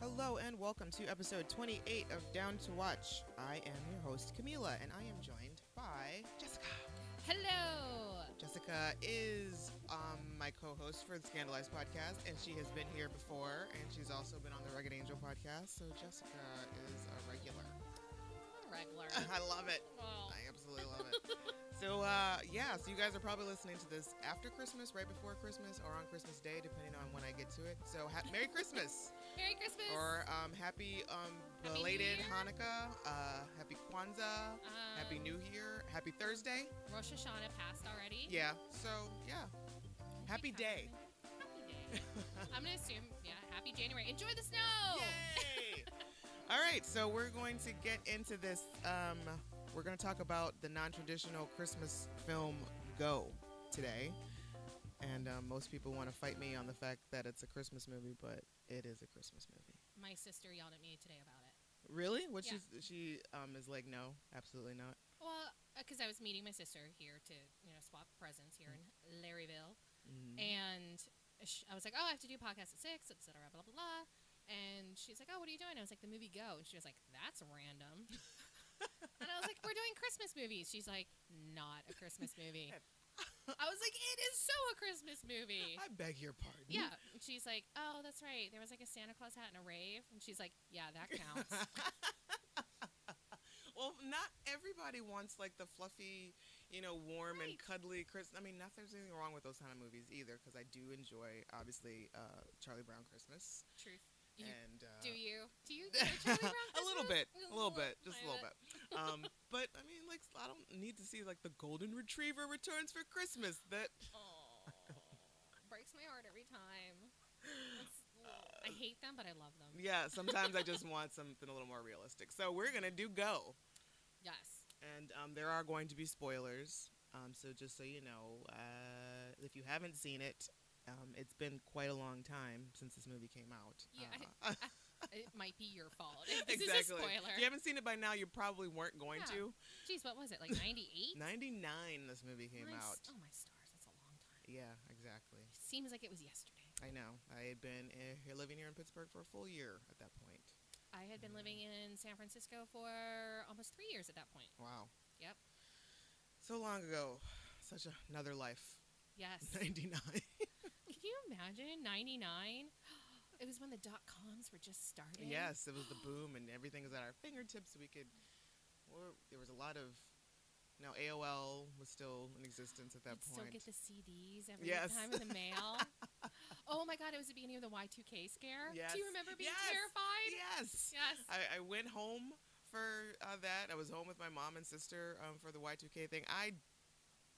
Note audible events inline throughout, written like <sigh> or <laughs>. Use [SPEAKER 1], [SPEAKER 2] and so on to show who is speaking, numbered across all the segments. [SPEAKER 1] Hello and welcome to episode 28 of Down to Watch. I am your host, Camila, and I am joined by Jessica.
[SPEAKER 2] Hello.
[SPEAKER 1] Jessica is um, my co host for the Scandalized podcast, and she has been here before, and she's also been on the Rugged Angel podcast. So Jessica is a regular. <laughs>
[SPEAKER 2] Regular.
[SPEAKER 1] I love it.
[SPEAKER 2] Well,
[SPEAKER 1] I absolutely love it. so, uh, yeah, so you guys are probably listening to this after Christmas, right before Christmas, or on Christmas Day, depending on when I get to it. So, ha- Merry Christmas!
[SPEAKER 2] Merry Christmas.
[SPEAKER 1] or um, happy um,
[SPEAKER 2] New
[SPEAKER 1] belated
[SPEAKER 2] Year.
[SPEAKER 1] Hanukkah, uh, happy Kwanzaa,
[SPEAKER 2] Um,
[SPEAKER 1] happy New Year, happy Thursday.
[SPEAKER 2] Rosh Hashanah passed already.
[SPEAKER 1] Yeah, so yeah, happy day. <laughs>
[SPEAKER 2] Happy day. I'm gonna assume. Yeah. Happy January. Enjoy the snow.
[SPEAKER 1] Yay! All right, so we're going to get into this. Um, we're going to talk about the non-traditional Christmas film Go today. And um, most people want to fight me on the fact that it's a Christmas movie, but it is a Christmas movie.
[SPEAKER 2] My sister yelled at me today about it.
[SPEAKER 1] Really? What
[SPEAKER 2] Yeah.
[SPEAKER 1] she she um, is like? No, absolutely not.
[SPEAKER 2] Well, because I was meeting my sister here to you know swap presents here
[SPEAKER 1] Hmm.
[SPEAKER 2] in Larryville,
[SPEAKER 1] Mm-hmm.
[SPEAKER 2] and sh- I was like, oh, I have to do a podcast at six, etc. Blah blah blah. And she's like, oh, what are you doing? I was like, the movie Go, and she was like, that's
[SPEAKER 1] <laughs>
[SPEAKER 2] random. and I was like, we're doing Christmas movies. She's like, not a
[SPEAKER 1] <laughs>
[SPEAKER 2] Christmas movie. I was like, it is so a Christmas movie.
[SPEAKER 1] <laughs> I beg your pardon.
[SPEAKER 2] Yeah. And she's like, oh, that's right. There was like a Santa Claus hat and a rave. And she's like, yeah,
[SPEAKER 1] <laughs>
[SPEAKER 2] that counts.
[SPEAKER 1] <laughs> Well, not everybody wants like the fluffy, you know, warm and
[SPEAKER 2] Right.
[SPEAKER 1] cuddly Christmas. I mean, not there's anything wrong with those kind of movies either, because I do enjoy obviously uh, Charlie Brown Christmas.
[SPEAKER 2] Truth. You-
[SPEAKER 1] and uh,
[SPEAKER 2] <laughs>
[SPEAKER 1] <laughs>
[SPEAKER 2] do you? Do you? enjoy Charlie Brown
[SPEAKER 1] a little
[SPEAKER 2] Christmas?
[SPEAKER 1] bit, a little bit, just a little
[SPEAKER 2] Violet.
[SPEAKER 1] bit. Um, <laughs> but I mean, like, I don't need to see like the Golden Retriever returns for Christmas. That <laughs>
[SPEAKER 2] Oh, breaks my heart every time. That's- I hate them, but I love them.
[SPEAKER 1] yeah, sometimes I just want something a little more realistic. So we're gonna do go.
[SPEAKER 2] Yes.
[SPEAKER 1] And um, there are going to be spoilers. Um, so just so you know, uh, if you haven't seen it, um, it's been quite a long time since this movie came out.
[SPEAKER 2] Yeah.
[SPEAKER 1] Uh,
[SPEAKER 2] I- I-
[SPEAKER 1] <laughs>
[SPEAKER 2] it might be your fault. <laughs> This is a spoiler.
[SPEAKER 1] If you haven't seen it by now, you probably weren't going
[SPEAKER 2] Yeah.
[SPEAKER 1] to.
[SPEAKER 2] Jeez, what
[SPEAKER 1] <laughs>
[SPEAKER 2] was it? Like 98?
[SPEAKER 1] 99, this movie came
[SPEAKER 2] My
[SPEAKER 1] out.
[SPEAKER 2] s- Oh, my stars. That's a long time.
[SPEAKER 1] Yeah, exactly.
[SPEAKER 2] It seems like it was yesterday.
[SPEAKER 1] I know. I had been uh, here- living here in Pittsburgh for a full year at that point.
[SPEAKER 2] I had been living in San Francisco for almost three years at that point.
[SPEAKER 1] Wow.
[SPEAKER 2] Yep.
[SPEAKER 1] So long ago. Such a- another life. <laughs>
[SPEAKER 2] Yes.
[SPEAKER 1] 99.
[SPEAKER 2] Can you imagine? 99? <gasps> It was when the dot coms were just starting.
[SPEAKER 1] Yes, it was the boom, and everything was at our fingertips. We could. Well, there was a lot of. No, AOL was still in existence at that
[SPEAKER 2] You'd
[SPEAKER 1] point.
[SPEAKER 2] still get the CDs every
[SPEAKER 1] Yes.
[SPEAKER 2] time in
[SPEAKER 1] <laughs>
[SPEAKER 2] the mail. oh my God, it was the beginning of the Y2K scare.
[SPEAKER 1] Yes.
[SPEAKER 2] Do you remember being
[SPEAKER 1] Yes.
[SPEAKER 2] terrified?
[SPEAKER 1] Yes. <laughs>
[SPEAKER 2] Yes.
[SPEAKER 1] I, I went home for uh, that. I was home with my mom and sister um, for the Y2K thing. I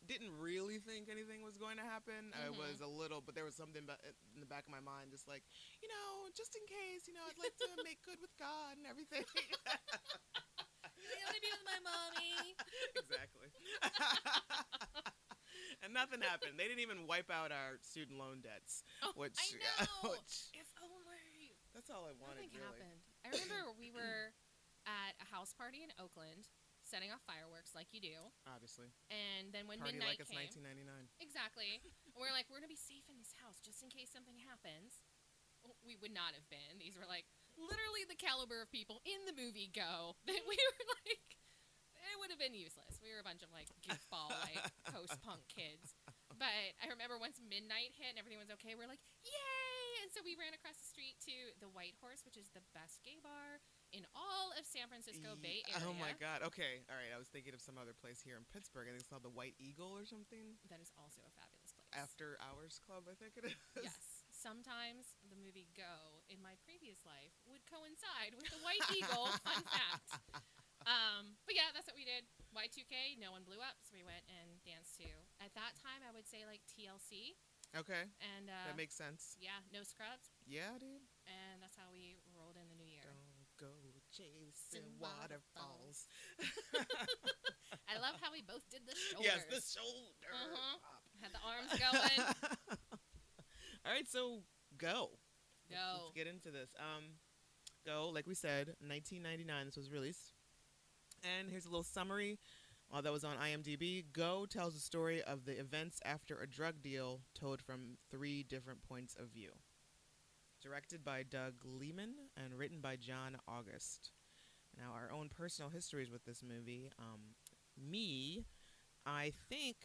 [SPEAKER 1] didn't really think anything was going to happen. I
[SPEAKER 2] Mhm.
[SPEAKER 1] was a little, but there was something ba- uh, in the back of my mind, just like, you know, just in case, you know, I'd
[SPEAKER 2] <laughs>
[SPEAKER 1] like to make good with God and everything.
[SPEAKER 2] I want to be with my mommy.
[SPEAKER 1] exactly. <laughs> and nothing happened. They didn't even wipe out our student loan debts, which,
[SPEAKER 2] Oh,
[SPEAKER 1] <laughs>
[SPEAKER 2] I know.
[SPEAKER 1] which-
[SPEAKER 2] If only.
[SPEAKER 1] that's all I wanted.
[SPEAKER 2] Nothing
[SPEAKER 1] Really.
[SPEAKER 2] happened. I
[SPEAKER 1] <coughs>
[SPEAKER 2] remember we were at a house party in Oakland, setting off fireworks like you do.
[SPEAKER 1] Obviously,
[SPEAKER 2] And then when
[SPEAKER 1] party
[SPEAKER 2] midnight
[SPEAKER 1] like it's
[SPEAKER 2] came,
[SPEAKER 1] 1999.
[SPEAKER 2] Exactly. And we're like, we're gonna be safe in this house just in case something happens. Well, We would not have been. These were like literally the caliber of people in the movie Go <laughs> that we were like. It would have been useless. We were a bunch of like goofball,
[SPEAKER 1] <laughs>
[SPEAKER 2] like post punk kids. But I remember once midnight hit and everything was okay, we're like, yay! And so we ran across the street to the White Horse, which is the best gay bar in all of San Francisco
[SPEAKER 1] Ye-
[SPEAKER 2] Bay Area.
[SPEAKER 1] Oh my God. Okay. All right. I was thinking of some other place here in Pittsburgh. I think it's called the White Eagle or something.
[SPEAKER 2] That is also a fabulous place.
[SPEAKER 1] After Hours Club, I think it is.
[SPEAKER 2] Yes. Sometimes the movie Go in my previous life would coincide with the White Eagle. Fun
[SPEAKER 1] <laughs>
[SPEAKER 2] fact. Um, but yeah, that's what we did. Y2K, no one blew up, so we went and danced to. At that time, I would say like TLC
[SPEAKER 1] <laughs> Okay.
[SPEAKER 2] and uh,
[SPEAKER 1] that makes sense.
[SPEAKER 2] yeah, no scrubs,
[SPEAKER 1] Yeah, dude.
[SPEAKER 2] and that's how we rolled in the new year.
[SPEAKER 1] Don't go chasing
[SPEAKER 2] Some
[SPEAKER 1] waterfalls.
[SPEAKER 2] waterfalls. I love how we both did the shoulders.
[SPEAKER 1] Oh. <laughs> Yes, the shoulder.
[SPEAKER 2] Uh-huh.
[SPEAKER 1] pop.
[SPEAKER 2] Had the arms
[SPEAKER 1] <laughs>
[SPEAKER 2] going.
[SPEAKER 1] All right. So go. Let's,
[SPEAKER 2] Go.
[SPEAKER 1] let's get into this. Um, go. Like we said, 1999. This was released. And here's a little summary. Uh, that was on IMDb. Go tells the story of the events after a drug deal told from three different points of view. directed by Doug Lehman and written by John August. Now, our own personal histories with this movie. Um, me, I think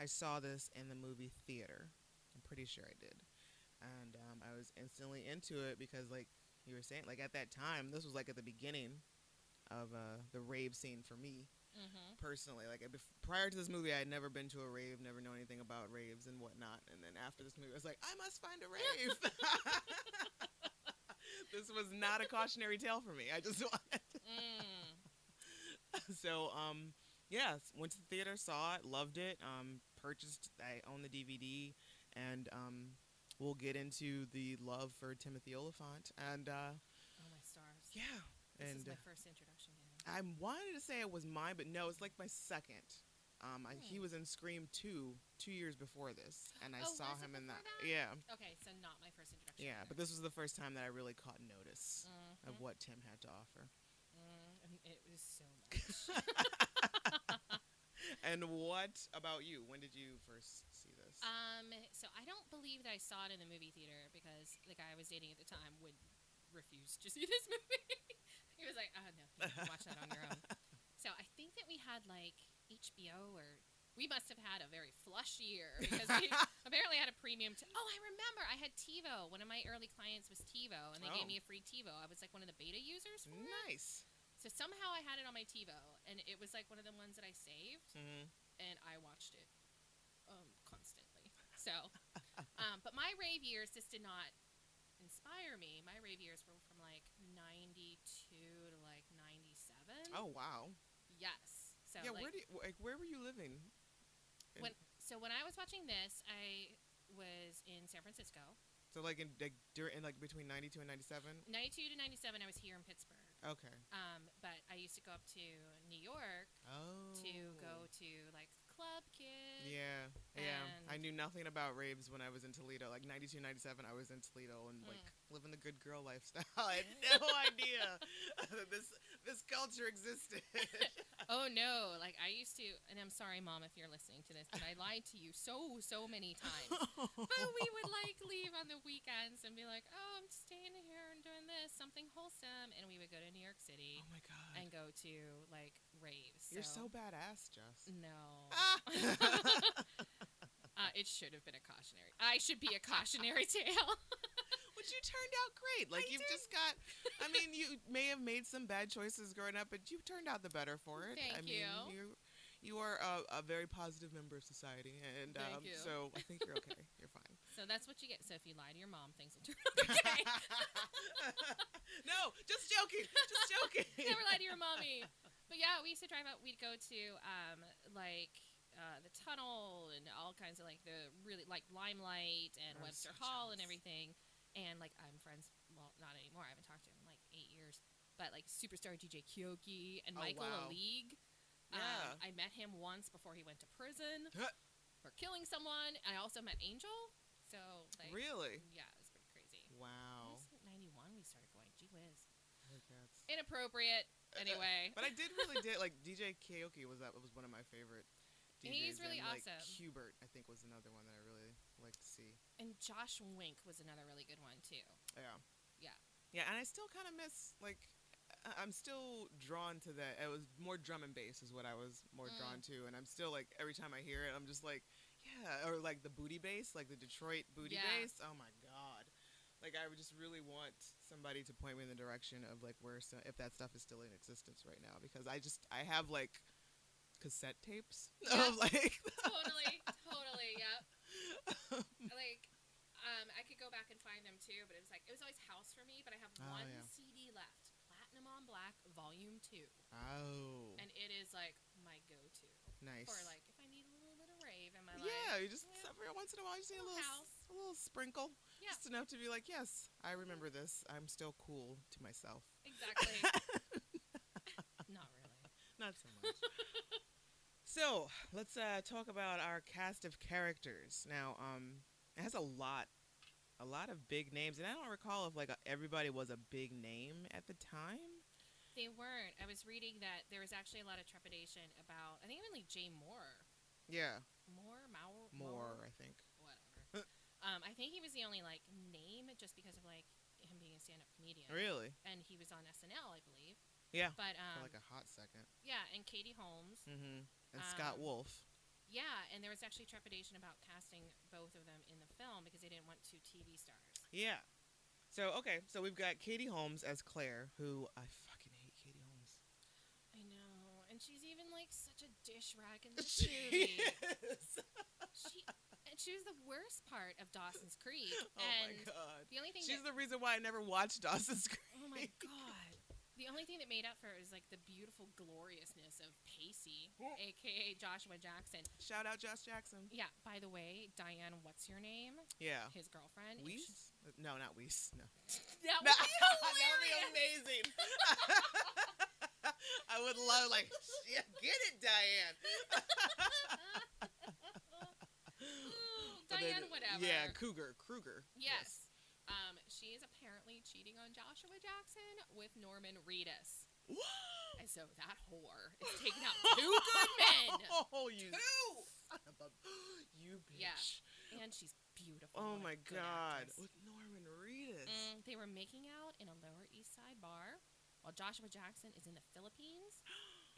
[SPEAKER 1] I saw this in the movie theater. I'm pretty sure I did, and um, I was instantly into it because, like you were saying, like at that time, this was like at the beginning of uh, the rave scene for me
[SPEAKER 2] Mm-hmm.
[SPEAKER 1] personally. Like I bef- prior to this movie, I had never been to a rave, never known anything about raves and whatnot. And then after this movie, I was like, I must find a rave. <laughs> this was not a cautionary tale for me. I just wanted.
[SPEAKER 2] Mm.
[SPEAKER 1] So um, yeah, s- went to the theater, saw it, loved it. Um, purchased. I own the DVD, and um, we'll get into the love for Timothy Oliphant. And uh,
[SPEAKER 2] Oh my stars.
[SPEAKER 1] yeah,
[SPEAKER 2] This
[SPEAKER 1] and
[SPEAKER 2] is
[SPEAKER 1] uh,
[SPEAKER 2] my first introduction to him.
[SPEAKER 1] I wanted to say it was mine, but no, it's like my second. Um, I, he
[SPEAKER 2] Hmm.
[SPEAKER 1] was in Scream two two years before this, and I
[SPEAKER 2] Oh,
[SPEAKER 1] saw
[SPEAKER 2] was it
[SPEAKER 1] him in
[SPEAKER 2] before
[SPEAKER 1] that.
[SPEAKER 2] that?
[SPEAKER 1] Yeah,
[SPEAKER 2] Okay, so not my first introduction.
[SPEAKER 1] yeah. But this was the first time that I really caught notice
[SPEAKER 2] hmm
[SPEAKER 1] of what Tim had to offer,
[SPEAKER 2] Mm, it was so much.
[SPEAKER 1] and what about you? When did you first see this?
[SPEAKER 2] Um, so I don't believe that I saw it in the movie theater because the guy I was dating at the time would refuse to <laughs> see this movie. he was like, "Oh no, you can watch that on your own." So I think that we had like HBO or we must have had a very flush year
[SPEAKER 1] <laughs>
[SPEAKER 2] because <laughs> we apparently had a premium. T- oh, I remember I had TiVo. One of my early clients was TiVo, and they
[SPEAKER 1] Oh. Mm.
[SPEAKER 2] gave me a free TiVo. I was like one of the beta users. For it.
[SPEAKER 1] nice.
[SPEAKER 2] So somehow I had it on my TiVo, and it was like one of the ones that I saved
[SPEAKER 1] hmm
[SPEAKER 2] and I watched it um, constantly. So, um, but my rave years just did not inspire me. My rave years were from like '92 to like '97.
[SPEAKER 1] Oh wow.
[SPEAKER 2] yes. So
[SPEAKER 1] yeah.
[SPEAKER 2] like,
[SPEAKER 1] where do you, like where were you living? in-
[SPEAKER 2] when so when I was watching this, I was in San Francisco.
[SPEAKER 1] So like in like during in, like between ninety two and ninety seven.
[SPEAKER 2] '92 to '97, I was here in Pittsburgh.
[SPEAKER 1] Okay.
[SPEAKER 2] Um, but I used to go up to New York
[SPEAKER 1] Oh.
[SPEAKER 2] to go to like Club Kid.
[SPEAKER 1] Yeah, yeah. I
[SPEAKER 2] And-
[SPEAKER 1] knew nothing about raves when I was in Toledo. Like 92, 97, I was in Toledo and
[SPEAKER 2] Hmm.
[SPEAKER 1] like living the good girl lifestyle. <laughs> I had
[SPEAKER 2] <laughs>
[SPEAKER 1] no idea <laughs> that this this culture
[SPEAKER 2] <laughs>
[SPEAKER 1] existed. <laughs>
[SPEAKER 2] Oh no, like I used to, and I'm sorry, mom, if you're listening to this, but I lied to you so, so many
[SPEAKER 1] <laughs>
[SPEAKER 2] times. but we would like leave on the weekends and be like, oh, I'm staying here and doing this, something wholesome. And we would go to New York City
[SPEAKER 1] oh my god,
[SPEAKER 2] and go to like raves.
[SPEAKER 1] you're so badass, Jess. <laughs>
[SPEAKER 2] No.
[SPEAKER 1] Ah!
[SPEAKER 2] <laughs> Uh, it should have been a cautionary. I should be a cautionary tale.
[SPEAKER 1] <laughs> Which you turned out great. Like
[SPEAKER 2] I
[SPEAKER 1] you've
[SPEAKER 2] did.
[SPEAKER 1] just got. I mean, you may have made some bad choices growing up, but you turned out the better for it. I
[SPEAKER 2] Thank
[SPEAKER 1] mean, you
[SPEAKER 2] you.
[SPEAKER 1] you are a, a very positive member of society, and
[SPEAKER 2] Thank
[SPEAKER 1] um,
[SPEAKER 2] you.
[SPEAKER 1] so I think you're
[SPEAKER 2] <laughs>
[SPEAKER 1] okay. You're fine.
[SPEAKER 2] so that's what you get. So if you lie to your mom, things will turn out okay.
[SPEAKER 1] <laughs> no, just joking. Just joking.
[SPEAKER 2] <laughs> Never lie to your mommy. But yeah, we used to drive out. We'd go to um, like uh, the tunnel and all kinds of like the really like Limelight and
[SPEAKER 1] I'm
[SPEAKER 2] Webster
[SPEAKER 1] so
[SPEAKER 2] Hall and
[SPEAKER 1] jealous.
[SPEAKER 2] everything. And like I'm friends. Well, not anymore. I haven't talked to him in like eight years. But like superstar DJ Kyoki and
[SPEAKER 1] Oh,
[SPEAKER 2] Michael
[SPEAKER 1] wow.
[SPEAKER 2] League.
[SPEAKER 1] Yeah.
[SPEAKER 2] Um, I met him once before he went to prison
[SPEAKER 1] <gasps> Huh.
[SPEAKER 2] for killing someone. I also met Angel. So like,
[SPEAKER 1] really?
[SPEAKER 2] yeah, it was pretty crazy. It
[SPEAKER 1] Wow.
[SPEAKER 2] was like 91 we started going. Gee whiz.
[SPEAKER 1] Like that's-
[SPEAKER 2] Inappropriate.
[SPEAKER 1] Uh,
[SPEAKER 2] Anyway.
[SPEAKER 1] But I did really did like DJ Karaoke was that was one of my favorite. DJs.
[SPEAKER 2] He's really
[SPEAKER 1] and, like,
[SPEAKER 2] awesome.
[SPEAKER 1] Hubert, I think, was another one that I really like to see.
[SPEAKER 2] And Josh Wink was another really good one too.
[SPEAKER 1] Yeah.
[SPEAKER 2] Yeah.
[SPEAKER 1] Yeah, and I still kind of miss like I- I'm still drawn to that. It was more drum and bass is what I was more
[SPEAKER 2] Mm.
[SPEAKER 1] drawn to, and I'm still like every time I hear it, I'm just like, yeah, or like the booty bass, like the Detroit booty
[SPEAKER 2] Yeah.
[SPEAKER 1] bass. Oh my god! Like I would just really want somebody to point me in the direction of like where so if that stuff is still in existence right now because I just I have like cassette tapes <laughs>
[SPEAKER 2] Yeah.
[SPEAKER 1] of like
[SPEAKER 2] Totally, totally,
[SPEAKER 1] <laughs>
[SPEAKER 2] yep. Like, um, I could go back and find them too, but it was like it was always house for me. But I have
[SPEAKER 1] Oh,
[SPEAKER 2] one
[SPEAKER 1] yeah.
[SPEAKER 2] CD left, Platinum on Black, Volume Two,
[SPEAKER 1] oh
[SPEAKER 2] and it is like my go-to
[SPEAKER 1] <laughs> nice
[SPEAKER 2] for like if I need a little bit of rave in my
[SPEAKER 1] yeah
[SPEAKER 2] life.
[SPEAKER 1] you just
[SPEAKER 2] yeah.
[SPEAKER 1] every once in a while you just need a
[SPEAKER 2] Little
[SPEAKER 1] little s-
[SPEAKER 2] house.
[SPEAKER 1] a little sprinkle
[SPEAKER 2] Yeah.
[SPEAKER 1] just enough to be like, yes, I remember this. I'm still cool to myself. <laughs>
[SPEAKER 2] exactly. Not really.
[SPEAKER 1] Not so
[SPEAKER 2] <laughs>
[SPEAKER 1] much. so let's uh, talk about our cast of characters now. Um, it has a lot, a lot of big names, and I don't recall if like uh, everybody was a big name at the time.
[SPEAKER 2] They weren't. I was reading that there was actually a lot of trepidation about. I think even like Jay Moore,
[SPEAKER 1] Yeah,
[SPEAKER 2] Moore, Mauer,
[SPEAKER 1] more I think.
[SPEAKER 2] whatever. Um, I think he was the only like name just because of like him being a stand-up comedian,
[SPEAKER 1] Oh, Really?
[SPEAKER 2] and he was on SNL, I believe.
[SPEAKER 1] Yeah.
[SPEAKER 2] But um,
[SPEAKER 1] For like a hot second.
[SPEAKER 2] yeah, and Katie Holmes.
[SPEAKER 1] Mm-hmm. And Scott
[SPEAKER 2] um,
[SPEAKER 1] Wolf.
[SPEAKER 2] Yeah, and there was actually trepidation about casting both of them in the film because they didn't want two TV stars.
[SPEAKER 1] Yeah. So okay, so we've got Katie Holmes as Claire, who I fucking hate Katie Holmes.
[SPEAKER 2] I know, and she's even like such a dish rag
[SPEAKER 1] <laughs>
[SPEAKER 2] in this movie.
[SPEAKER 1] is.
[SPEAKER 2] she and she was the worst part of Dawson's Creek.
[SPEAKER 1] <laughs> Oh
[SPEAKER 2] and
[SPEAKER 1] my god.
[SPEAKER 2] the only thing
[SPEAKER 1] She's
[SPEAKER 2] that,
[SPEAKER 1] the reason why I never watched Dawson's Creek. <laughs>
[SPEAKER 2] oh my god. The only thing that made up for it was like the beautiful gloriousness of Pacey, aka Joshua Jackson.
[SPEAKER 1] Shout out Josh Jackson.
[SPEAKER 2] Yeah, by the way, Diane, what's your name?
[SPEAKER 1] Yeah.
[SPEAKER 2] His girlfriend.
[SPEAKER 1] Wees?
[SPEAKER 2] She's-
[SPEAKER 1] No, not Wees. No. <laughs>
[SPEAKER 2] That
[SPEAKER 1] No,
[SPEAKER 2] would be
[SPEAKER 1] That'd
[SPEAKER 2] hilarious.
[SPEAKER 1] Oh, be amazing. I would love
[SPEAKER 2] <laughs>
[SPEAKER 1] like yeah, get it, Diane.
[SPEAKER 2] Ooh,
[SPEAKER 1] But then-
[SPEAKER 2] <laughs> Diane, whatever.
[SPEAKER 1] Yeah, Cougar, Kruger.
[SPEAKER 2] Yes. Um, she is apparently cheating on Joshua Jackson with Norman Reedus.
[SPEAKER 1] Yes. <laughs>
[SPEAKER 2] And so that whore is taking out two good men.
[SPEAKER 1] <laughs> Oh, you son of
[SPEAKER 2] <laughs>
[SPEAKER 1] a- <gasps> you bitch.
[SPEAKER 2] Yeah. And she's beautiful.
[SPEAKER 1] Oh
[SPEAKER 2] and
[SPEAKER 1] my
[SPEAKER 2] a good
[SPEAKER 1] god,
[SPEAKER 2] actress.
[SPEAKER 1] with Norman Reedus.
[SPEAKER 2] Mm, they were making out in a Lower East Side bar while Joshua Jackson is in the
[SPEAKER 1] <gasps>
[SPEAKER 2] Philippines.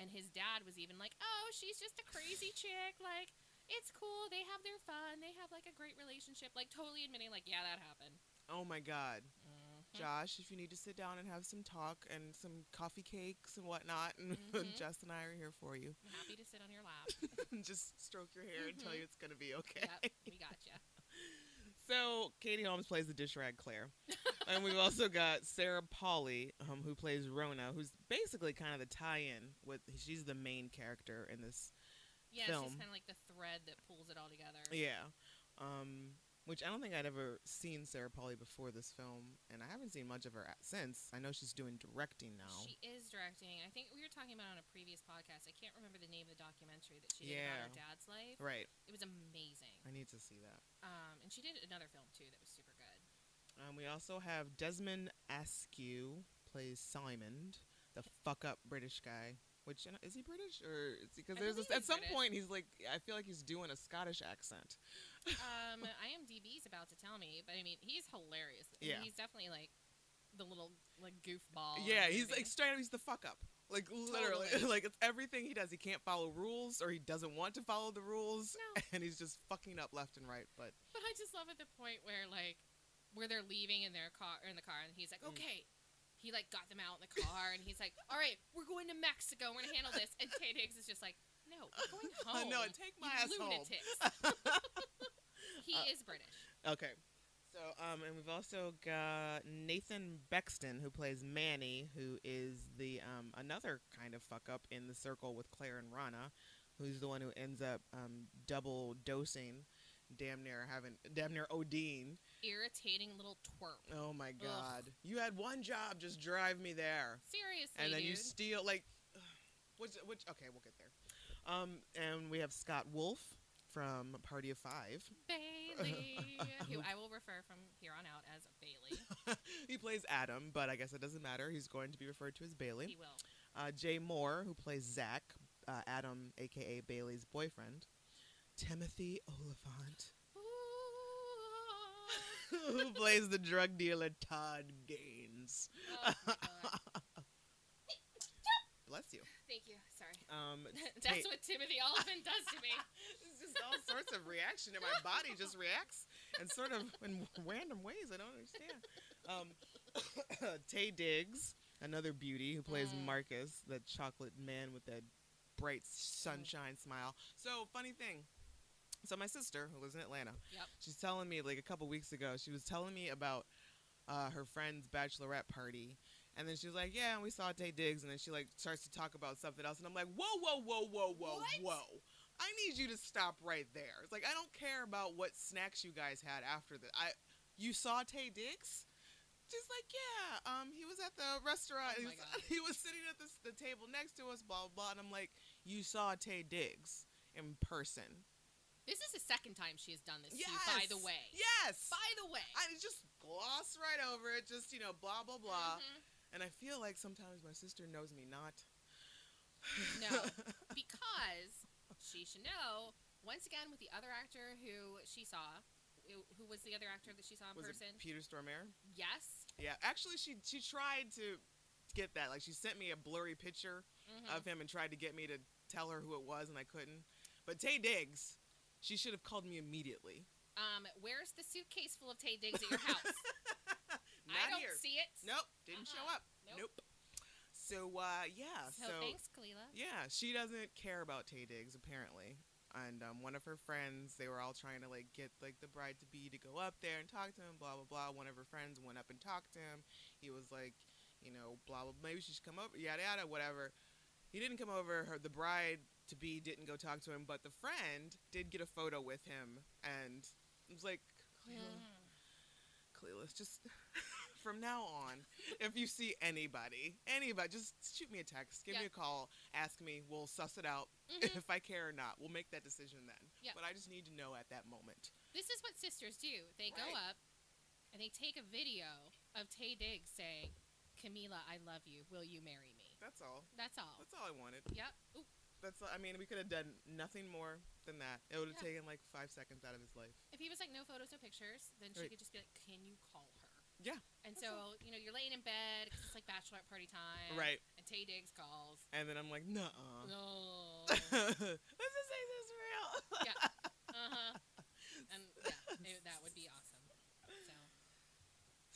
[SPEAKER 2] And his dad was even like, oh, she's just a crazy chick. Like, it's cool. They have their fun. They have, like, a great relationship. Like, totally admitting, like, yeah, that happened.
[SPEAKER 1] Oh my god,
[SPEAKER 2] Mhm.
[SPEAKER 1] Josh, if you need to sit down and have some talk and some coffee cakes and whatnot, and <laughs>
[SPEAKER 2] Mhm.
[SPEAKER 1] Jess and I are here for you. <laughs>
[SPEAKER 2] I'm happy to sit on your lap.
[SPEAKER 1] Just stroke your hair and tell
[SPEAKER 2] Mhm.
[SPEAKER 1] you it's gonna be okay.
[SPEAKER 2] yep, we gotcha.
[SPEAKER 1] So Katie Holmes plays the dish rag Claire, and we've also got Sarah Pauly, um, who plays Rona, who's basically kind of the tie-in with. She's the main character in this
[SPEAKER 2] Yeah,
[SPEAKER 1] Film.
[SPEAKER 2] she's kind of like the thread that pulls it all together.
[SPEAKER 1] Yeah. Um, which I don't think I'd ever seen Sarah Pauly before this film, and I haven't seen much of her a- since. I know she's doing directing now.
[SPEAKER 2] She is directing. I think we were talking about on a previous podcast. I can't remember the name of the documentary that she did about her dad's life.
[SPEAKER 1] right.
[SPEAKER 2] It was amazing.
[SPEAKER 1] I need to see that.
[SPEAKER 2] Um, and she did another film too that was super good.
[SPEAKER 1] Um, we also have Desmond Askew plays Simon, the fuck up British guy. Which I don't- is he British or because
[SPEAKER 2] I
[SPEAKER 1] there's
[SPEAKER 2] believe
[SPEAKER 1] this, at
[SPEAKER 2] he's
[SPEAKER 1] some
[SPEAKER 2] British.
[SPEAKER 1] point he's like I feel like he's doing a Scottish accent.
[SPEAKER 2] Um, IMDb's about to tell me, but I mean, he's hilarious. I mean,
[SPEAKER 1] Yeah.
[SPEAKER 2] he's definitely like the little like goofball. in
[SPEAKER 1] yeah,
[SPEAKER 2] the
[SPEAKER 1] he's
[SPEAKER 2] movie.
[SPEAKER 1] like straight up he's the fuck up. Like literally,
[SPEAKER 2] Totally.
[SPEAKER 1] <laughs> like it's everything he does. He can't follow rules or he doesn't want to follow the rules.
[SPEAKER 2] no.
[SPEAKER 1] and he's just fucking up left and right. But
[SPEAKER 2] But I just love at the point where like where they're leaving in their car or in the car, and he's like,
[SPEAKER 1] Mm.
[SPEAKER 2] okay. He like got them out in the car, and he's like, "All right, we're going to Mexico. We're gonna handle this." And Tay Diggs is just like, "No, we're
[SPEAKER 1] <laughs>
[SPEAKER 2] going home.
[SPEAKER 1] no, take my ass
[SPEAKER 2] you
[SPEAKER 1] home. <laughs>
[SPEAKER 2] lunatics." he
[SPEAKER 1] Uh,
[SPEAKER 2] is British.
[SPEAKER 1] Okay. So, um, and we've also got Nathan Bexton who plays Manny, who is the um, another kind of fuck up in the circle with Claire and Rana, who's the one who ends up um, double dosing, damn near having damn near ODing.
[SPEAKER 2] Irritating little twerp.
[SPEAKER 1] Oh my god! You had one job, just drive me there.
[SPEAKER 2] Seriously,
[SPEAKER 1] and then
[SPEAKER 2] dude.
[SPEAKER 1] you steal like <sighs> what's which okay we'll get there um and we have scott wolf from party of five
[SPEAKER 2] Bailey,
[SPEAKER 1] <laughs>
[SPEAKER 2] who I will refer from here on out as Bailey.
[SPEAKER 1] he plays adam but i guess it doesn't matter he's going to be referred to as
[SPEAKER 2] He
[SPEAKER 1] bailey
[SPEAKER 2] will.
[SPEAKER 1] uh, jay moore who plays zach uh, adam aka bailey's boyfriend timothy oliphant <laughs>
[SPEAKER 2] Ooh.
[SPEAKER 1] who plays the drug dealer todd gaines
[SPEAKER 2] Oh, my God.
[SPEAKER 1] bless you
[SPEAKER 2] Thank you. Sorry. <laughs>
[SPEAKER 1] um
[SPEAKER 2] That's
[SPEAKER 1] Ta-
[SPEAKER 2] what Timothy Oliphant does to me.
[SPEAKER 1] It's just all sorts of reaction, and my body just reacts in sort of in random ways. I don't understand. Um, <coughs> Tay Diggs, another beauty who plays
[SPEAKER 2] Mm.
[SPEAKER 1] Marcus, the chocolate man with that bright sunshine smile. So funny thing. So my sister, who lives in Atlanta,
[SPEAKER 2] Yep.
[SPEAKER 1] she's telling me like a couple weeks ago. She was telling me about uh, her friend's bachelorette party. And then she was like, "Yeah," and we saw Tay Diggs, and then she like starts to talk about something else, and I'm like, "Whoa, whoa, whoa, whoa, whoa,
[SPEAKER 2] What?
[SPEAKER 1] whoa! I need you to stop right there. It's like I don't care about what snacks you guys had after that. I, you saw Tay Diggs? She's like, yeah. Um, he was at the restaurant.
[SPEAKER 2] Oh
[SPEAKER 1] he,
[SPEAKER 2] my
[SPEAKER 1] was,
[SPEAKER 2] God.
[SPEAKER 1] <laughs> he was sitting at the, s- the table next to us. Blah blah. blah. And I'm like, you saw Tay Diggs in person?
[SPEAKER 2] This is the second time she has done this. To you, by the
[SPEAKER 1] Yes!
[SPEAKER 2] way.
[SPEAKER 1] Yes.
[SPEAKER 2] By the way.
[SPEAKER 1] I just gloss right over it. Just you know, blah blah blah.
[SPEAKER 2] Mhm.
[SPEAKER 1] And I feel like sometimes my sister knows me not.
[SPEAKER 2] No,
[SPEAKER 1] <laughs>
[SPEAKER 2] because she should know. Once again, with the other actor who she saw, it- who was the other actor that she saw in
[SPEAKER 1] Was
[SPEAKER 2] person?
[SPEAKER 1] it Peter Stormare?
[SPEAKER 2] yes.
[SPEAKER 1] Yeah, actually, she she tried to get that. Like, she sent me a blurry picture
[SPEAKER 2] Mhm.
[SPEAKER 1] of him and tried to get me to tell her who it was, and I couldn't. But Tay Diggs, she should have called me immediately.
[SPEAKER 2] Um, where's the suitcase full of Tay Diggs at your house?
[SPEAKER 1] <laughs> Not
[SPEAKER 2] I don't
[SPEAKER 1] here.
[SPEAKER 2] see it.
[SPEAKER 1] Nope, didn't
[SPEAKER 2] Uh-uh.
[SPEAKER 1] show up.
[SPEAKER 2] Nope.
[SPEAKER 1] So uh, yeah,
[SPEAKER 2] So,
[SPEAKER 1] so,
[SPEAKER 2] thanks, Kalila.
[SPEAKER 1] yeah, she doesn't care about Tay Diggs apparently. And um, one of her friends, they were all trying to like get like the bride to be to go up there and talk to him, blah blah blah. One of her friends went up and talked to him. He was like, you know, blah blah. Maybe she should come over, yada yada, whatever. He didn't come over. Her the bride to be didn't go talk to him, but the friend did get a photo with him, and it was like, Cleela,
[SPEAKER 2] Mm.
[SPEAKER 1] Cleelas, just <laughs> from now on, if you see anybody, anybody, just shoot me a text, give me
[SPEAKER 2] Yeah.
[SPEAKER 1] a call, ask me. We'll suss it out
[SPEAKER 2] Mhm.
[SPEAKER 1] if I care or not. We'll make that decision then.
[SPEAKER 2] Yeah.
[SPEAKER 1] But I just need to know at that moment.
[SPEAKER 2] <sighs> This is what sisters do. They go
[SPEAKER 1] Right.
[SPEAKER 2] up and they take a video of Tay Diggs saying, "Camila, I love you. Will you marry me?"
[SPEAKER 1] That's all.
[SPEAKER 2] That's all.
[SPEAKER 1] That's all I wanted.
[SPEAKER 2] Yep. Ooh,
[SPEAKER 1] That's all. I mean, we could have done nothing more than that. It would have
[SPEAKER 2] Yeah.
[SPEAKER 1] taken like five seconds out of his life.
[SPEAKER 2] if he was like no photos, no pictures, then she
[SPEAKER 1] Right.
[SPEAKER 2] could just be like, "Can you call her?"
[SPEAKER 1] Yeah,
[SPEAKER 2] And
[SPEAKER 1] that's all.
[SPEAKER 2] so you know you're laying in bed. 'cause it's like bachelorette party time.
[SPEAKER 1] Right. Uh-huh.
[SPEAKER 2] And Tay Diggs calls. Oh,
[SPEAKER 1] And then I'm like, nuh <laughs>
[SPEAKER 2] No.
[SPEAKER 1] this is this is real. <laughs>
[SPEAKER 2] yeah. Uh huh. And yeah, it- that would be awesome.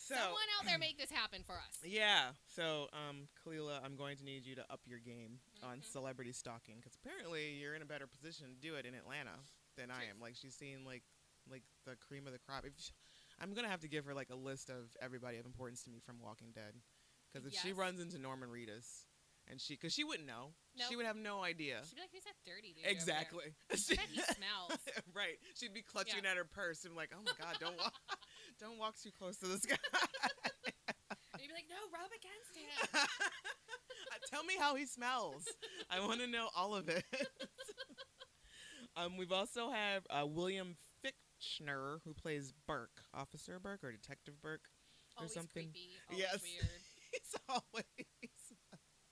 [SPEAKER 2] So
[SPEAKER 1] So
[SPEAKER 2] someone out there make this happen for us.
[SPEAKER 1] yeah. So um, Kalila, I'm going to need you to up your game on
[SPEAKER 2] Mhm.
[SPEAKER 1] celebrity stalking because apparently you're in a better position to do it in Atlanta than I
[SPEAKER 2] True.
[SPEAKER 1] am. Like she's seen like like the cream of the crop. If sh I'm gonna have to give her like a list of everybody of importance to me from Walking Dead because if she
[SPEAKER 2] Yes.
[SPEAKER 1] runs into Norman Reedus and she because she wouldn't know, she
[SPEAKER 2] Nope.
[SPEAKER 1] would have no idea.
[SPEAKER 2] She'd be like, "Who's that dirty dude?" over there?
[SPEAKER 1] Exactly. <laughs>
[SPEAKER 2] I <laughs> bet he smells.
[SPEAKER 1] right. She'd be clutching at her purse and like, oh my god, don't walk, <laughs> don't walk too close to this guy.
[SPEAKER 2] And you'd be like, no, rub against him.
[SPEAKER 1] <laughs> Tell me how he smells. I want to know all of it. <laughs> um, we've also have uh, William Fichtner who plays Burke, Officer Burke or Detective Burke.
[SPEAKER 2] always
[SPEAKER 1] something.
[SPEAKER 2] creepy. Always
[SPEAKER 1] Yes.
[SPEAKER 2] weird.
[SPEAKER 1] <laughs> He's always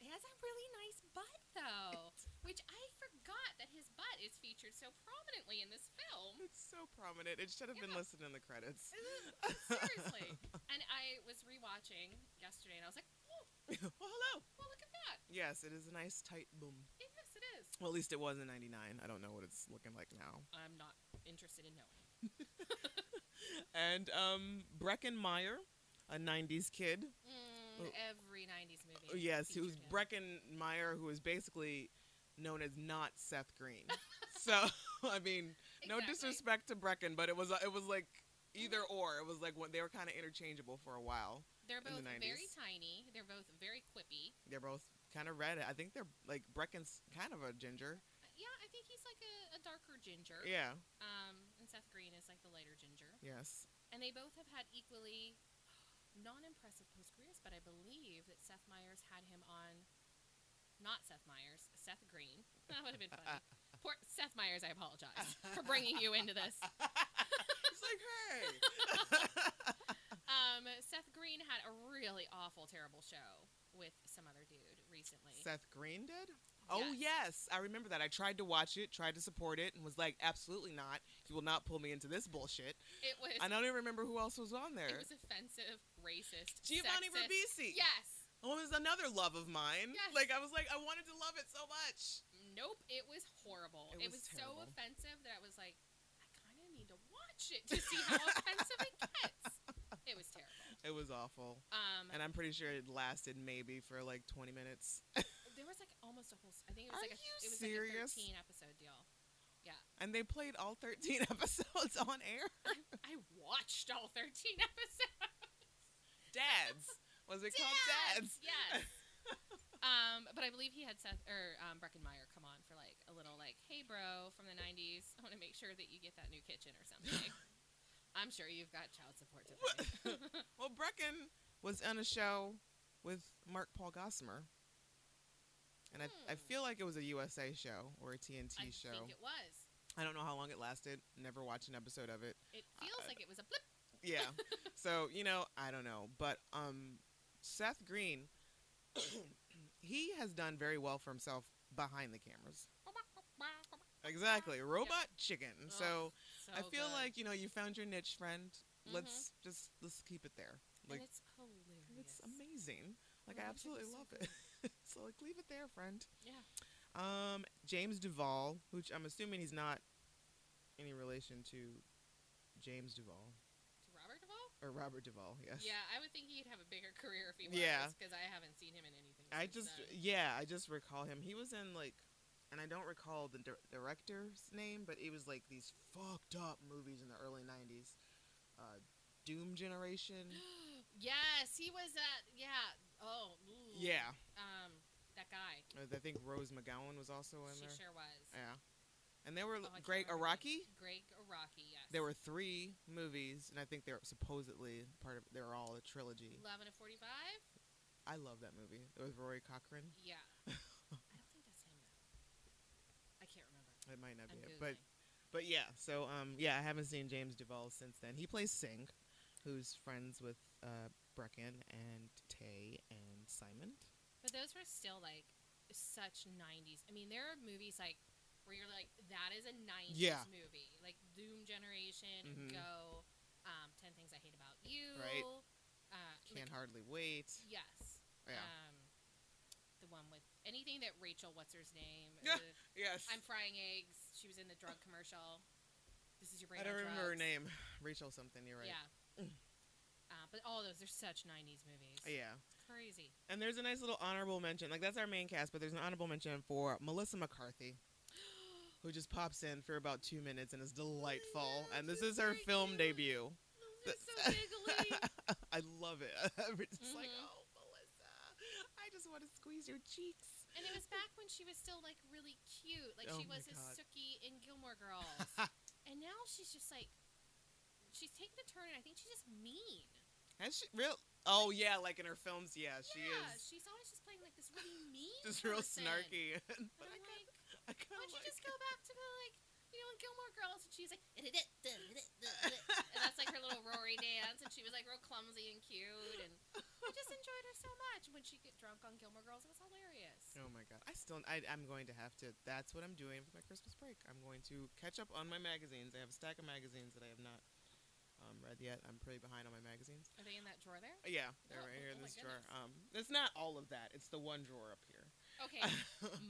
[SPEAKER 2] He has a really nice butt,
[SPEAKER 1] <laughs>
[SPEAKER 2] though, which I forgot that his butt is featured so prominently in this
[SPEAKER 1] <laughs>
[SPEAKER 2] film.
[SPEAKER 1] it's so prominent. It should have been
[SPEAKER 2] Yeah.
[SPEAKER 1] listed in the credits.
[SPEAKER 2] Seriously. and I was rewatching yesterday, and I was like, oh,
[SPEAKER 1] <laughs> well, hello.
[SPEAKER 2] well, look at that.
[SPEAKER 1] Yes, it is a nice tight boom.
[SPEAKER 2] Yes, it is.
[SPEAKER 1] Well, at least it was in '99. I don't know what it's looking like now.
[SPEAKER 2] I'm not interested in knowing.
[SPEAKER 1] And um, Brecken Meyer, a '90s kid.
[SPEAKER 2] Mm,
[SPEAKER 1] Oh.
[SPEAKER 2] Every 90s movie.
[SPEAKER 1] Oh, Yes, he was
[SPEAKER 2] featured him.
[SPEAKER 1] Brecken Meyer, who is basically known as not Seth Green. so <laughs> I mean, no
[SPEAKER 2] Exactly.
[SPEAKER 1] disrespect to Brecken, but it was uh, it was like either or. It was like when they were kind of interchangeable for a while.
[SPEAKER 2] They're
[SPEAKER 1] in the
[SPEAKER 2] both very
[SPEAKER 1] 90s.
[SPEAKER 2] tiny. They're both very quippy.
[SPEAKER 1] They're both kind of red. I think they're like Brecken's kind of a ginger.
[SPEAKER 2] Uh, Yeah, I think he's like a, a darker ginger.
[SPEAKER 1] Yeah.
[SPEAKER 2] Um, and Seth Green is like the lighter ginger.
[SPEAKER 1] Yes.
[SPEAKER 2] And they both have had equally <sighs> non-impressive post careers, but I believe that Seth Meyers had him on not Seth Meyers, Seth Green. <laughs> That would have been funny.
[SPEAKER 1] <laughs>
[SPEAKER 2] Poor Seth Meyers, I apologize for bringing you into this.
[SPEAKER 1] It's like <laughs> hey.
[SPEAKER 2] Um, Seth Green had a really awful, terrible show with some other dude recently.
[SPEAKER 1] Seth Green did. Oh yes, I remember that. I tried to watch it, tried to support it, and was like, absolutely not. You will not pull me into this bullshit.
[SPEAKER 2] It was
[SPEAKER 1] And I don't even remember who else was on there.
[SPEAKER 2] <laughs> it was offensive, racist,
[SPEAKER 1] Giovanni
[SPEAKER 2] sexist.
[SPEAKER 1] Ribisi.
[SPEAKER 2] Yes.
[SPEAKER 1] It was Oh, another love of mine.
[SPEAKER 2] Yes.
[SPEAKER 1] Like I was like, I wanted to love it so much.
[SPEAKER 2] Nope, it was horrible.
[SPEAKER 1] It
[SPEAKER 2] It,
[SPEAKER 1] was
[SPEAKER 2] was,
[SPEAKER 1] terrible.
[SPEAKER 2] so offensive that I was like, I kind of need to watch it to see how offensive it gets. It was terrible.
[SPEAKER 1] It was awful.
[SPEAKER 2] Um,
[SPEAKER 1] And I'm pretty sure it lasted maybe for like 20 minutes.
[SPEAKER 2] there was like almost a whole. s- I think it
[SPEAKER 1] Are
[SPEAKER 2] was like a,
[SPEAKER 1] you
[SPEAKER 2] it was
[SPEAKER 1] serious?
[SPEAKER 2] like a thirteen episode deal.
[SPEAKER 1] And they played all 13 <laughs> episodes on air.
[SPEAKER 2] I watched all thirteen <laughs> episodes.
[SPEAKER 1] Dads. Was it called Dads? <laughs>
[SPEAKER 2] Yes. um, but I believe he had Seth or um, Breckenmeyer come on for like a little like, hey bro, from the '90s. I want to make sure that you get that new kitchen or something.
[SPEAKER 1] <laughs>
[SPEAKER 2] I'm sure you've got child support to pay. <laughs>
[SPEAKER 1] Well, Brecken was on a show with Mark Paul Gossamer. And I, I
[SPEAKER 2] Hmm.
[SPEAKER 1] feel like it was a USA show or a TNT
[SPEAKER 2] I
[SPEAKER 1] show.
[SPEAKER 2] think it was.
[SPEAKER 1] I don't know how long it lasted. Never watched an episode of it.
[SPEAKER 2] It feels
[SPEAKER 1] I-
[SPEAKER 2] like it was a blip.
[SPEAKER 1] Yeah. so, you know, I don't know. But um Seth Green <coughs> he has done very well for himself behind the cameras. Exactly. Robot chicken.
[SPEAKER 2] Ugh,
[SPEAKER 1] So
[SPEAKER 2] Oh, So
[SPEAKER 1] I feel
[SPEAKER 2] good.
[SPEAKER 1] like, you know, you found your niche, friend.
[SPEAKER 2] Mhm.
[SPEAKER 1] Let's just let's keep it there. Like
[SPEAKER 2] and it's hilarious.
[SPEAKER 1] it's amazing. Like I
[SPEAKER 2] Robot
[SPEAKER 1] absolutely
[SPEAKER 2] chicken's so
[SPEAKER 1] love
[SPEAKER 2] good.
[SPEAKER 1] it. <laughs> so like leave it there, friend.
[SPEAKER 2] Yeah.
[SPEAKER 1] Um, James Duvall, which I'm assuming he's not any relation to James Duvall
[SPEAKER 2] To Robert Duvall?
[SPEAKER 1] or Robert Duvall. Yes.
[SPEAKER 2] Yeah, I would think he'd have a bigger career if he was.
[SPEAKER 1] Yeah.
[SPEAKER 2] Because I haven't seen him in anything.
[SPEAKER 1] I
[SPEAKER 2] since
[SPEAKER 1] just
[SPEAKER 2] then.
[SPEAKER 1] yeah, I just recall him. He was in like, and I don't recall the dir- director's name, but it was like these fucked up movies in the early '90s, uh, Doom Generation.
[SPEAKER 2] <gasps>
[SPEAKER 1] e-
[SPEAKER 2] yes, he was at. Yeah. Oh. ooh.
[SPEAKER 1] yeah,
[SPEAKER 2] Um, that guy.
[SPEAKER 1] Uh, I think Rose McGowan was also in
[SPEAKER 2] She
[SPEAKER 1] there.
[SPEAKER 2] sure was.
[SPEAKER 1] Yeah, and there were
[SPEAKER 2] Oh, I can't
[SPEAKER 1] Greg
[SPEAKER 2] remember his
[SPEAKER 1] Araki.
[SPEAKER 2] name. Greg Araki. Yes.
[SPEAKER 1] There were three movies, and I think they're supposedly part of. They're all a trilogy.
[SPEAKER 2] Eleven to forty-five.
[SPEAKER 1] I love that movie. It was Rory Cochrane. <laughs>
[SPEAKER 2] Yeah. I don't think that's him though. I can't remember.
[SPEAKER 1] It might not be
[SPEAKER 2] I'm
[SPEAKER 1] it,
[SPEAKER 2] Googling.
[SPEAKER 1] but But yeah, so um, yeah, I haven't seen James Duvall since then. He plays Singh, who's friends with uh, Brecken and Tay and Simon.
[SPEAKER 2] But those were still like such 90s. I mean, there are movies like where you're like, that is a 90s
[SPEAKER 1] Yeah.
[SPEAKER 2] movie. Like Doom Generation,
[SPEAKER 1] Mhm.
[SPEAKER 2] Go, um, 10 Things I Hate About You.
[SPEAKER 1] Right.
[SPEAKER 2] Uh,
[SPEAKER 1] Can't
[SPEAKER 2] like,
[SPEAKER 1] hardly wait.
[SPEAKER 2] Yes.
[SPEAKER 1] Yeah.
[SPEAKER 2] Um, the one with anything that Rachel, what's her name?
[SPEAKER 1] <laughs> Yeah.
[SPEAKER 2] the-
[SPEAKER 1] yes.
[SPEAKER 2] I'm frying eggs. She was in the drug commercial. This is your brain.
[SPEAKER 1] I don't
[SPEAKER 2] on
[SPEAKER 1] remember her
[SPEAKER 2] drugs.
[SPEAKER 1] name. Rachel something. You're right. Mm.
[SPEAKER 2] Yeah. Uh, but all those, they're such 90s movies.
[SPEAKER 1] Yeah.
[SPEAKER 2] It's crazy. <gasps>
[SPEAKER 1] And there's a nice little honorable mention. Like that's our main cast, but there's an honorable mention for Melissa McCarthy, who just pops in for about two minutes and is delightful.
[SPEAKER 2] God,
[SPEAKER 1] and this
[SPEAKER 2] she's
[SPEAKER 1] is her
[SPEAKER 2] so
[SPEAKER 1] film
[SPEAKER 2] cute.
[SPEAKER 1] debut.
[SPEAKER 2] Those are so giggly.
[SPEAKER 1] <laughs> I love it. <laughs> it's just like,
[SPEAKER 2] Mhm.
[SPEAKER 1] oh, Melissa, I just want to squeeze your cheeks.
[SPEAKER 2] And it was back when she was still like really cute, like
[SPEAKER 1] Oh
[SPEAKER 2] she
[SPEAKER 1] my
[SPEAKER 2] was a
[SPEAKER 1] God.
[SPEAKER 2] Sookie in Gilmore Girls.
[SPEAKER 1] <laughs>
[SPEAKER 2] and now she's just like, she's taking a turn, and I think she's just mean.
[SPEAKER 1] Has she real? Oh yeah, like in her films, yeah, she
[SPEAKER 2] yeah,
[SPEAKER 1] is
[SPEAKER 2] she's always just playing like this really
[SPEAKER 1] <laughs>
[SPEAKER 2] mean.
[SPEAKER 1] just real
[SPEAKER 2] person.
[SPEAKER 1] snarky. <laughs> oh
[SPEAKER 2] And
[SPEAKER 1] but I
[SPEAKER 2] I'm
[SPEAKER 1] kind
[SPEAKER 2] like,
[SPEAKER 1] I
[SPEAKER 2] why
[SPEAKER 1] kind
[SPEAKER 2] don't
[SPEAKER 1] of
[SPEAKER 2] you
[SPEAKER 1] like.
[SPEAKER 2] just go back to the like, you know, in Gilmore Girls, and she's like,
[SPEAKER 1] <laughs>
[SPEAKER 2] and that's like her little Rory dance, and she was like real clumsy and cute, and I just enjoyed her so much. When she get drunk on Gilmore Girls, it was hilarious.
[SPEAKER 1] Oh my god! I still I, I'm going to have to. That's what I'm doing for my Christmas break. I'm going to catch up on my magazines. I have a stack of magazines that I have not um, read yet. I'm pretty behind on my magazines.
[SPEAKER 2] Are they in that drawer there?
[SPEAKER 1] Yeah, they're
[SPEAKER 2] Oh,
[SPEAKER 1] right here in
[SPEAKER 2] oh my
[SPEAKER 1] this drawer. Um,
[SPEAKER 2] goodness.
[SPEAKER 1] it's not all of that. It's the one drawer up here.
[SPEAKER 2] Okay,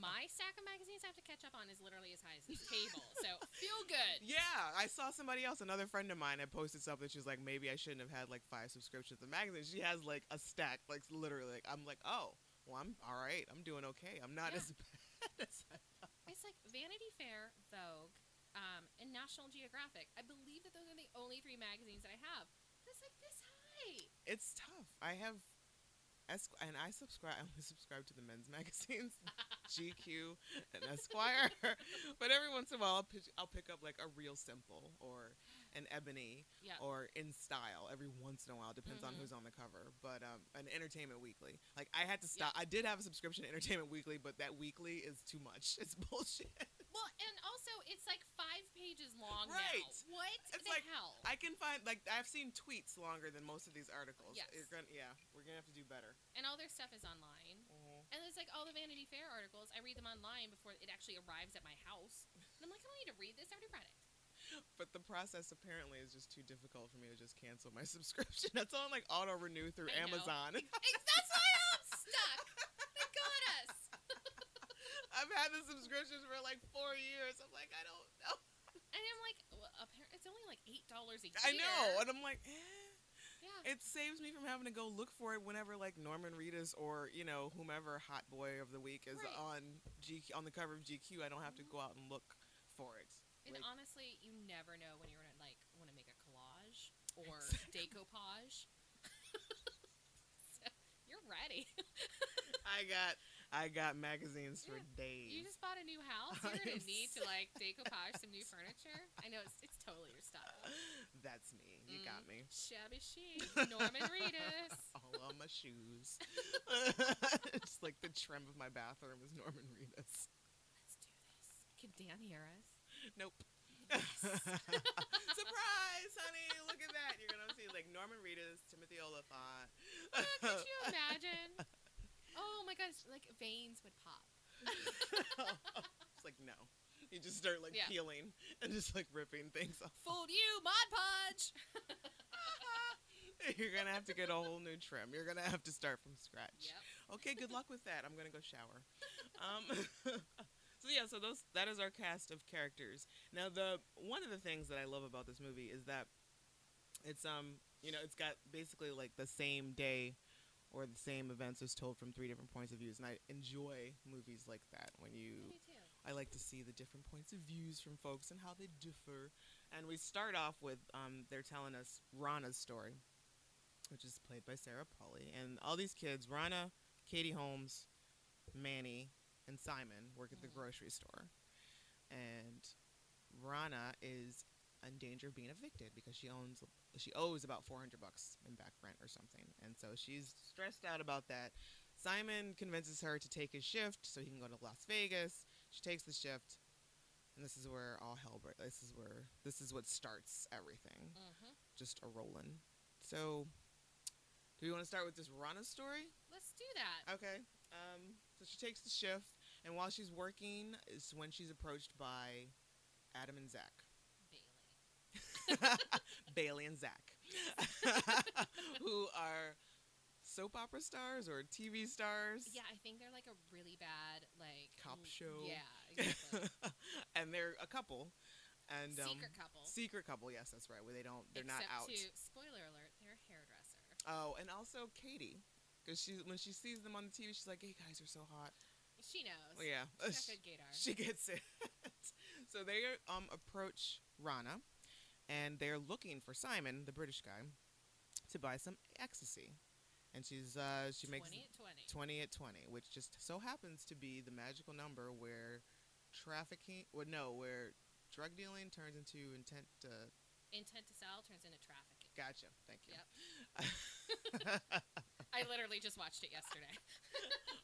[SPEAKER 2] my stack of magazines I have to catch up on is literally as high as this <laughs> table. So feel good.
[SPEAKER 1] Yeah, I saw somebody else, another friend of mine, had posted something. She's like, maybe I shouldn't have had like five subscriptions to magazines. She has like a stack, like literally. Like, I'm like, oh, well, I'm all right. I'm doing okay. I'm not
[SPEAKER 2] Yeah.
[SPEAKER 1] as <laughs> bad as I.
[SPEAKER 2] It's like Vanity Fair, Vogue, um, and National Geographic. I believe that those are the only three magazines that I have. That's like this high.
[SPEAKER 1] It's tough. I have, Esqu- and I subscribe. I only subscribe to the men's <laughs> magazines, GQ and Esquire. <laughs> but every once in a while, I'll, pick I'll pick up like a Real Simple or an Ebony.
[SPEAKER 2] Yeah.
[SPEAKER 1] or in style every once in a while depends on
[SPEAKER 2] Mhm.
[SPEAKER 1] who's on the cover but um an entertainment weekly like i had to stop i did have a subscription to entertainment weekly but that weekly is too much <laughs> it's bullshit
[SPEAKER 2] Well, and also it's like five pages long
[SPEAKER 1] Right.
[SPEAKER 2] now. What
[SPEAKER 1] It's
[SPEAKER 2] the
[SPEAKER 1] like,
[SPEAKER 2] hell?
[SPEAKER 1] i can find like i've seen tweets longer than most of these articles
[SPEAKER 2] Yes.
[SPEAKER 1] you're gonna yeah we're gonna have to do better Mm-hmm.
[SPEAKER 2] and all their stuff is online. And there's like all the Vanity Fair articles. I read them online before it actually arrives at my house. And I'm like, "Oh, I don't need to read this. I already <laughs> read it.
[SPEAKER 1] but the process apparently is just too difficult for me to just cancel my <laughs> subscription that's all I'm, like auto renew through
[SPEAKER 2] I know.
[SPEAKER 1] amazon <laughs>
[SPEAKER 2] Ex- That's why I'm stuck. They got us.
[SPEAKER 1] i've had the subscriptions for like four years i'm like i don't know
[SPEAKER 2] And I'm like, well, apparently it's only like eight dollars a year.
[SPEAKER 1] i know and i'm like eh.
[SPEAKER 2] Yeah.
[SPEAKER 1] it saves me from having to go look for it whenever like Norman Reedus or you know whomever hot boy of the week is
[SPEAKER 2] Right.
[SPEAKER 1] on GQ on the cover of GQ. I don't have to
[SPEAKER 2] Mhm.
[SPEAKER 1] go out and look for
[SPEAKER 2] <laughs>
[SPEAKER 1] it.
[SPEAKER 2] And
[SPEAKER 1] Like,
[SPEAKER 2] honestly, you never know when you're gonna like want to make a collage or decoupage. <laughs> so you're ready.
[SPEAKER 1] I got I got magazines for
[SPEAKER 2] Yeah.
[SPEAKER 1] days.
[SPEAKER 2] You just bought a new house.
[SPEAKER 1] I
[SPEAKER 2] You're gonna
[SPEAKER 1] am
[SPEAKER 2] need to like decoupage some new furniture. I know it's, it's totally your style.
[SPEAKER 1] <gasps> That's me. You
[SPEAKER 2] Mm.
[SPEAKER 1] got me.
[SPEAKER 2] Shabby chic,
[SPEAKER 1] <laughs>
[SPEAKER 2] Norman Reedus.
[SPEAKER 1] All on my shoes. <laughs> it's like the trim of my bathroom is Norman Reedus. <laughs>
[SPEAKER 2] Let's do this. Can Dan hear us?
[SPEAKER 1] Nope. Surprise, honey! Look at that. You're gonna see like Norman Reedus, Timothy Oliphant. <laughs>
[SPEAKER 2] Could Oh, you imagine? Oh my god, it's like veins would pop.
[SPEAKER 1] it's like no. You just start like
[SPEAKER 2] Yeah.
[SPEAKER 1] peeling and just like ripping things off. <laughs>
[SPEAKER 2] Fooled you, Mod Podge.
[SPEAKER 1] You're gonna have to get a whole new trim. You're gonna have to start from scratch.
[SPEAKER 2] Yep.
[SPEAKER 1] Okay, good luck with that. I'm gonna go shower. Um, <laughs> so yeah, so those that is our cast of characters. Now the one of the things that I love about this movie is that it's um you know it's got basically like the same day or the same events is told from three different points of views, and I enjoy movies like that when you
[SPEAKER 2] Me too.
[SPEAKER 1] I like to see the different points of views from folks and how they differ. And we start off with um, they're telling us Rana's story, which is played by Sarah Polly. And all these kids Rana, Katie Holmes, Manny, and Simon work at the
[SPEAKER 2] Mhm.
[SPEAKER 1] grocery store. And Rana is in danger of being evicted because she owns she owes about 400 bucks in back rent or something. And so she's stressed out about that. Simon convinces her to take his shift so he can go to Las Vegas. She takes the shift, and this is where all hell breaks. This is where this is what starts everything,
[SPEAKER 2] Mm-hmm.
[SPEAKER 1] just a rolling. So, do we want to start with this Rana story?
[SPEAKER 2] Let's do that.
[SPEAKER 1] Okay. Um, so she takes the shift, and while she's working, is when she's approached by Adam and Zach.
[SPEAKER 2] Bailey.
[SPEAKER 1] Bailey and Zach, <laughs> who are soap opera stars or TV stars.
[SPEAKER 2] Yeah, I think they're like a really bad like
[SPEAKER 1] Cop
[SPEAKER 2] l-
[SPEAKER 1] show.
[SPEAKER 2] Yeah,
[SPEAKER 1] <laughs>
[SPEAKER 2] exactly.
[SPEAKER 1] <laughs> and they're a couple. And
[SPEAKER 2] secret
[SPEAKER 1] um,
[SPEAKER 2] couple.
[SPEAKER 1] secret couple. Yes, that's right. Where they don't, they're
[SPEAKER 2] Except
[SPEAKER 1] not out.
[SPEAKER 2] To, spoiler alert: they're a hairdresser.
[SPEAKER 1] Oh, and also Katie, because she when she sees them on the TV, she's like, "Hey guys, are so hot."
[SPEAKER 2] She knows.
[SPEAKER 1] Well, Oh, yeah,
[SPEAKER 2] She's
[SPEAKER 1] <laughs>
[SPEAKER 2] got good gaydar.
[SPEAKER 1] she gets it. <laughs> so they um approach Rana, and they're looking for Simon, the British guy, to buy some ecstasy, and she's uh she makes
[SPEAKER 2] 20 at 20.
[SPEAKER 1] 20 at 20, which just so happens to be the magical number where trafficking, well, no, where drug dealing turns into intent to.
[SPEAKER 2] Intent to sell turns into trafficking.
[SPEAKER 1] Gotcha. Thank you.
[SPEAKER 2] Yep. I literally just watched it yesterday.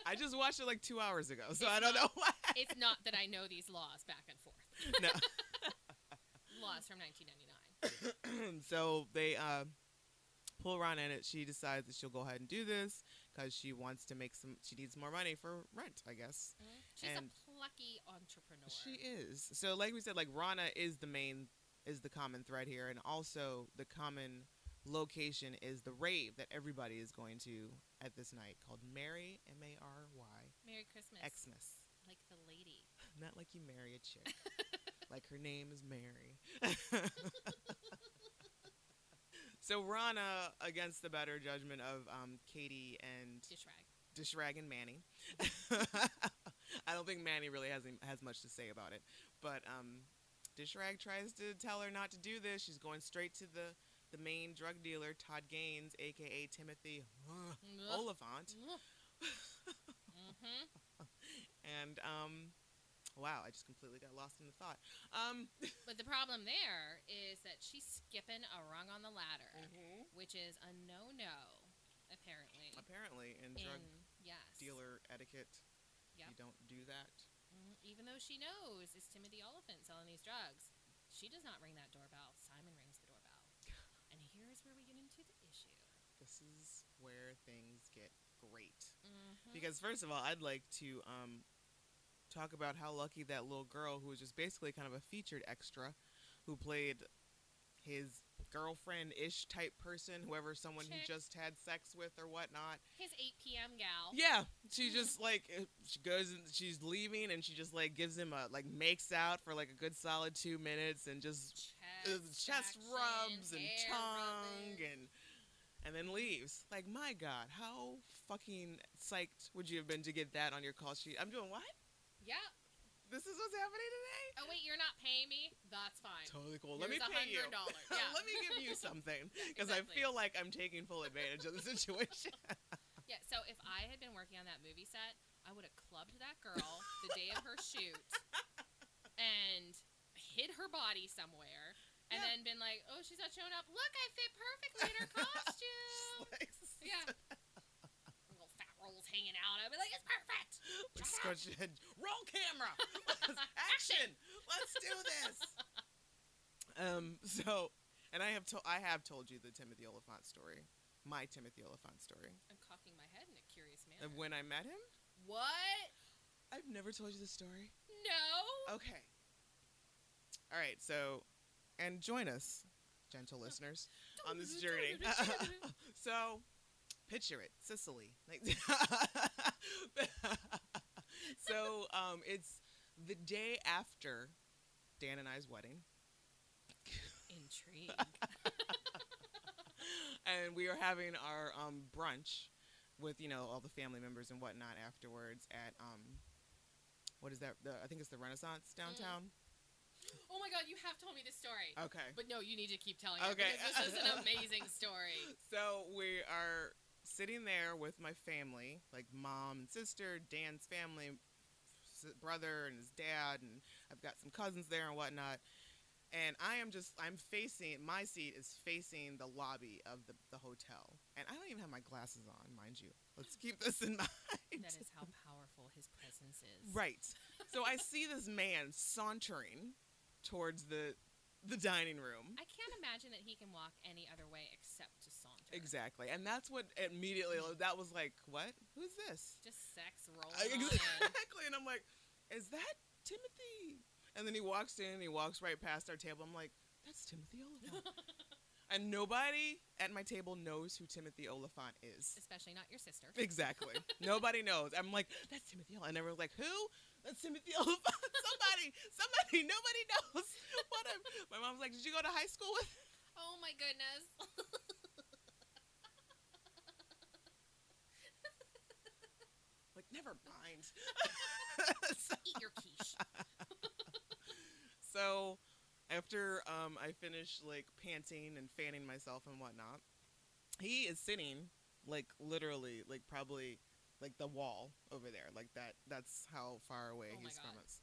[SPEAKER 1] I just watched it like two hours ago, so
[SPEAKER 2] It's
[SPEAKER 1] I don't know
[SPEAKER 2] not-
[SPEAKER 1] why.
[SPEAKER 2] it's not that I know these laws back and forth.
[SPEAKER 1] <laughs> No.
[SPEAKER 2] <laughs> Laws from 1999.
[SPEAKER 1] so they uh, pull Ron in it. She decides that she'll go ahead and do this because she wants to make some. She needs more money for rent, I guess.
[SPEAKER 2] She's
[SPEAKER 1] And-
[SPEAKER 2] a plucky entrepreneur.
[SPEAKER 1] She is. So, like we said, like Rana is the main, is the common thread here, and also the common location is the rave that everybody is going to at this night called Mary M A R Y
[SPEAKER 2] Merry Christmas.
[SPEAKER 1] Xmas.
[SPEAKER 2] like the lady.
[SPEAKER 1] Not like you marry a chick. like her name is Mary. <laughs> so Rana, against the better judgment of um, Katie and
[SPEAKER 2] Dish rag.
[SPEAKER 1] Dishrag and Manny. <laughs> I don't think Manny really has any- has much to say about it, but um, Dishrag tries to tell her not to do this. She's going straight to the the main drug dealer, Todd Gaines, aka Timothy Oh, Oliphant,
[SPEAKER 2] Mm-hmm.
[SPEAKER 1] and um, wow, I just completely got lost in the thought. Um,
[SPEAKER 2] But the problem there is that she's skipping a rung on the ladder,
[SPEAKER 1] Mm-hmm.
[SPEAKER 2] which is a no-no, apparently.
[SPEAKER 1] apparently in drug
[SPEAKER 2] in- yes.
[SPEAKER 1] dealer etiquette, you
[SPEAKER 2] Yep.
[SPEAKER 1] don't do that.
[SPEAKER 2] Mhm. Even though she knows it's Timothy Oliphant selling these drugs, she does not ring that doorbell. Simon rings the doorbell. And here's where we get into the issue.
[SPEAKER 1] This is where things get great.
[SPEAKER 2] Mhm.
[SPEAKER 1] Because first of all, I'd like to um, talk about how lucky that little girl who was just basically kind of a featured extra, who played his girlfriend-ish type person, whoever someone
[SPEAKER 2] Chick.
[SPEAKER 1] who just had sex with or whatnot.
[SPEAKER 2] His 8 p.m. gal.
[SPEAKER 1] Yeah, she just like uh, she goes and she's leaving, and she just like gives him a like makes out for like a good solid two minutes, and just
[SPEAKER 2] Chest,
[SPEAKER 1] uh, chest
[SPEAKER 2] action,
[SPEAKER 1] rubs and
[SPEAKER 2] hair
[SPEAKER 1] tongue
[SPEAKER 2] rubbing.
[SPEAKER 1] and and then leaves. Like my God, how fucking psyched would you have been to get that on your call sheet? I'm doing what?
[SPEAKER 2] Yeah.
[SPEAKER 1] This is what's happening today.
[SPEAKER 2] Oh wait, you're not paying me. That's fine.
[SPEAKER 1] Totally cool. Let me
[SPEAKER 2] Here's
[SPEAKER 1] pay you. <laughs>
[SPEAKER 2] $100. Yeah.
[SPEAKER 1] Let me give you something because
[SPEAKER 2] Exactly.
[SPEAKER 1] I feel like I'm taking full advantage of the situation. <laughs>
[SPEAKER 2] Yeah, so if I had been working on that movie set, I would have clubbed that girl the day of her shoot and hid her body somewhere and
[SPEAKER 1] Yeah.
[SPEAKER 2] then been like, oh, she's not showing up. Look, I fit perfectly in her
[SPEAKER 1] <laughs>
[SPEAKER 2] costume.
[SPEAKER 1] Like,
[SPEAKER 2] <laughs> yeah. Little fat rolls hanging out. I'd be like, it's perfect.
[SPEAKER 1] like, scrunch your head. <laughs> Roll camera. <laughs> Action. Let's do this. Um. So, and I have to- I have told you the Timothy Oliphant story, my Timothy Oliphant story
[SPEAKER 2] I'm cocking my head in a curious manner.
[SPEAKER 1] of when I met him.
[SPEAKER 2] what?
[SPEAKER 1] I've never told you the story.
[SPEAKER 2] No.
[SPEAKER 1] Okay. All right, so, and join us, gentle listeners, on this journey. <laughs> so, picture it, Sicily. <laughs> Like- so, um, it's the day after Dan and I's wedding,
[SPEAKER 2] Intrigue.
[SPEAKER 1] and we are having our um, brunch with you know all the family members and whatnot afterwards at um, what is that? The, I think it's the
[SPEAKER 2] Mm.
[SPEAKER 1] Renaissance downtown.
[SPEAKER 2] Oh my god, you have told me this story.
[SPEAKER 1] Okay.
[SPEAKER 2] But no, you need to keep telling
[SPEAKER 1] Okay.
[SPEAKER 2] it because this is
[SPEAKER 1] <laughs>
[SPEAKER 2] an amazing story.
[SPEAKER 1] So we are sitting there with my family, like mom and sister, Dan's family, s- brother and his dad, and I've got some cousins there and whatnot. And I am just, I'm facing, my seat is facing the lobby of the, the hotel. And I don't even have my glasses on, mind you. Let's keep this in <laughs> mind.
[SPEAKER 2] That is how powerful his presence is.
[SPEAKER 1] Right. So I see this man sauntering towards the the dining room.
[SPEAKER 2] I can't imagine that he can walk any other way except to saunter.
[SPEAKER 1] Exactly. And that's what immediately, that was like, what? Who's
[SPEAKER 2] <laughs>
[SPEAKER 1] this?
[SPEAKER 2] Just sex rolling.
[SPEAKER 1] I-
[SPEAKER 2] on <laughs> in.
[SPEAKER 1] exactly. And I'm like, is that Timothy? And then he walks in and he walks right past our table. I'm like, that's Timothy Oliphant. and nobody at my table knows who Timothy Oliphant is.
[SPEAKER 2] Especially not your sister.
[SPEAKER 1] Exactly. nobody knows. I'm like, that's Timothy Oliphant. And everyone's like, who? That's Timothy <laughs> Oliphant. somebody, somebody, nobody knows. <laughs> what am my mom's like, did you go to high school with? him?"
[SPEAKER 2] Oh my goodness.
[SPEAKER 1] Like, never mind. So-
[SPEAKER 2] Eat your <laughs> quiche.
[SPEAKER 1] <laughs> So after um, I finish like panting and fanning myself and whatnot, he is sitting like literally like probably like the wall over there. Like that that's how far away
[SPEAKER 2] Oh my
[SPEAKER 1] he's from
[SPEAKER 2] God.
[SPEAKER 1] us.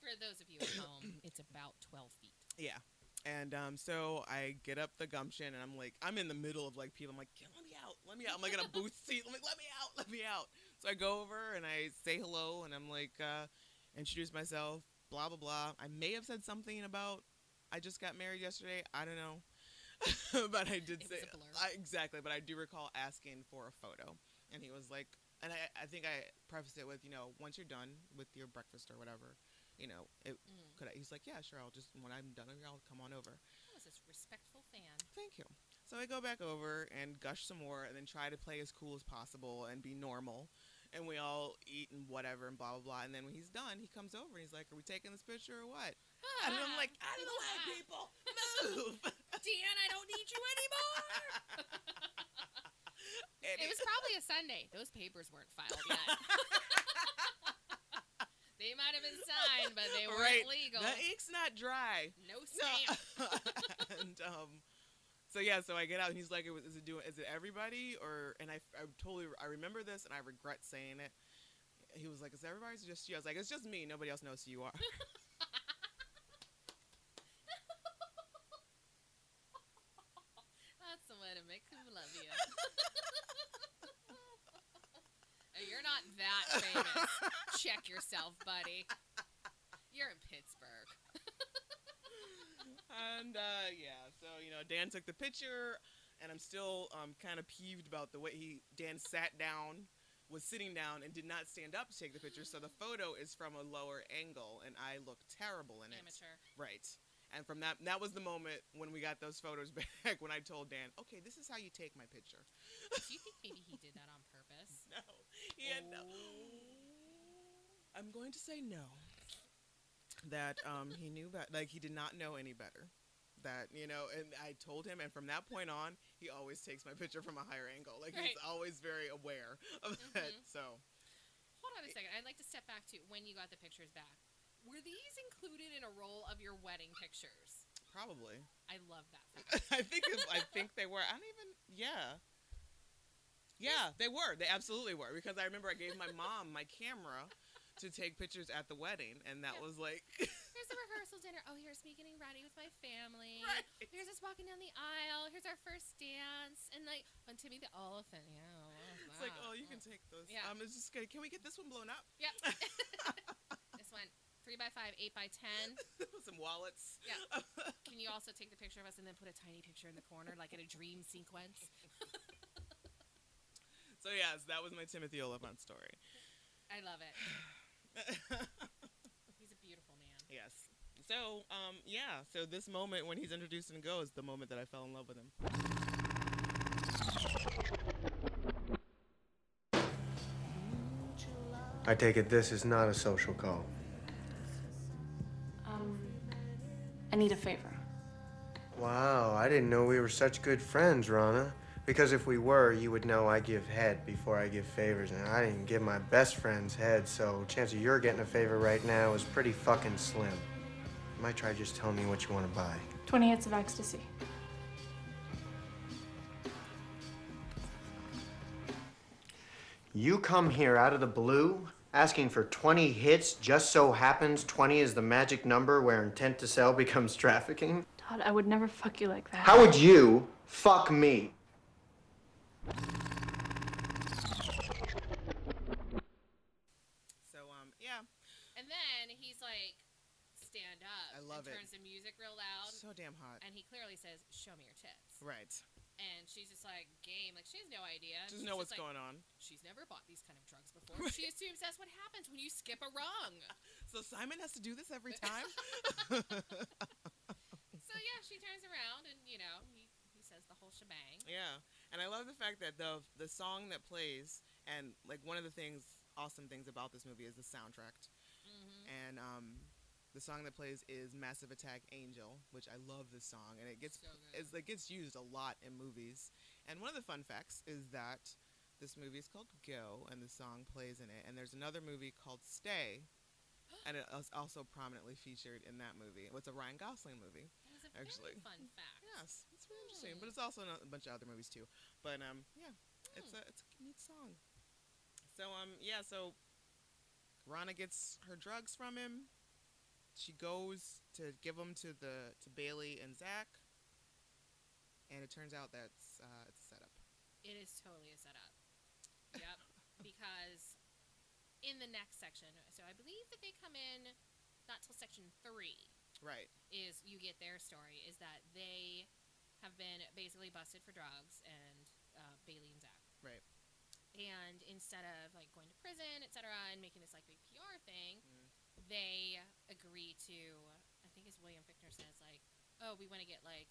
[SPEAKER 2] For those of you at home, it's about 12 feet.
[SPEAKER 1] Yeah. And um, so I get up the gumption and I'm like, I'm in the middle of like people. I'm like, "Yeah, let me out, let me out. I'm like in
[SPEAKER 2] <laughs>
[SPEAKER 1] a booth seat. I'm like, let me out, let me out. So I go over and I say hello and I'm like, uh, introduce myself, blah, blah, blah. I may have said something about I just got married yesterday. I don't know. <laughs> but I did
[SPEAKER 2] It
[SPEAKER 1] say
[SPEAKER 2] was a blur.
[SPEAKER 1] I, exactly. But I do recall asking for a photo. And he was like, and I, I think I prefaced it with, you know, once you're done with your breakfast or whatever, you know, it,
[SPEAKER 2] Mm.
[SPEAKER 1] could I? He's like, yeah, sure. I'll just when I'm done, I'll come on over.
[SPEAKER 2] That was this respectful fan.
[SPEAKER 1] Thank you. So I go back over and gush some more, and then try to play as cool as possible and be normal. And we all eat and whatever and blah blah blah. And then when he's done, he comes over and he's like, "Are we taking this picture or what?" <laughs> And I'm like, "Out of the way,
[SPEAKER 2] <laughs>
[SPEAKER 1] people! Move!"
[SPEAKER 2] Ah, Dan, I don't <laughs> need you anymore.
[SPEAKER 1] And
[SPEAKER 2] it was probably a Sunday. Those papers weren't filed yet. <laughs> they might have been signed, but they weren't
[SPEAKER 1] Right.
[SPEAKER 2] legal.
[SPEAKER 1] <laughs> the ink's not dry.
[SPEAKER 2] no
[SPEAKER 1] No.
[SPEAKER 2] stamp.
[SPEAKER 1] <laughs> and um, so yeah, so I get out, and he's like, "It was- "Is it doing? Is it everybody?" Or and I, I totally I remember this, and I regret saying it. He was like, "Is everybody's just you?" I was like, "It's just me. Nobody else knows who you are." <laughs>
[SPEAKER 2] That's the way to make them love you. <laughs> Oh, You're not that famous. Check yourself, buddy. You're in Pittsburgh.
[SPEAKER 1] and uh, yeah, so you know, Dan took the picture, and I'm still um, kind of peeved about the way he Dan sat down, was sitting down, and did not stand up to take the picture. So the photo is from a lower angle, and I look terrible in it.
[SPEAKER 2] Amateur.
[SPEAKER 1] Right. And from that, that was the moment when we got those photos <laughs> back. When I told Dan, "Okay, this is how you take my picture."
[SPEAKER 2] Do you think maybe he did that on purpose?
[SPEAKER 1] <laughs> No, he had no.
[SPEAKER 2] Oh.
[SPEAKER 1] I'm going to say no. That um, he knew that, like he did not know any better. That you know, and I told him, and from that point on, he always takes my picture from a higher angle. Like he's
[SPEAKER 2] Right.
[SPEAKER 1] always very aware <laughs> of that. <laughs> So
[SPEAKER 2] Mm-hmm. Hold on a second. I'd like to step back to when you got the pictures back. Were these included in a roll of your wedding pictures?
[SPEAKER 1] probably,
[SPEAKER 2] I love that. fact.
[SPEAKER 1] <laughs> I think it- I think they were. I don't even. Yeah. Yeah, they were. They absolutely were because I remember I gave my mom my camera to take pictures at the wedding, and that
[SPEAKER 2] Yeah.
[SPEAKER 1] was like <laughs>
[SPEAKER 2] Here's the rehearsal dinner. Oh, here's me getting ready with my family.
[SPEAKER 1] Right.
[SPEAKER 2] Here's us walking down the aisle. Here's our first dance. And like, on Timmy the Elephant. Yeah. I love
[SPEAKER 1] it's like
[SPEAKER 2] that.
[SPEAKER 1] oh you can take those.
[SPEAKER 2] Yeah.
[SPEAKER 1] Um, it's just good. Can we get this one blown up? <laughs>
[SPEAKER 2] Yep. this one, three by five, eight by ten.
[SPEAKER 1] Some wallets.
[SPEAKER 2] Can you also take the picture of us and then put a tiny picture in the corner, like in a dream sequence?
[SPEAKER 1] So yes, that was my Timothy Oliphant story. <sighs>
[SPEAKER 2] I love it. He's a beautiful man.
[SPEAKER 1] yes. So, um, yeah. So this moment when he's introduced in Go is the moment that I fell in love with him.
[SPEAKER 3] I take it this is not a social call.
[SPEAKER 4] Um, I need a favor.
[SPEAKER 3] Wow, I didn't know we were such good friends, Rana. Because if we were, you would know I give head before I give favors, and I didn't give my best friend's head, so chance of you're getting a favor right now is pretty fucking slim. You might try just telling me what you want to buy.
[SPEAKER 4] 20 hits of ecstasy.
[SPEAKER 3] You come here out of the blue asking for 20 hits just so happens 20 is the magic number where intent to sell <laughs> becomes trafficking?
[SPEAKER 4] Todd, I would never fuck you like that.
[SPEAKER 3] How would you fuck me?
[SPEAKER 1] So, um, yeah.
[SPEAKER 2] And then he's like, stand up.
[SPEAKER 1] I love it.
[SPEAKER 2] and Turns the music real loud.
[SPEAKER 1] So damn hot.
[SPEAKER 2] and he clearly says, show me your tits.
[SPEAKER 1] Right.
[SPEAKER 2] And she's just like, game. Like, she has no idea.
[SPEAKER 1] Just know what's
[SPEAKER 2] like,
[SPEAKER 1] going on.
[SPEAKER 2] She's never bought these kind of drugs before. she assumes that's what happens when you skip a rung.
[SPEAKER 1] So Simon has to do this
[SPEAKER 2] <laughs>
[SPEAKER 1] every time. <laughs>
[SPEAKER 2] so, yeah, she turns around and, you know, he, he says the whole shebang.
[SPEAKER 1] yeah, and I love the fact that the the song that plays and like one of the things awesome things about this movie is the soundtrack.
[SPEAKER 2] Mm-hmm.
[SPEAKER 1] and um, the song that plays is Massive Attack Angel, which I love this song, and it gets
[SPEAKER 2] So good.
[SPEAKER 1] it's, it gets used a lot in movies. And one of the fun facts is that this movie is called Go, and the song plays in it. And there's another movie called Stay,
[SPEAKER 2] <gasps>
[SPEAKER 1] and it is also prominently featured in that movie. It's a Ryan Gosling movie.
[SPEAKER 2] That was a
[SPEAKER 1] Actually.
[SPEAKER 2] very fun fact.
[SPEAKER 1] Yes, it's really interesting, but
[SPEAKER 2] Hmm.
[SPEAKER 1] it's also in a bunch of other movies too. But um, yeah, it's <laughs>
[SPEAKER 2] Hmm.
[SPEAKER 1] a it's a neat song. So um, yeah, so Rana gets her drugs from him. She goes to give them to the to Bailey and Zach, and it turns out that's uh, it's a setup.
[SPEAKER 2] It is totally a setup.
[SPEAKER 1] <laughs>
[SPEAKER 2] Yep. because in the next section, so I believe that they come in not till section three
[SPEAKER 1] Right.
[SPEAKER 2] is you get their story is that they have been basically busted for drugs and uh, Bailey and Zach.
[SPEAKER 1] Right.
[SPEAKER 2] And instead of like going to prison, et cetera, and making this like big PR thing,
[SPEAKER 1] Mm.
[SPEAKER 2] they agree to I think as William Fickner says, like, oh, we want to get like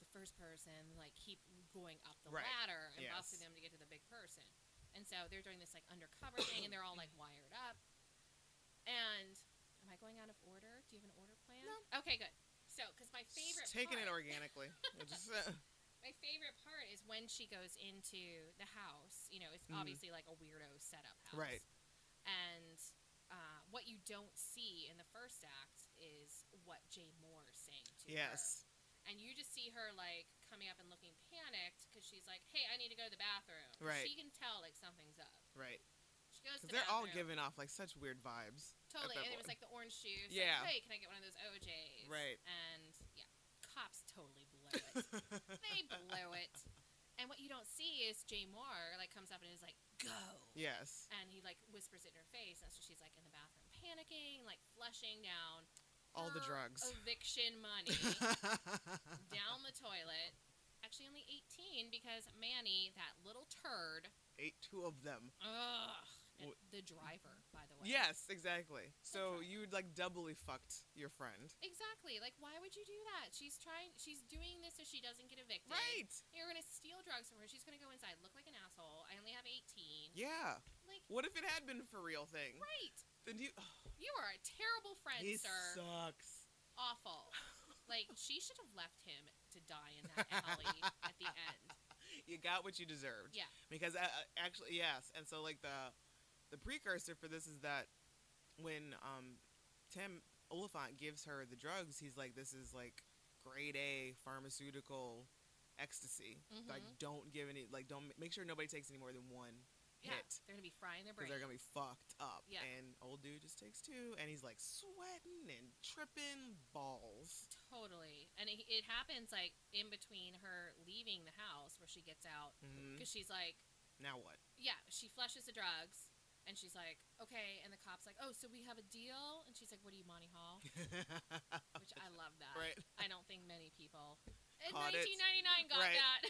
[SPEAKER 2] the first person, like keep going up the
[SPEAKER 1] Right.
[SPEAKER 2] ladder and
[SPEAKER 1] Yes.
[SPEAKER 2] busting them to get to the big person. And so they're doing this like undercover thing, and they're all like wired up. And am I going out of order? Do you have an order plan?
[SPEAKER 1] No.
[SPEAKER 2] Okay, good. So, because my
[SPEAKER 1] Just
[SPEAKER 2] favorite
[SPEAKER 1] taking
[SPEAKER 2] part,
[SPEAKER 1] it
[SPEAKER 2] <laughs>
[SPEAKER 1] organically. It just, uh,
[SPEAKER 2] my favorite part is when she goes into the house. You know, it's
[SPEAKER 1] Mhm.
[SPEAKER 2] obviously like a weirdo setup house,
[SPEAKER 1] Right.
[SPEAKER 2] And uh, what you don't see in the first act is what Jay Moore is saying to her
[SPEAKER 1] yes.
[SPEAKER 2] and you just see her like coming up and looking panicked because she's like, "Hey, I need to go to the bathroom."
[SPEAKER 1] Right.
[SPEAKER 2] She can tell like something's up.
[SPEAKER 1] Right.
[SPEAKER 2] She goes
[SPEAKER 1] Because
[SPEAKER 2] to the
[SPEAKER 1] they're all giving
[SPEAKER 2] bathroom.
[SPEAKER 1] off like such weird vibes.
[SPEAKER 2] totally,
[SPEAKER 1] that
[SPEAKER 2] and it was
[SPEAKER 1] point.
[SPEAKER 2] like the orange shoes. like,
[SPEAKER 1] Yeah.
[SPEAKER 2] hey, can I get one of those OJ's?
[SPEAKER 1] Right.
[SPEAKER 2] And yeah, cops totally blew
[SPEAKER 1] <laughs>
[SPEAKER 2] it. they blew it. And what you don't see is Jay Moore like comes up and is like, "Go."
[SPEAKER 1] yes.
[SPEAKER 2] And he like whispers it in her face, and so she's like in the bathroom panicking, like flushing down
[SPEAKER 1] All the
[SPEAKER 2] her
[SPEAKER 1] drugs.
[SPEAKER 2] eviction
[SPEAKER 1] <laughs>
[SPEAKER 2] money. down the toilet. Actually, only 18 because Manny, that little turd,
[SPEAKER 1] Ate two of them.
[SPEAKER 2] ugh, and
[SPEAKER 1] Wha-
[SPEAKER 2] the driver, by the way.
[SPEAKER 1] Yes, exactly. So
[SPEAKER 2] Okay.
[SPEAKER 1] you like doubly fucked your friend.
[SPEAKER 2] Exactly. Like, why would you do that? She's trying. She's doing this so she doesn't get evicted.
[SPEAKER 1] Right.
[SPEAKER 2] You're gonna steal drugs from her. She's gonna go inside, look like an asshole. I only have 18.
[SPEAKER 1] Yeah.
[SPEAKER 2] Like,
[SPEAKER 1] What if it had been for real thing?
[SPEAKER 2] right.
[SPEAKER 1] Then you oh,
[SPEAKER 2] You are a terrible friend,
[SPEAKER 1] he
[SPEAKER 2] sir.
[SPEAKER 1] sucks. <laughs>
[SPEAKER 2] Awful. Like, she should have left him to die in that alley at
[SPEAKER 1] <laughs>
[SPEAKER 2] the end.
[SPEAKER 1] You got what you deserved.
[SPEAKER 2] Yeah.
[SPEAKER 1] Because uh, uh, actually yes, and so like the the precursor for this is that when um Tim Oliphant gives her the drugs, he's like this is like grade A pharmaceutical ecstasy. Like
[SPEAKER 2] Mhm.
[SPEAKER 1] don't give any like don't make sure nobody takes any more than one
[SPEAKER 2] Yeah.
[SPEAKER 1] hit.
[SPEAKER 2] They're gonna be frying their
[SPEAKER 1] because
[SPEAKER 2] brains.
[SPEAKER 1] they're gonna be fucked up.
[SPEAKER 2] Yeah.
[SPEAKER 1] And old dude just takes two, and he's like sweating and tripping balls.
[SPEAKER 2] Totally. And it, it happens like in between her leaving the house where she gets out
[SPEAKER 1] Mhm.
[SPEAKER 2] because she's like,
[SPEAKER 1] Now what?
[SPEAKER 2] yeah, she flushes the drugs and she's like, okay. And the cop's like, oh, so we have a deal? And she's like, what are you, Monty
[SPEAKER 1] <laughs>
[SPEAKER 2] Hall? Which I love that.
[SPEAKER 1] right.
[SPEAKER 2] I don't think many
[SPEAKER 1] <laughs>
[SPEAKER 2] people in
[SPEAKER 1] Caught it.
[SPEAKER 2] 1999 got
[SPEAKER 1] Right. <laughs>
[SPEAKER 2] that.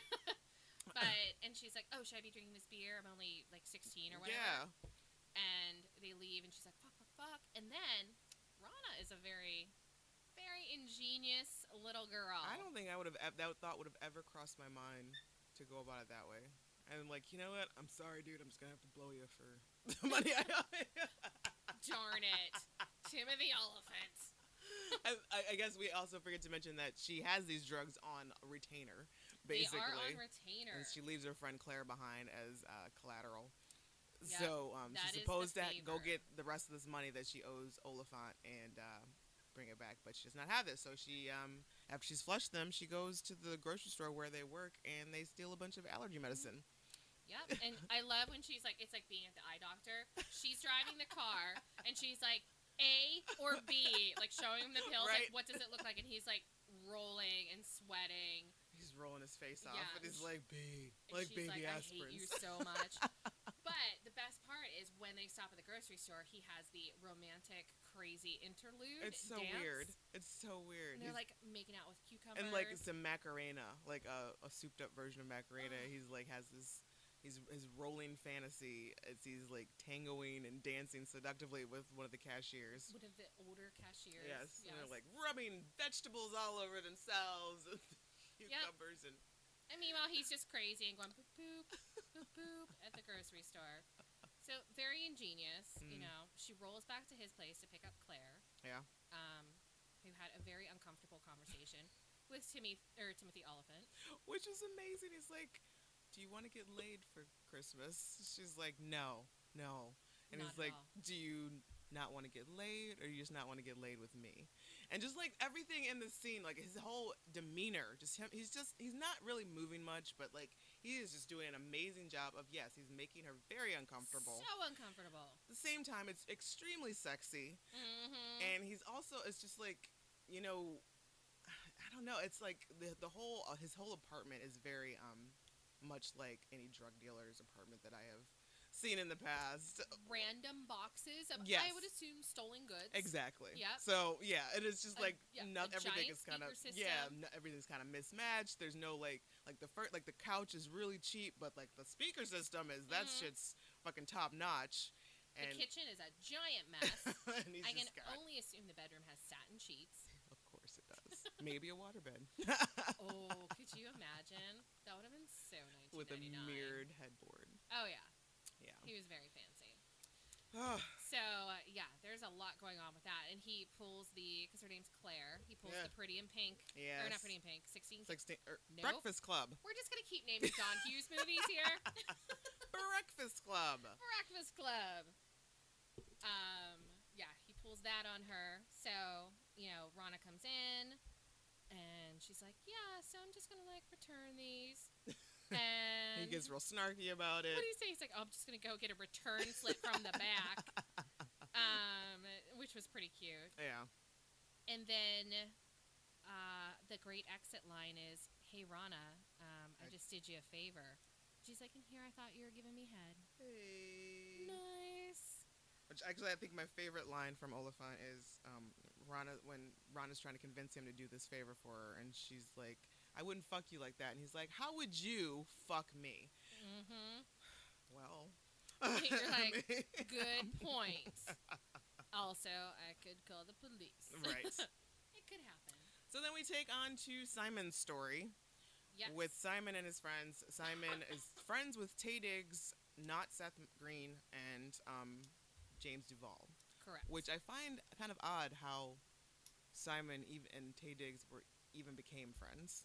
[SPEAKER 2] <laughs> but, and she's like, oh, should I be drinking this beer? I'm only like 16 or whatever.
[SPEAKER 1] Yeah.
[SPEAKER 2] And they leave and she's like, fuck, fuck, fuck. And then Rana is a very, very ingenious little girl.
[SPEAKER 1] I don't think I would have ev- that thought would have ever crossed my mind to go about it that way. And I'm like, you know what? I'm sorry, dude. I'm just gonna have to blow you for <laughs> the money I owe.
[SPEAKER 2] Darn it, Timothy Oliphant.
[SPEAKER 1] <laughs> I, I- I guess we also forget to mention that she has these drugs on retainer, basically,
[SPEAKER 2] They are on retainer.
[SPEAKER 1] and she leaves her friend Claire behind as uh, collateral.
[SPEAKER 2] Yep,
[SPEAKER 1] so um,
[SPEAKER 2] that is
[SPEAKER 1] she's
[SPEAKER 2] the
[SPEAKER 1] supposed to ha- go
[SPEAKER 2] favor.
[SPEAKER 1] get the rest of this money that she owes Oliphant and uh, bring it back, but she does not have it. So she, um, after she's flushed them, she goes to the grocery store where they work and they steal a bunch of allergy
[SPEAKER 2] Mm-hmm.
[SPEAKER 1] medicine.
[SPEAKER 2] Yep. And I love when she's like, it's like being at the eye doctor. She's driving the car and she's like, A or B, like showing him the pills.
[SPEAKER 1] Right.
[SPEAKER 2] Like, what does it look like? And he's like rolling and sweating.
[SPEAKER 1] He's rolling his face off,
[SPEAKER 2] Yeah,
[SPEAKER 1] and he's
[SPEAKER 2] she-
[SPEAKER 1] like, "B,
[SPEAKER 2] And
[SPEAKER 1] like
[SPEAKER 2] she's
[SPEAKER 1] baby
[SPEAKER 2] like, I hate
[SPEAKER 1] aspirins."
[SPEAKER 2] you so
[SPEAKER 1] <laughs>
[SPEAKER 2] much. but the best part is when they stop at the grocery store, he has the romantic, crazy interlude.
[SPEAKER 1] It's so
[SPEAKER 2] dance.
[SPEAKER 1] weird. It's so weird.
[SPEAKER 2] And they're
[SPEAKER 1] He's-
[SPEAKER 2] like making out with cucumbers.
[SPEAKER 1] and like some macarena, like a, a souped up version of macarena.
[SPEAKER 2] Ugh.
[SPEAKER 1] He's like has this his his rolling fantasy. It's he's like tangoing and dancing seductively with one of the cashiers.
[SPEAKER 2] one of the older cashiers.
[SPEAKER 1] Yes, and they're like rubbing vegetables all over themselves, <laughs> and cucumbers, and
[SPEAKER 2] And meanwhile, he's just crazy and going boop boop boop boop at the grocery store. So very ingenious, you
[SPEAKER 1] Mm.
[SPEAKER 2] know. She rolls back to his place to pick up Claire.
[SPEAKER 1] Yeah.
[SPEAKER 2] Um, who had a very uncomfortable conversation with Timmy or Timothy Oliphant.
[SPEAKER 1] which is amazing. He's like, "Do you want to get laid for Christmas?" She's like, "No, no," and
[SPEAKER 2] Not
[SPEAKER 1] he's
[SPEAKER 2] at
[SPEAKER 1] like,
[SPEAKER 2] all.
[SPEAKER 1] "Do you not want to get laid, or you just not want to get laid with me?" And just like everything in the scene, like his whole demeanor, just him, he's just he's not really moving much, but like he is just doing an amazing job of yes, he's making her very uncomfortable.
[SPEAKER 2] So uncomfortable.
[SPEAKER 1] At the same time, it's extremely sexy
[SPEAKER 2] Mm-hmm.
[SPEAKER 1] and he's also it's just like you know <sighs> i don't know it's like the, the whole uh, his whole apartment is very um much like any drug dealer's apartment that i have seen in the past
[SPEAKER 2] Random boxes of
[SPEAKER 1] Yes.
[SPEAKER 2] I would assume stolen goods.
[SPEAKER 1] exactly
[SPEAKER 2] Yep.
[SPEAKER 1] so yeah it is just
[SPEAKER 2] A-
[SPEAKER 1] like
[SPEAKER 2] yeah,
[SPEAKER 1] not
[SPEAKER 2] a
[SPEAKER 1] everything
[SPEAKER 2] giant
[SPEAKER 1] is kind of
[SPEAKER 2] speaker
[SPEAKER 1] yeah
[SPEAKER 2] system.
[SPEAKER 1] n- everything's kind of mismatched there's no like like the first like the couch is really cheap but like the speaker system is that
[SPEAKER 2] Mhm.
[SPEAKER 1] shit's fucking top notch
[SPEAKER 2] The
[SPEAKER 1] and,
[SPEAKER 2] kitchen is a giant mess.
[SPEAKER 1] <laughs> and <laughs> he's
[SPEAKER 2] I can
[SPEAKER 1] just got,
[SPEAKER 2] only assume the bedroom has satin
[SPEAKER 1] <laughs>
[SPEAKER 2] sheets.
[SPEAKER 1] of course it does maybe a
[SPEAKER 2] <laughs>
[SPEAKER 1] waterbed
[SPEAKER 2] Oh, could you imagine? That would have been so 1999.
[SPEAKER 1] with a mirrored headboard.
[SPEAKER 2] Oh yeah,
[SPEAKER 1] Yeah.
[SPEAKER 2] he was very fancy.
[SPEAKER 1] <sighs> Ugh.
[SPEAKER 2] So uh, yeah, there's a lot going on with that, and he pulls the because her name's Claire. He pulls
[SPEAKER 1] Yeah.
[SPEAKER 2] the pretty in pink,
[SPEAKER 1] yes.
[SPEAKER 2] or not pretty in pink, sixteen.
[SPEAKER 1] 16 er,
[SPEAKER 2] Nope.
[SPEAKER 1] Breakfast Club.
[SPEAKER 2] We're just gonna keep naming John Hughes movies here.
[SPEAKER 1] <laughs> Breakfast Club.
[SPEAKER 2] Breakfast Club. Um, yeah, he pulls that on her. So you know, Rana comes in, and she's like, "Yeah, so I'm just gonna like
[SPEAKER 1] <laughs>
[SPEAKER 2] return these." And
[SPEAKER 1] he gets real snarky about it.
[SPEAKER 2] What do you say? He's like, oh, I'm just gonna go get a return slip from the
[SPEAKER 1] <laughs>
[SPEAKER 2] back, um, which was pretty cute.
[SPEAKER 1] yeah.
[SPEAKER 2] And then uh, the great exit line is, "Hey Rana, um,
[SPEAKER 1] I-
[SPEAKER 2] I just did you a favor." She's like, "In here, I thought you were giving me head."
[SPEAKER 1] Hey.
[SPEAKER 2] Nice.
[SPEAKER 1] Which actually, I think my favorite line from Oliphant is um, Rana when Rana's trying to convince him to do this favor for her, and she's like, "I wouldn't fuck you like that," and he's like, "How would you fuck me?"
[SPEAKER 2] Mm-hmm.
[SPEAKER 1] Well. <laughs>
[SPEAKER 2] You're
[SPEAKER 1] I
[SPEAKER 2] like,
[SPEAKER 1] mean-
[SPEAKER 2] Good point. also, I could call the police.
[SPEAKER 1] <laughs> <laughs> right.
[SPEAKER 2] it could happen.
[SPEAKER 1] So then we take on to Simon's story.
[SPEAKER 2] Yes.
[SPEAKER 1] with Simon and his friends. Simon is friends with Tay Diggs, not Seth Green, and um, James Duvall,
[SPEAKER 2] correct.
[SPEAKER 1] which I find kind of odd how Simon even and Tay Diggs were even became friends.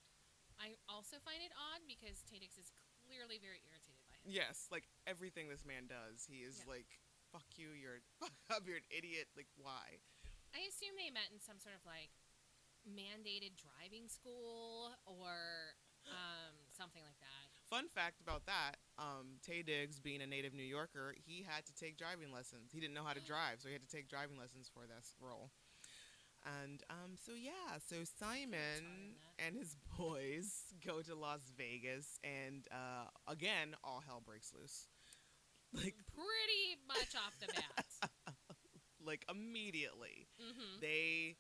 [SPEAKER 2] I also find it odd because Tatix is clearly very irritated by him.
[SPEAKER 1] Yes, like everything this man does, he is
[SPEAKER 2] Yeah.
[SPEAKER 1] like, "Fuck you, you're <laughs> fuck up, you're an idiot." Like, why?
[SPEAKER 2] I assume they met in some sort of like mandated driving school or um, something like that.
[SPEAKER 1] Fun fact about that: um, Tay Diggs, being a native New Yorker, he had to take driving lessons. He didn't know how to drive, so he had to take driving lessons for this role. And um, so yeah, so Simon
[SPEAKER 2] that.
[SPEAKER 1] and his <laughs> boys go to Las Vegas, and uh, again, all hell breaks loose, like
[SPEAKER 2] Pretty much off
[SPEAKER 1] <laughs>
[SPEAKER 2] the bat.
[SPEAKER 1] like immediately.
[SPEAKER 2] hmm
[SPEAKER 1] They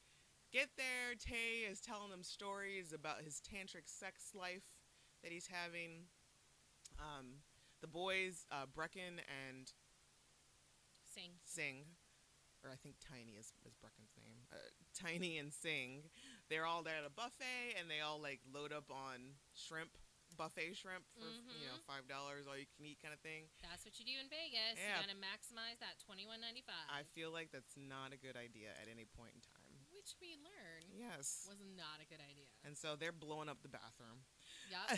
[SPEAKER 1] get there. Tay is telling them stories about his tantric sex life that he's having. Um, the boys, uh, Brecken and
[SPEAKER 2] Sing.
[SPEAKER 1] Singh, or I think Tiny is, is Brecken's name. Uh, <laughs> Tiny and Sing, they're all there at a buffet and they all like load up on shrimp, buffet shrimp for you know
[SPEAKER 2] Mhm.
[SPEAKER 1] five dollars, all you can eat kind of thing.
[SPEAKER 2] That's what you do in Vegas.
[SPEAKER 1] Yeah.
[SPEAKER 2] You gotta maximize that twenty one ninety
[SPEAKER 1] I
[SPEAKER 2] five.
[SPEAKER 1] feel like that's not a good idea at any point in time.
[SPEAKER 2] Which we learn
[SPEAKER 1] Yes.
[SPEAKER 2] was not a good
[SPEAKER 1] <laughs>
[SPEAKER 2] idea.
[SPEAKER 1] And so they're blowing up the bathroom.
[SPEAKER 2] Yup.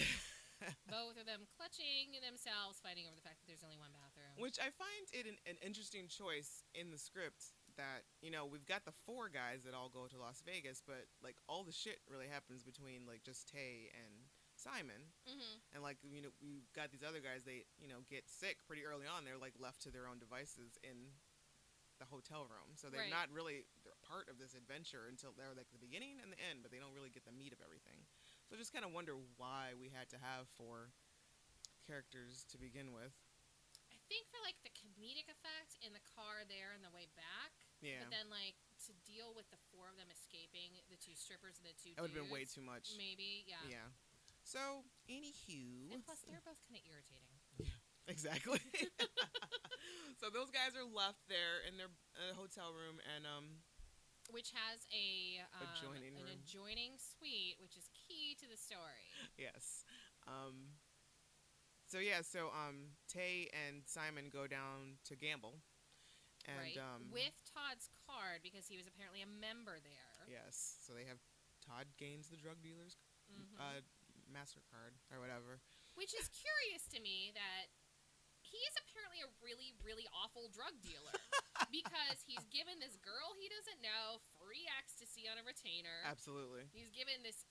[SPEAKER 2] Both of them clutching themselves, fighting over the fact that there's only one bathroom.
[SPEAKER 1] Which I find it an, an interesting choice in the script that, you know, we've got the four guys that all go to Las Vegas, but like all the shit really happens between like just Tay and Simon.
[SPEAKER 2] mm-hmm.
[SPEAKER 1] And like, you know, we've got these other guys, they, you know, get sick pretty early on. They're like left to their own devices in the hotel room. So they're
[SPEAKER 2] Right.
[SPEAKER 1] not really they're part of this adventure until they're like the beginning and the end, but they don't really get the meat of everything. So I just kind of wonder why we had to have four characters to begin with.
[SPEAKER 2] I think for like the comedic effect in the car there on the way back.
[SPEAKER 1] Yeah.
[SPEAKER 2] But then like to deal with the four of them escaping, the two strippers and the two
[SPEAKER 1] That would have been way
[SPEAKER 2] dudes,
[SPEAKER 1] too much.
[SPEAKER 2] Maybe, yeah.
[SPEAKER 1] Yeah. So, anywho.
[SPEAKER 2] And plus they're both kinda irritating.
[SPEAKER 1] <laughs> exactly. <laughs> so those guys are left there in their uh, hotel room, and um,
[SPEAKER 2] Which has a um,
[SPEAKER 1] Adjoining
[SPEAKER 2] an
[SPEAKER 1] room.
[SPEAKER 2] adjoining suite, which is key to the story.
[SPEAKER 1] yes, um, so yeah, so um, Tay and Simon go down to gamble, and
[SPEAKER 2] right?
[SPEAKER 1] um,
[SPEAKER 2] With Todd's card because he was apparently a member there.
[SPEAKER 1] yes, so they have Todd gains the drug dealer's
[SPEAKER 2] Mhm.
[SPEAKER 1] uh, Mastercard or whatever.
[SPEAKER 2] Which is curious to me that he is apparently a really, really awful drug
[SPEAKER 1] <laughs>
[SPEAKER 2] dealer because he's given this girl he doesn't know free ecstasy on a retainer.
[SPEAKER 1] Absolutely.
[SPEAKER 2] He's given this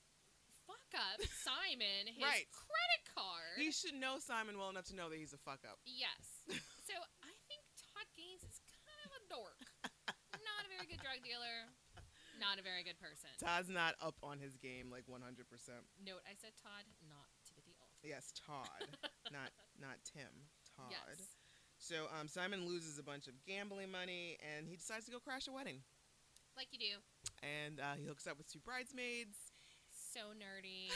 [SPEAKER 2] fuck
[SPEAKER 1] <laughs>
[SPEAKER 2] up Simon his
[SPEAKER 1] Right.
[SPEAKER 2] credit card.
[SPEAKER 1] He should know Simon well enough to know that he's a fuck up.
[SPEAKER 2] yes. So I think Todd Gaines is kind of a dork. Not a very good drug dealer. Not a very good person.
[SPEAKER 1] Todd's not up on his game like 100%.
[SPEAKER 2] Note I said Todd, not Timothy Old.
[SPEAKER 1] Yes,
[SPEAKER 2] <laughs>
[SPEAKER 1] Todd, not not Tim. Todd.
[SPEAKER 2] Yes.
[SPEAKER 1] So um, Simon loses a bunch of gambling money, and he decides to go crash a wedding.
[SPEAKER 2] Like you do.
[SPEAKER 1] And uh, he hooks up with two bridesmaids.
[SPEAKER 2] so
[SPEAKER 1] <laughs>
[SPEAKER 2] nerdy.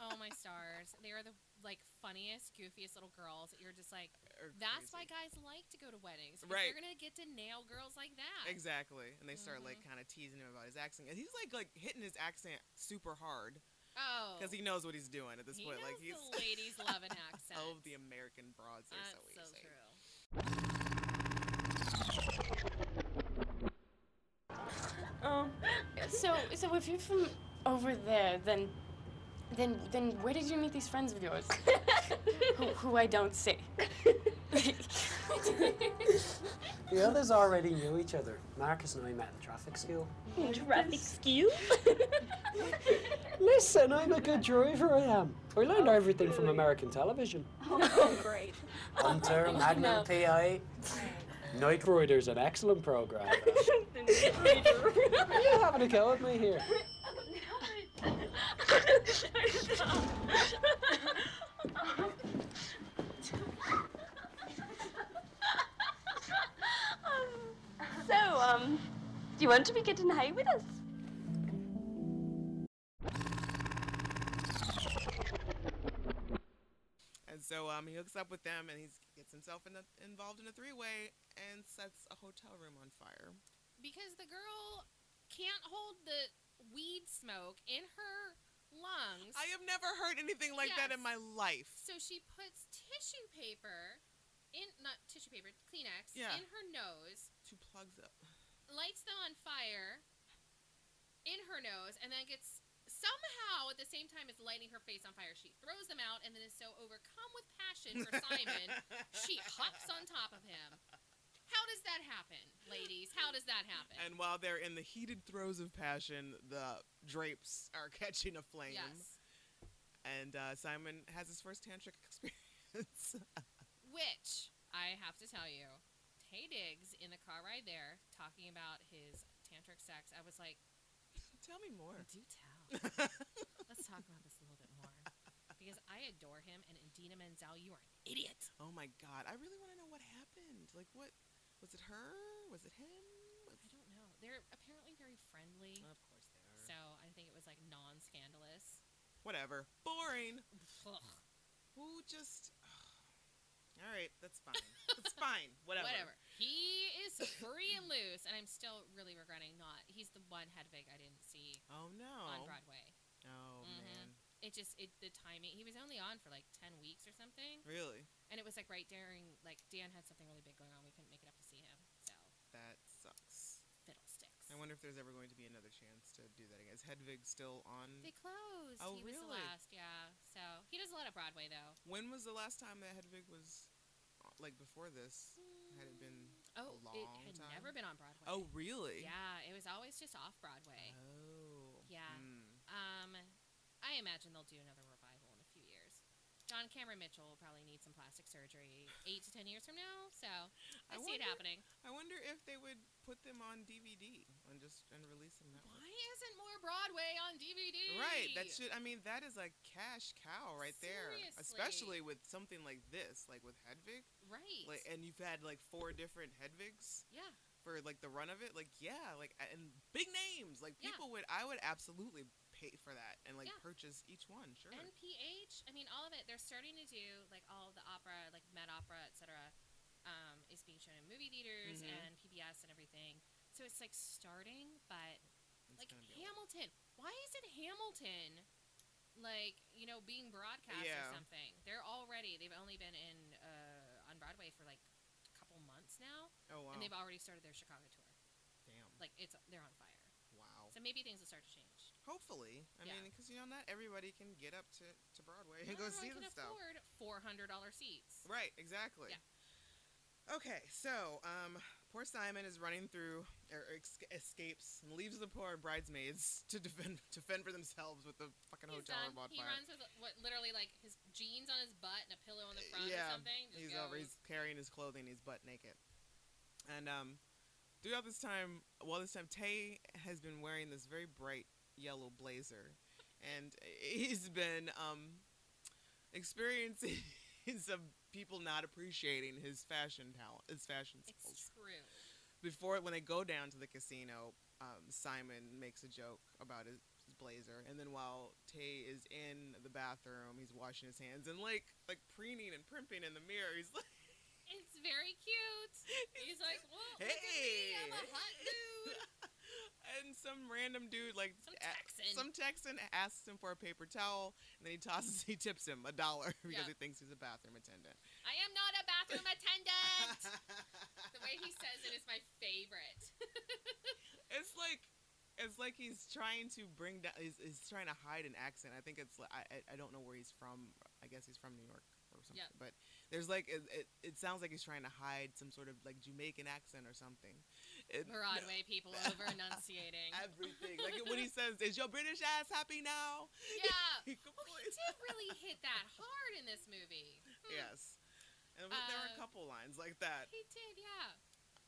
[SPEAKER 2] oh my stars. They are the like funniest, goofiest little girls that you're just like
[SPEAKER 1] Or
[SPEAKER 2] that's why
[SPEAKER 1] crazy.
[SPEAKER 2] guys like to go to weddings.
[SPEAKER 1] Right.
[SPEAKER 2] You're gonna get to nail girls like that.
[SPEAKER 1] Exactly, and they start like
[SPEAKER 2] Mm-hmm.
[SPEAKER 1] kind of teasing him about his accent, and he's like like hitting his accent super hard
[SPEAKER 2] Oh.
[SPEAKER 1] because he knows what he's doing at this
[SPEAKER 2] he
[SPEAKER 1] point. like he's
[SPEAKER 2] knows
[SPEAKER 1] <laughs>
[SPEAKER 2] the ladies love an accent.
[SPEAKER 1] oh <laughs> the American broads are
[SPEAKER 2] That's
[SPEAKER 1] so
[SPEAKER 2] so
[SPEAKER 1] easy.
[SPEAKER 2] true.
[SPEAKER 4] Um, so, so if you're from over there, then, then, then where did you meet these friends of yours? who, who I don't see.
[SPEAKER 5] The others already knew each other. Marcus and I met in traffic school.
[SPEAKER 6] Traffic skew?
[SPEAKER 5] <laughs> Listen, I'm a good driver, I am. I learned everything from American television.
[SPEAKER 6] <laughs> oh, great.
[SPEAKER 5] Hunter, Magnum PI. Night Rider's an excellent
[SPEAKER 6] <laughs>
[SPEAKER 5] program. Are you having a go at me here?
[SPEAKER 6] so, um, do you want to be getting high with us?
[SPEAKER 1] And so um, he hooks up with them, and he gets himself in a, involved in a three way, and sets a hotel room on fire.
[SPEAKER 2] Because the girl can't hold the weed smoke in her lungs.
[SPEAKER 1] I have never heard anything like that in
[SPEAKER 2] Yes.
[SPEAKER 1] my life.
[SPEAKER 2] So she puts tissue paper in not tissue paper, Kleenex
[SPEAKER 1] Yeah.
[SPEAKER 2] in her nose,
[SPEAKER 1] Two plugs up.
[SPEAKER 2] lights them on fire in her nose, and then gets somehow at the same time as lighting her face on fire, she throws them out and then is so overcome with passion for Simon, she hops on top of him. How does that happen, ladies? How does that happen?
[SPEAKER 1] And while they're in the heated throes of passion, the drapes are <laughs> catching a flame.
[SPEAKER 2] yes.
[SPEAKER 1] And uh, Simon has his first tantric <laughs> experience.
[SPEAKER 2] Which I have to tell you, Tay Diggs in the car ride there talking about his tantric sex. I was like,
[SPEAKER 1] Tell me more.
[SPEAKER 2] Do <laughs> tell. Let's talk about this a little bit more. Because I adore him, and Adina Menzel, you are an idiot.
[SPEAKER 1] Oh my God. I really want to know what happened. Like, what? Was it her? Was it him? Was-
[SPEAKER 2] I don't know. Oh, They're apparently very friendly,
[SPEAKER 1] Of course they
[SPEAKER 2] so I think it was like non <laughs> scandalous.
[SPEAKER 1] Whatever. Boring. Who just. <sighs>
[SPEAKER 2] <laughs>
[SPEAKER 1] All right. That's fine. That's fine. Whatever.
[SPEAKER 2] Whatever. He is free and loose. and I'm still really regretting not. He's the one Hedwig I didn't see
[SPEAKER 1] Oh
[SPEAKER 2] on
[SPEAKER 1] no.
[SPEAKER 2] Broadway.
[SPEAKER 1] Oh
[SPEAKER 2] Mhm.
[SPEAKER 1] man.
[SPEAKER 2] It just it the timing. He was only on for like ten weeks or something,
[SPEAKER 1] Really?
[SPEAKER 2] and it was like right during like Dan had something really big going on. We couldn't make it up to see him, so
[SPEAKER 1] That sucks.
[SPEAKER 2] fiddlesticks.
[SPEAKER 1] I wonder if there's ever going to be another chance to do that again. Is Hedvig still on?
[SPEAKER 2] They closed.
[SPEAKER 1] Oh,
[SPEAKER 2] he was the
[SPEAKER 1] really?
[SPEAKER 2] last, yeah. So he does a lot of Broadway though.
[SPEAKER 1] When was the last time that Hedvig was uh, like before this? Had it been
[SPEAKER 2] Oh,
[SPEAKER 1] long
[SPEAKER 2] it had
[SPEAKER 1] time?
[SPEAKER 2] never been on Broadway.
[SPEAKER 1] Oh really?
[SPEAKER 2] yeah, it was always just off Broadway.
[SPEAKER 1] Oh.
[SPEAKER 2] Yeah.
[SPEAKER 1] Mm.
[SPEAKER 2] Um, I imagine they'll do another revival in a few years. John Cameron Mitchell will probably need some plastic surgery eight to ten years from now, so
[SPEAKER 1] <gasps>
[SPEAKER 2] I,
[SPEAKER 1] I
[SPEAKER 2] see it
[SPEAKER 1] wonder-
[SPEAKER 2] happening.
[SPEAKER 1] I wonder if they would put them on DVD and just and release them that way.
[SPEAKER 2] Why isn't more Broadway on DVD?
[SPEAKER 1] Right, that should. I mean, that is a cash cow right there,
[SPEAKER 2] Seriously.
[SPEAKER 1] especially with something like this, like with Hedvig,
[SPEAKER 2] right.
[SPEAKER 1] like, and you've had like four different Hedvigs
[SPEAKER 2] yeah,
[SPEAKER 1] for like the run of it. Like, yeah, like a- and big names, like
[SPEAKER 2] Yeah.
[SPEAKER 1] people would. I would absolutely pay for that and like
[SPEAKER 2] Yeah.
[SPEAKER 1] purchase each one. Sure.
[SPEAKER 2] NPH. I mean, all of it. They're starting to do like all the opera, like Met Opera, etc. Um, is being shown in movie theaters
[SPEAKER 1] Mhm.
[SPEAKER 2] and PBS and everything. So it's like starting, but
[SPEAKER 1] It's
[SPEAKER 2] like
[SPEAKER 1] gonna be a lot.
[SPEAKER 2] Hamilton. Why isn't Hamilton like you know being broadcast
[SPEAKER 1] Yeah.
[SPEAKER 2] or something? They're already they've only been in uh, on Broadway for like a couple months now,
[SPEAKER 1] oh wow.
[SPEAKER 2] and they've already started their Chicago tour.
[SPEAKER 1] Damn.
[SPEAKER 2] Like it's they're on fire.
[SPEAKER 1] wow.
[SPEAKER 2] So maybe things will start to change.
[SPEAKER 1] Hopefully, I
[SPEAKER 2] Yeah.
[SPEAKER 1] mean, because you know, not everybody can get up to to Broadway and
[SPEAKER 2] Not
[SPEAKER 1] go
[SPEAKER 2] everyone
[SPEAKER 1] see
[SPEAKER 2] can
[SPEAKER 1] the stuff.
[SPEAKER 2] afford four hundred dollar seats.
[SPEAKER 1] Right, exactly. Okay, so um, poor Simon is running through, or ex- escapes, and leaves the poor bridesmaids to defend <laughs> to fend for themselves with the fucking
[SPEAKER 2] He's
[SPEAKER 1] hotel
[SPEAKER 2] done.
[SPEAKER 1] room on
[SPEAKER 2] He
[SPEAKER 1] fire.
[SPEAKER 2] runs with what, literally like his jeans on his butt and a pillow on the front
[SPEAKER 1] yeah,
[SPEAKER 2] or something. Just
[SPEAKER 1] he's
[SPEAKER 2] goes,
[SPEAKER 1] over. He's carrying his clothing. He's butt naked. And um, throughout this time, well, this time Tay has been wearing this very bright yellow blazer, and he's been um, experiencing <laughs> some people not appreciating his fashion talent, his fashion skills.
[SPEAKER 2] it's true.
[SPEAKER 1] before when they go down to the casino, um, Simon makes a joke about his, his blazer, and then while Tay is in the bathroom, he's washing his hands and like like preening and primping in the mirror. He's like,
[SPEAKER 2] It's very cute. <laughs> He's like, well, look at me, I'm a
[SPEAKER 1] Hey.
[SPEAKER 2] hot dude.
[SPEAKER 1] <laughs> and some random dude like
[SPEAKER 2] Some
[SPEAKER 1] a-
[SPEAKER 2] Texan.
[SPEAKER 1] some Texan asks him for a paper towel, and then he tosses <laughs> he tips him a dollar <laughs> because
[SPEAKER 2] Yeah.
[SPEAKER 1] he thinks he's a bathroom attendant.
[SPEAKER 2] I am not a bathroom attendant.
[SPEAKER 1] <laughs>
[SPEAKER 2] the way he says it is my favorite.
[SPEAKER 1] It's like it's like he's trying to bring down. He's, he's trying to hide an accent. I think it's. li- I I- I don't know where he's from. I guess he's from New York or something.
[SPEAKER 2] Yep.
[SPEAKER 1] But there's like it, it. It sounds like he's trying to hide some sort of like Jamaican accent or something. It-
[SPEAKER 2] Broadway people
[SPEAKER 1] <laughs>
[SPEAKER 2] over enunciating.
[SPEAKER 1] Everything like when
[SPEAKER 2] <laughs>
[SPEAKER 1] he says, "Is your British ass happy now?" <laughs>
[SPEAKER 2] yeah.
[SPEAKER 1] He
[SPEAKER 2] It
[SPEAKER 1] completely-
[SPEAKER 2] did really hit that hard in this movie. Hmm.
[SPEAKER 1] yes. And there were a
[SPEAKER 2] Uh,
[SPEAKER 1] couple lines like that.
[SPEAKER 2] He did, yeah.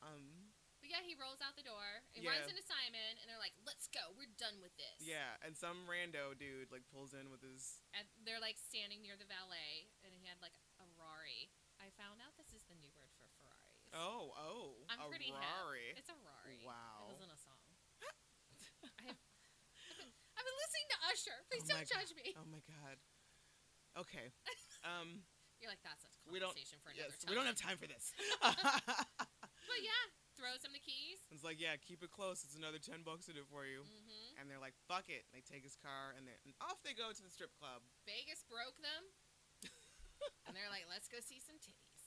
[SPEAKER 1] Um,
[SPEAKER 2] But yeah, he rolls out the door. He
[SPEAKER 1] Yeah.
[SPEAKER 2] runs into Simon, and they're like, "Let's go. We're done with this."
[SPEAKER 1] yeah, and some rando dude like pulls in with his
[SPEAKER 2] And they're like standing near the valet, and he had like a Rari. I found out this is the new word for Ferraris.
[SPEAKER 1] oh oh
[SPEAKER 2] I'm
[SPEAKER 1] a
[SPEAKER 2] pretty hip.
[SPEAKER 1] Rari.
[SPEAKER 2] It's a Rari.
[SPEAKER 1] Wow.
[SPEAKER 2] It was in a
[SPEAKER 1] <laughs>
[SPEAKER 2] song. I have, I've, been, I've been listening to Usher. Please
[SPEAKER 1] Oh my
[SPEAKER 2] don't judge me.
[SPEAKER 1] Oh my god. Okay.
[SPEAKER 2] <laughs>
[SPEAKER 1] Um,
[SPEAKER 2] You're like, that's a
[SPEAKER 1] we don't.
[SPEAKER 2] conversation for another
[SPEAKER 1] Yes,
[SPEAKER 2] time.
[SPEAKER 1] we don't have time for
[SPEAKER 2] <laughs>
[SPEAKER 1] this. <laughs>
[SPEAKER 2] But yeah, throws him the keys.
[SPEAKER 1] it's like, yeah, keep it close. It's another ten bucks to do for you.
[SPEAKER 2] hmm
[SPEAKER 1] And they're like, fuck it. They take his car and, they- and off they go to the strip club.
[SPEAKER 2] Vegas
[SPEAKER 1] <laughs>
[SPEAKER 2] broke them, and they're like, "Let's go see some titties."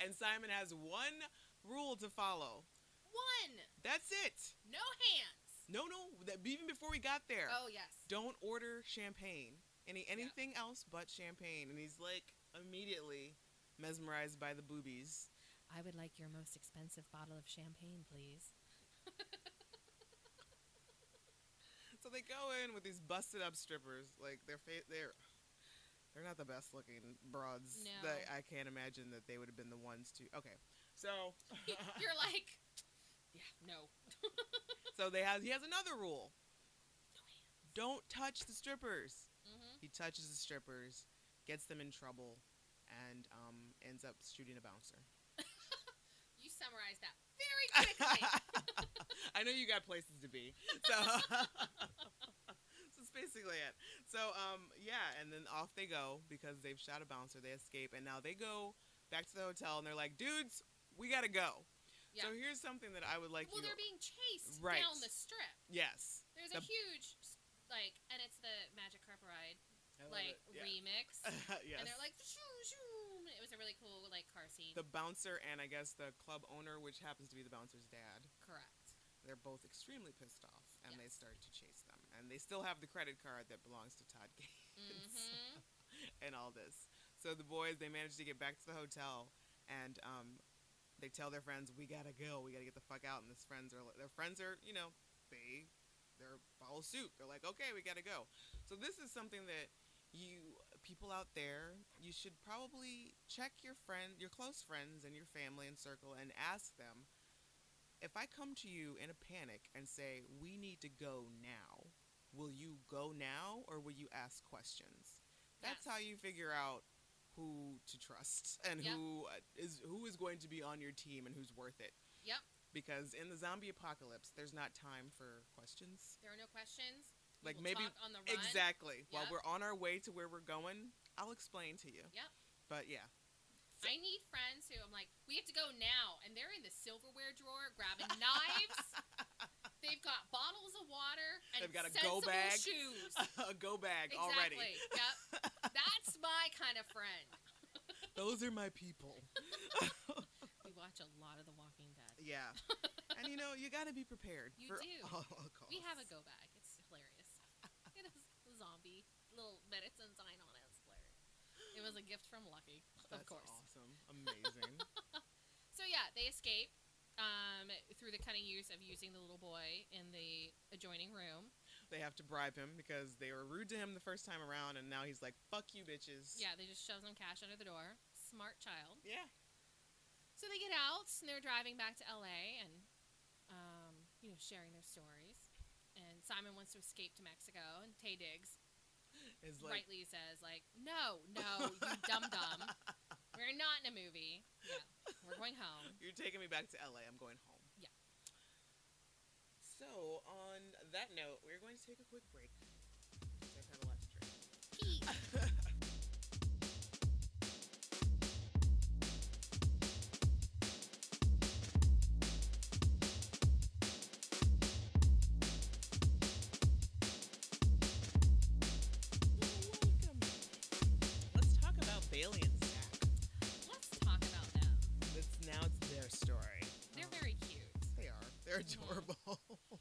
[SPEAKER 1] And Simon has one rule to follow.
[SPEAKER 2] One,
[SPEAKER 1] That's it.
[SPEAKER 2] no hands.
[SPEAKER 1] No, no. That, even before we got there,
[SPEAKER 2] Oh yes.
[SPEAKER 1] don't order champagne. Any anything else but champagne. And he's like immediately mesmerized by the boobies. <laughs>
[SPEAKER 2] I would like your most expensive bottle of champagne, please.
[SPEAKER 1] So they go in with these busted up strippers, like their fa- they're they're not the best looking broads.
[SPEAKER 2] No.
[SPEAKER 1] That I can't imagine that they would have been the ones to. Okay, so
[SPEAKER 2] <laughs> You're like, yeah, no.
[SPEAKER 1] so they has he has another rule.
[SPEAKER 2] No hands.
[SPEAKER 1] Don't touch the strippers.
[SPEAKER 2] Mm-hmm.
[SPEAKER 1] He touches the strippers, gets them in trouble, and um, ends up shooting a bouncer.
[SPEAKER 2] You summarized that
[SPEAKER 1] <laughs>
[SPEAKER 2] very quickly.
[SPEAKER 1] I know you got places to be. So <laughs> that's basically it. So um yeah, and then off they go because they've shot a bouncer, they escape, and now they go back to the hotel and they're like, dudes, we gotta go. So
[SPEAKER 2] Yeah.
[SPEAKER 1] here's something that I would like
[SPEAKER 2] well,
[SPEAKER 1] you.
[SPEAKER 2] they're being chased
[SPEAKER 1] Right.
[SPEAKER 2] down the strip.
[SPEAKER 1] yes.
[SPEAKER 2] There's
[SPEAKER 1] The-
[SPEAKER 2] a huge s- like, and it's the Magic Carpet Ride like
[SPEAKER 1] Yeah.
[SPEAKER 2] remix,
[SPEAKER 1] <laughs> yes.
[SPEAKER 2] and they're like, shoom, shoom. it was a really cool like car scene.
[SPEAKER 1] the bouncer and I guess the club owner, which happens to be the bouncer's dad. <laughs>
[SPEAKER 2] Correct.
[SPEAKER 1] They're both extremely pissed off, and they start to chase them. And they still have the credit card that belongs to Todd Gaines
[SPEAKER 2] hmm
[SPEAKER 1] and all this. So the boys they manage to get back to the hotel, and um, they tell their friends, "We gotta go. We gotta get the fuck out." And his friends are their friends are you know they they're follow suit. They're like, "Okay, we gotta go." So this is something that you people out there you should probably check your friend your close friends and your family and circle and ask them if i come to you in a panic and say we need to go now will you go now or will you ask questions that's
[SPEAKER 2] Yes.
[SPEAKER 1] how you figure out who to trust <laughs> and
[SPEAKER 2] Yep.
[SPEAKER 1] who uh, is who is going to be on your team and who's worth it
[SPEAKER 2] Yep.
[SPEAKER 1] because in the zombie apocalypse there's not time for questions
[SPEAKER 2] There are no questions. We
[SPEAKER 1] Like
[SPEAKER 2] will
[SPEAKER 1] maybe-
[SPEAKER 2] talk on the run.
[SPEAKER 1] Exactly. While
[SPEAKER 2] Yep.
[SPEAKER 1] we're on our way to where we're going, I'll explain to you.
[SPEAKER 2] Yep.
[SPEAKER 1] But yeah, <laughs>
[SPEAKER 2] I need friends who I'm like, we have to go now, and they're in the silverware drawer
[SPEAKER 1] <laughs>
[SPEAKER 2] grabbing knives. They've got bottles of water and
[SPEAKER 1] They've got a
[SPEAKER 2] sensible
[SPEAKER 1] go bag.
[SPEAKER 2] shoes.
[SPEAKER 1] <laughs> a go bag already.
[SPEAKER 2] Exactly. Yep. That's my kind of friend.
[SPEAKER 1] <laughs> Those are my people.
[SPEAKER 2] We watch a lot of The Walking Dead. <laughs>
[SPEAKER 1] Yeah. and you know, you got to be prepared
[SPEAKER 2] You
[SPEAKER 1] for
[SPEAKER 2] do.
[SPEAKER 1] <laughs> all calls.
[SPEAKER 2] We have a go bag. It's
[SPEAKER 1] <laughs>
[SPEAKER 2] hilarious. It is a zombie little medicine sign on it. It's hilarious. It was a gift from Lucky,
[SPEAKER 1] That's
[SPEAKER 2] of course.
[SPEAKER 1] awesome. Amazing.
[SPEAKER 2] So yeah, they escape um, through the cunning use of using the little boy in the adjoining room.
[SPEAKER 1] they have to bribe him because they were rude to him the first time around and now he's like, "Fuck you bitches."
[SPEAKER 2] Yeah, they just shove some cash under the door. Smart child.
[SPEAKER 1] Yeah.
[SPEAKER 2] So they get out and they're driving back to LA and, um, you know, sharing their stories. And Simon wants to escape to Mexico, and Tay Diggs
[SPEAKER 1] It's like
[SPEAKER 2] rightly says, like, no, no, you dum dum. We're not in a movie. Yeah, we're going home.
[SPEAKER 1] You're taking me back to LA. I'm going home.
[SPEAKER 2] Yeah.
[SPEAKER 1] So, on that note, we're going to take a quick break. I've had a lot to drink.
[SPEAKER 2] Eat.
[SPEAKER 1] Welcome. <laughs> Let's talk about Bailey and Zach.
[SPEAKER 2] Let's talk about them.
[SPEAKER 1] It's, now it's their story.
[SPEAKER 2] They're
[SPEAKER 1] Oh.
[SPEAKER 2] very cute.
[SPEAKER 1] They are. They're
[SPEAKER 2] Mhm.
[SPEAKER 1] adorable. <laughs>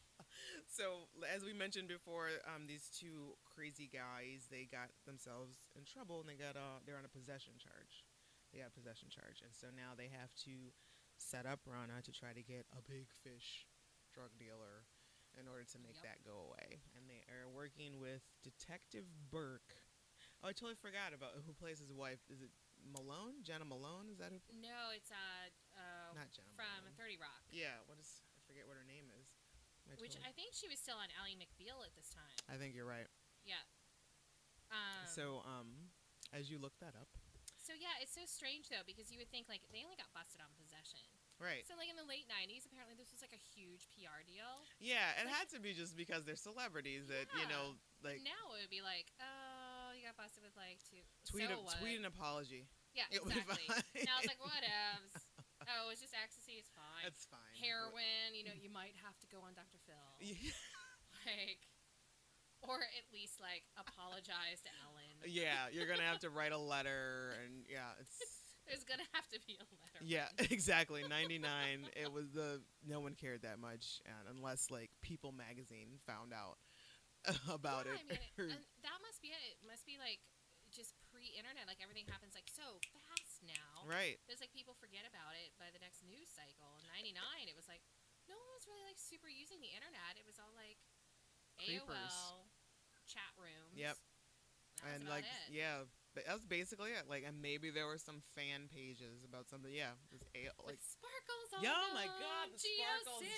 [SPEAKER 1] so, as we mentioned before, um, these two crazy guys they got themselves in trouble and they got uh, they're on a possession charge. They got a possession charge, and so now they have to set up Rana to try to get a big fish drug dealer in order to make
[SPEAKER 2] Yep.
[SPEAKER 1] that go away. And they are working with Detective Burke. Oh, I totally forgot about who plays his wife. Is it Malone? Jenna Malone? Is that who?
[SPEAKER 2] No, it's uh, uh
[SPEAKER 1] Not Jenna
[SPEAKER 2] from
[SPEAKER 1] Malone.
[SPEAKER 2] Thirty Rock,
[SPEAKER 1] Yeah. What is? I forget what her name is.
[SPEAKER 2] which
[SPEAKER 1] totally-
[SPEAKER 2] I think she was still on Ally McBeal at this time.
[SPEAKER 1] I think you're right.
[SPEAKER 2] Yeah. Um,
[SPEAKER 1] so, um, as you look that up,
[SPEAKER 2] So yeah, it's so strange though because you would think like they only got busted on possession.
[SPEAKER 1] right?
[SPEAKER 2] So like in the late '90s, apparently this was like a huge PR deal.
[SPEAKER 1] Yeah, it had to be just because they're celebrities that you
[SPEAKER 2] Yeah.
[SPEAKER 1] know,
[SPEAKER 2] But
[SPEAKER 1] like
[SPEAKER 2] now it would be like, oh, you got busted with like two.
[SPEAKER 1] tweet a,
[SPEAKER 2] so what?
[SPEAKER 1] tweet an apology.
[SPEAKER 2] yeah,
[SPEAKER 1] It'll be
[SPEAKER 2] exactly.
[SPEAKER 1] fine.
[SPEAKER 2] now it's like
[SPEAKER 1] <laughs>
[SPEAKER 2] whatevs. oh, it's just ecstasy. It's fine.
[SPEAKER 1] That's fine.
[SPEAKER 2] Heroin.
[SPEAKER 1] <laughs>
[SPEAKER 2] You know, you might have to go on Dr. Phil. <laughs>
[SPEAKER 1] Yeah,
[SPEAKER 2] Like, or at least like apologize to Ellen.
[SPEAKER 1] Uh, yeah, you're gonna have to write a letter, and yeah,
[SPEAKER 2] <laughs>
[SPEAKER 1] it's
[SPEAKER 2] There's gonna have to be a letter.
[SPEAKER 1] yeah, <laughs> exactly. Ninety nine. It was the no one cared that much, and unless like People magazine found out <laughs> about it.
[SPEAKER 2] yeah, I mean, it-
[SPEAKER 1] or-
[SPEAKER 2] and that must be it. It must be like just pre-internet. Like everything happens like so fast now.
[SPEAKER 1] right.
[SPEAKER 2] There's like people forget about it by the next news cycle. In '99, it was like no one was really like super using the internet. It was all like
[SPEAKER 1] Creepers.
[SPEAKER 2] AOL chat rooms.
[SPEAKER 1] Yep.
[SPEAKER 2] That was
[SPEAKER 1] and
[SPEAKER 2] about
[SPEAKER 1] like
[SPEAKER 2] it.
[SPEAKER 1] yeah but that's basically it like and maybe there were some fan pages about something yeah it was a- like
[SPEAKER 2] With sparkles on
[SPEAKER 1] yeah oh my
[SPEAKER 2] them,
[SPEAKER 1] god the sparkles
[SPEAKER 2] <laughs>
[SPEAKER 1] geocities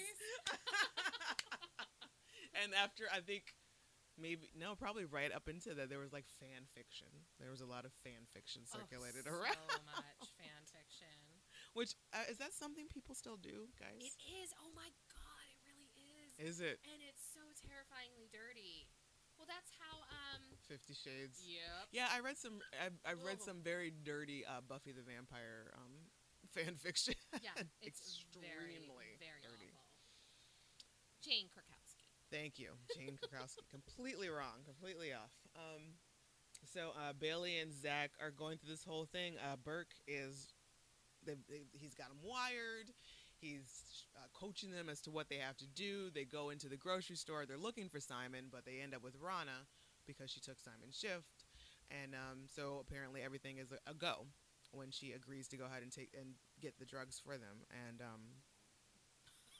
[SPEAKER 1] <laughs>
[SPEAKER 2] GeoCities. Oh,
[SPEAKER 1] and after i think maybe no probably right up into that there was like fan fiction there was a lot of fan fiction
[SPEAKER 2] Oh,
[SPEAKER 1] circulated
[SPEAKER 2] so
[SPEAKER 1] around
[SPEAKER 2] much fan
[SPEAKER 1] <laughs>
[SPEAKER 2] fiction.
[SPEAKER 1] which uh, is that something people still do
[SPEAKER 2] It
[SPEAKER 1] guys
[SPEAKER 2] is. Oh my god, it really is.
[SPEAKER 1] Is it
[SPEAKER 2] and it's so terrifyingly dirty. Well, that's how. Um.
[SPEAKER 1] 50 shades
[SPEAKER 2] Yep.
[SPEAKER 1] yeah i read some i, I read
[SPEAKER 2] Oh.
[SPEAKER 1] some very dirty uh, buffy the vampire um <laughs> fan fiction. <laughs>
[SPEAKER 2] Yeah, it's
[SPEAKER 1] Extremely
[SPEAKER 2] very, very
[SPEAKER 1] dirty.
[SPEAKER 2] awful. Jane Krakowski.
[SPEAKER 1] Thank you, Jane Krakowski. completely wrong, completely off. Um, so uh, Bailey and Zach are going through this whole thing. Uh, Burke is, they, they, he's got them wired. He's uh, coaching them as to what they have to do. They go into the grocery store. They're looking for Simon, but they end up with Rana because she took Simon's shift. And um, so apparently everything is a, a go when she agrees to go ahead and take and get the drugs for them. And um,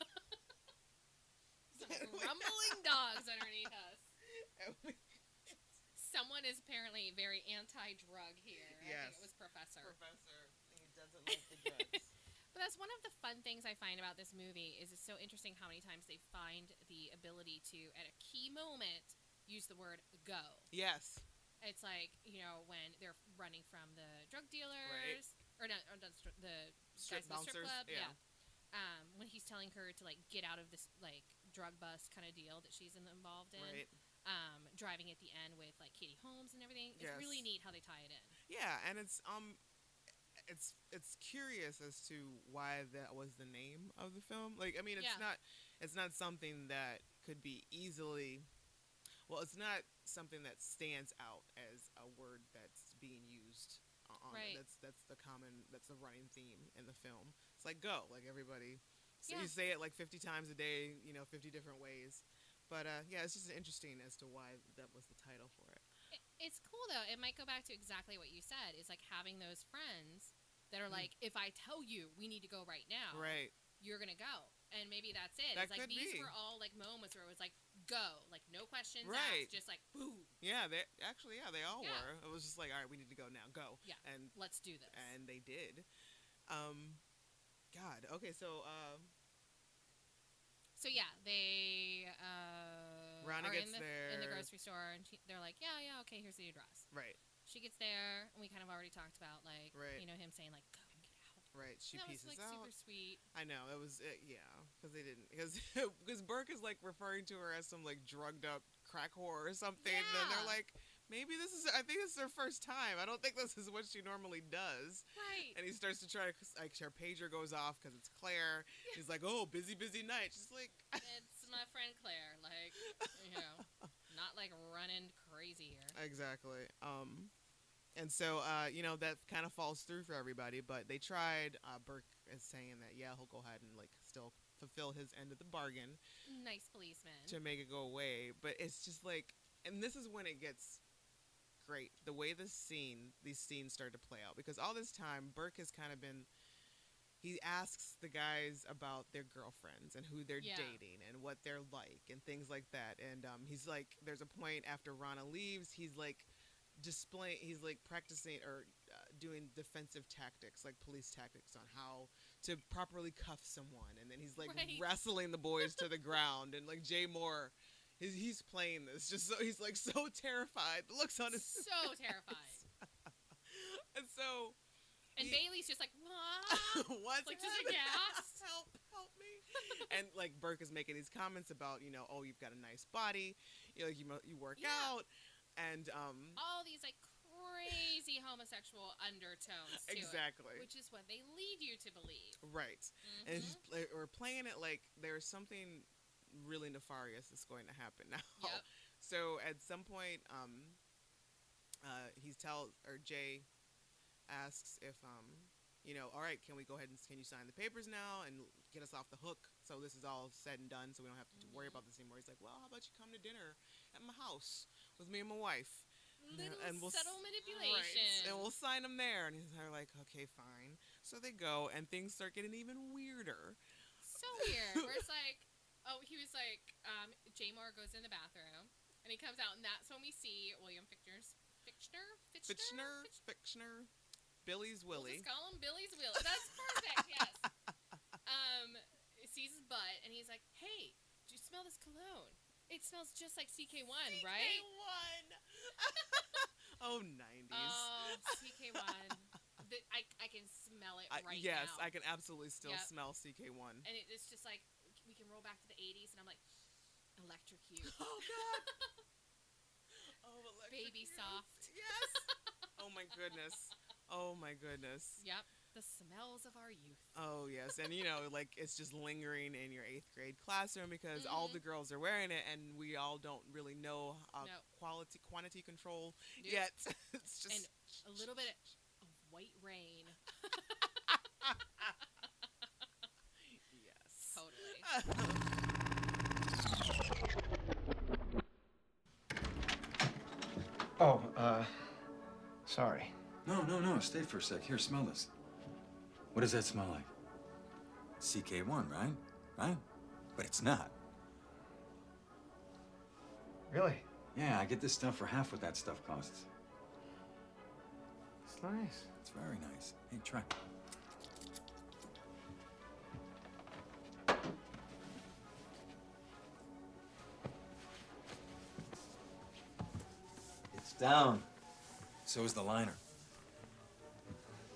[SPEAKER 1] <laughs>
[SPEAKER 2] Grumbling dogs underneath us.
[SPEAKER 1] <laughs>
[SPEAKER 2] Someone is apparently very anti-drug here. I think
[SPEAKER 1] Yes.
[SPEAKER 2] it was Professor.
[SPEAKER 1] professor he doesn't like the drugs.
[SPEAKER 2] But that's one of the fun things I find about this movie is it's so interesting how many times they find the ability to, at a key moment, use the word "go."
[SPEAKER 1] yes.
[SPEAKER 2] It's like you know when they're running from the drug dealers or not, or not stri- the
[SPEAKER 1] Strip
[SPEAKER 2] guys in the strip
[SPEAKER 1] bouncers,
[SPEAKER 2] club.
[SPEAKER 1] yeah.
[SPEAKER 2] Um, when he's telling her to like get out of this like drug bust kind of deal that she's in- involved in.
[SPEAKER 1] Right.
[SPEAKER 2] Um, driving at the end with like Katie Holmes and everything. It's really
[SPEAKER 1] Yes.
[SPEAKER 2] neat how they tie it in.
[SPEAKER 1] Yeah, and it's um it's it's curious as to why that was the name of the film. Like I mean it's
[SPEAKER 2] Yeah.
[SPEAKER 1] not it's not something that could be easily well, it's not something that stands out as a word that's being used o- on it.
[SPEAKER 2] Right.
[SPEAKER 1] That's that's the common that's the running theme in the film. It's like go, like everybody so
[SPEAKER 2] Yeah.
[SPEAKER 1] you say it like 50 times a day, you know, 50 different ways. But uh, yeah, it's just interesting as to why that was the title for it.
[SPEAKER 2] It, it's cool though. It might go back to exactly what you said. Is like having those friends that are
[SPEAKER 1] Mm.
[SPEAKER 2] like, if I tell you we need to go right now,
[SPEAKER 1] Right.
[SPEAKER 2] you're gonna go. And maybe that's it.
[SPEAKER 1] That
[SPEAKER 2] it's like
[SPEAKER 1] could
[SPEAKER 2] these
[SPEAKER 1] be.
[SPEAKER 2] were all like moments where it was like, go, like no questions
[SPEAKER 1] Right.
[SPEAKER 2] asked, just like boom,
[SPEAKER 1] Yeah, they actually yeah, they all
[SPEAKER 2] Yeah.
[SPEAKER 1] were. It was just like, all right, we need to go now, go.
[SPEAKER 2] Yeah.
[SPEAKER 1] And
[SPEAKER 2] let's do this.
[SPEAKER 1] and they did. Um, God. Okay, so uh,
[SPEAKER 2] so yeah, they uh,
[SPEAKER 1] Rhonda
[SPEAKER 2] are
[SPEAKER 1] gets
[SPEAKER 2] in the, in the
[SPEAKER 1] there.
[SPEAKER 2] grocery store, and she, they're like, yeah, yeah, okay, here's the address.
[SPEAKER 1] right,
[SPEAKER 2] She gets there, and we kind of already talked about like,
[SPEAKER 1] Right.
[SPEAKER 2] you know, him saying like, go and get out.
[SPEAKER 1] right. She
[SPEAKER 2] that
[SPEAKER 1] pieces
[SPEAKER 2] was like
[SPEAKER 1] out.
[SPEAKER 2] super sweet.
[SPEAKER 1] I know it was uh, yeah, because they didn't <laughs> because because Burke is like referring to her as some like drugged up crack whore or something. And then
[SPEAKER 2] Yeah.
[SPEAKER 1] they're like, maybe this is I think this is her first time. I don't think this is what she normally does.
[SPEAKER 2] Right.
[SPEAKER 1] And he starts to try to like her pager goes off because it's Claire. He's like, oh, busy, busy night. She's like,
[SPEAKER 2] it's my friend Claire. Like, you
[SPEAKER 1] <laughs>
[SPEAKER 2] know, not like running crazy here.
[SPEAKER 1] Exactly. Um, and so uh, you know that kind of falls through for everybody. But they tried. Uh, Burke is saying that yeah, he'll go ahead and like still fulfill his end of the bargain
[SPEAKER 2] Nice policeman.
[SPEAKER 1] to make it go away. But it's just like, and this is when it gets great. The way this scene, these scenes start to play out because all this time Burke has kind of been. He asks the guys about their girlfriends and who they're
[SPEAKER 2] Yeah.
[SPEAKER 1] dating and what they're like and things like that. And um, he's like, there's a point after Rana leaves, he's like displaying, he's like practicing or uh, doing defensive tactics, like police tactics on how to properly cuff someone. And then he's like
[SPEAKER 2] Right.
[SPEAKER 1] wrestling the boys
[SPEAKER 2] <laughs>
[SPEAKER 1] to the ground. And like Jay Moore, he's, he's playing this just so he's like so terrified. The looks on his. <laughs>
[SPEAKER 2] so terrified.
[SPEAKER 1] And so,
[SPEAKER 2] And
[SPEAKER 1] He-
[SPEAKER 2] Bailey's just like,
[SPEAKER 1] <laughs>
[SPEAKER 2] what?
[SPEAKER 1] what's
[SPEAKER 2] uh, Like, just
[SPEAKER 1] happening?
[SPEAKER 2] aghast.
[SPEAKER 1] <laughs> help, help me.
[SPEAKER 2] <laughs>
[SPEAKER 1] and like Burke is making these comments about, you know, oh, you've got a nice body, you know, you, mo- you work
[SPEAKER 2] Yeah.
[SPEAKER 1] out, and um,
[SPEAKER 2] All these like crazy homosexual undertones. To
[SPEAKER 1] exactly,
[SPEAKER 2] It, which is what they lead you to believe.
[SPEAKER 1] right. And
[SPEAKER 2] Mhm.
[SPEAKER 1] it's just play- we're playing it like there's something really nefarious that's going to happen now.
[SPEAKER 2] Yep.
[SPEAKER 1] <laughs> So at some point, um, uh, he tells or Jay asks if um, you know, all right, can we go ahead and can you sign the papers now and get us off the hook? So this is all said and done, so we don't have to worry
[SPEAKER 2] Mhm.
[SPEAKER 1] about this anymore. He's like, well, how about you come to dinner at my house with me and my wife? Yeah,
[SPEAKER 2] Little
[SPEAKER 1] and we'll s-
[SPEAKER 2] subtle
[SPEAKER 1] Right.
[SPEAKER 2] manipulation.
[SPEAKER 1] And we'll sign them there. And they're like, okay, fine. So they go, and things start getting even weirder.
[SPEAKER 2] so weird. Where it's like, oh, he was like, um, Jay Moore goes in the bathroom and he comes out, and that's when we see William Fichtner's Fichtner?
[SPEAKER 1] Fitchner,
[SPEAKER 2] Fichtner?
[SPEAKER 1] Fitchner, Billy's
[SPEAKER 2] We'll
[SPEAKER 1] Willie.
[SPEAKER 2] just call him Billy's Willie. That's perfect.
[SPEAKER 1] <laughs>
[SPEAKER 2] yes. Um, sees his butt, and he's like, "Hey, do you smell this cologne? It smells just like CK1, right?"
[SPEAKER 1] <laughs> oh, 90s.
[SPEAKER 2] Oh,
[SPEAKER 1] <laughs>
[SPEAKER 2] CK1. The- I, I can smell it
[SPEAKER 1] I-
[SPEAKER 2] right
[SPEAKER 1] yes,
[SPEAKER 2] now.
[SPEAKER 1] I can absolutely still
[SPEAKER 2] Yep.
[SPEAKER 1] smell CK1.
[SPEAKER 2] and it, it's just like we can roll back to the 80s, and I'm like,
[SPEAKER 1] <laughs>
[SPEAKER 2] electrocute.
[SPEAKER 1] <laughs> Oh, God.
[SPEAKER 2] <laughs>
[SPEAKER 1] oh, electric
[SPEAKER 2] Baby
[SPEAKER 1] ears.
[SPEAKER 2] <laughs> soft.
[SPEAKER 1] Yes. Oh, my goodness. Oh, my goodness.
[SPEAKER 2] yep. The smells of our youth.
[SPEAKER 1] Oh yes, and you know, like it's just lingering in your eighth grade classroom because all
[SPEAKER 2] Mhm.
[SPEAKER 1] the girls are wearing it, and we all don't really know uh,
[SPEAKER 2] No.
[SPEAKER 1] quality quantity control
[SPEAKER 2] Nope.
[SPEAKER 1] yet. <laughs> it's just
[SPEAKER 2] And a little bit of white rain.
[SPEAKER 1] yes.
[SPEAKER 2] Totally.
[SPEAKER 7] Oh, uh, sorry.
[SPEAKER 8] No, no, no. Stay for a sec. Here, smell this. What does that smell like? CK1, right? Right? But it's not.
[SPEAKER 7] Really?
[SPEAKER 8] Yeah, I get this stuff for half what that stuff costs.
[SPEAKER 7] It's nice.
[SPEAKER 8] It's very nice. Hey, try.
[SPEAKER 7] It's down.
[SPEAKER 8] So is the liner.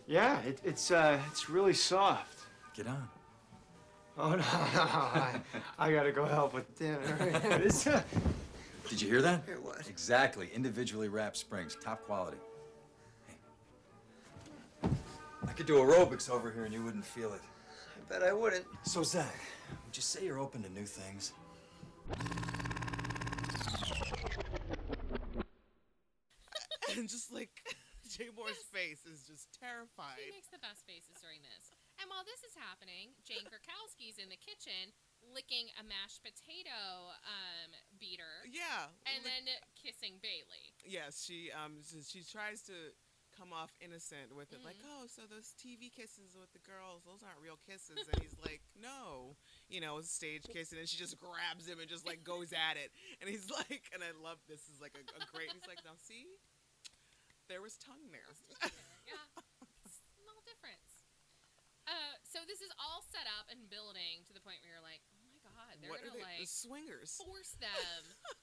[SPEAKER 7] Yeah, it, it's uh, it's really soft.
[SPEAKER 8] Get on.
[SPEAKER 7] Oh no, no, I, I gotta go help with dinner. It's, <laughs> uh,
[SPEAKER 8] Did you hear that?
[SPEAKER 3] It was.
[SPEAKER 8] Exactly. Individually wrapped springs, top quality. Hey. I could do aerobics over here and you wouldn't feel it.
[SPEAKER 3] I bet I wouldn't.
[SPEAKER 8] So, Zach, would you say you're open to new things?
[SPEAKER 1] <laughs> and just like Jay Moore's face is just
[SPEAKER 2] He
[SPEAKER 1] terrified.
[SPEAKER 2] makes the best faces during this. And while this is happening, Jane Krakowski's in the kitchen licking a mashed potato um, beater
[SPEAKER 1] Yeah. like-
[SPEAKER 2] and then kissing Bailey.
[SPEAKER 1] yes, she um s- she tries to come off innocent with it,
[SPEAKER 2] Mm.
[SPEAKER 1] like, oh, so those TV kisses with the girls, those aren't real kisses, and he's like, no, you know, it's a stage kiss, and then she just grabs him and just like goes at it, and he's <laughs> like, and I love this is like a, a great. He's like, now see, there was tongue there.
[SPEAKER 2] Yeah. Small difference. Uh, so this is all set up and building to the point where you're like, oh my god, they're
[SPEAKER 1] what are
[SPEAKER 2] gonna
[SPEAKER 1] they? the
[SPEAKER 2] like
[SPEAKER 1] swingers.
[SPEAKER 2] force them.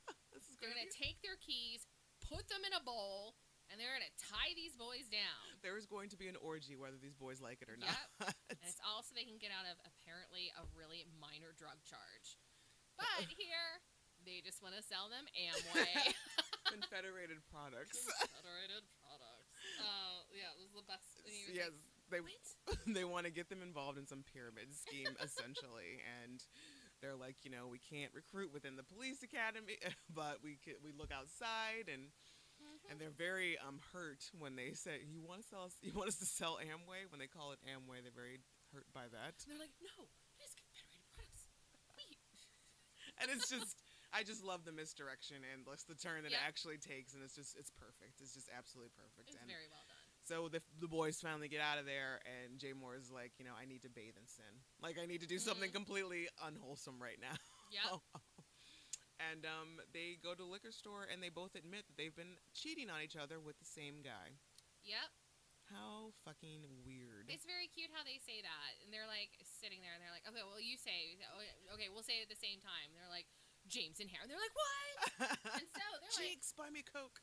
[SPEAKER 1] <laughs> This is
[SPEAKER 2] they're
[SPEAKER 1] gonna
[SPEAKER 2] gonna
[SPEAKER 1] be-
[SPEAKER 2] take their keys, put them in a bowl, and they're gonna tie these boys down.
[SPEAKER 1] there is going to be an orgy, whether these boys like it or
[SPEAKER 2] Yep.
[SPEAKER 1] not. <laughs>
[SPEAKER 2] And <laughs> it's all so they can get out of apparently a really minor drug charge.
[SPEAKER 1] <laughs>
[SPEAKER 2] But here, they just want to sell them Amway.
[SPEAKER 1] Confederated products.
[SPEAKER 2] Federated products. Uh, yeah, it was the best. And he was
[SPEAKER 1] yes, they
[SPEAKER 2] Like, what?
[SPEAKER 1] <laughs> they want to get them involved in some pyramid scheme essentially
[SPEAKER 2] <laughs>
[SPEAKER 1] and they're like you know we can't recruit within the police academy <laughs> but we could, we look outside and and
[SPEAKER 2] Mm-hmm.
[SPEAKER 1] they're very um hurt when they say you want to sell us <laughs> you want us to sell amway when they call it amway they're very hurt by that <laughs>
[SPEAKER 2] And they're like, no, it is Confederated products. We
[SPEAKER 1] and it's just i just love the misdirection and like the turn that
[SPEAKER 2] Yeah.
[SPEAKER 1] it actually takes and it's just it's perfect it's just absolutely perfect
[SPEAKER 2] It's
[SPEAKER 1] and
[SPEAKER 2] very well done.
[SPEAKER 1] So the, the boys finally get out of there, and Jay Moore is like, you know, I need to bathe in sin. Like, I need to do
[SPEAKER 2] Mm-hmm.
[SPEAKER 1] something completely unwholesome right now. <laughs>
[SPEAKER 2] Yeah.
[SPEAKER 1] Oh. And um, they go to the liquor store, and they both admit that they've been cheating on each other with the same guy.
[SPEAKER 2] Yep.
[SPEAKER 1] How fucking weird.
[SPEAKER 2] It's very cute how they say that. And they're like sitting there and they're like, okay, well, you say, it. Okay, okay, we'll say it at the same time. And they're like, James and Harry. And they're like,
[SPEAKER 1] <laughs>
[SPEAKER 2] what? and so they're like,
[SPEAKER 1] Cheeks, buy me a Coke.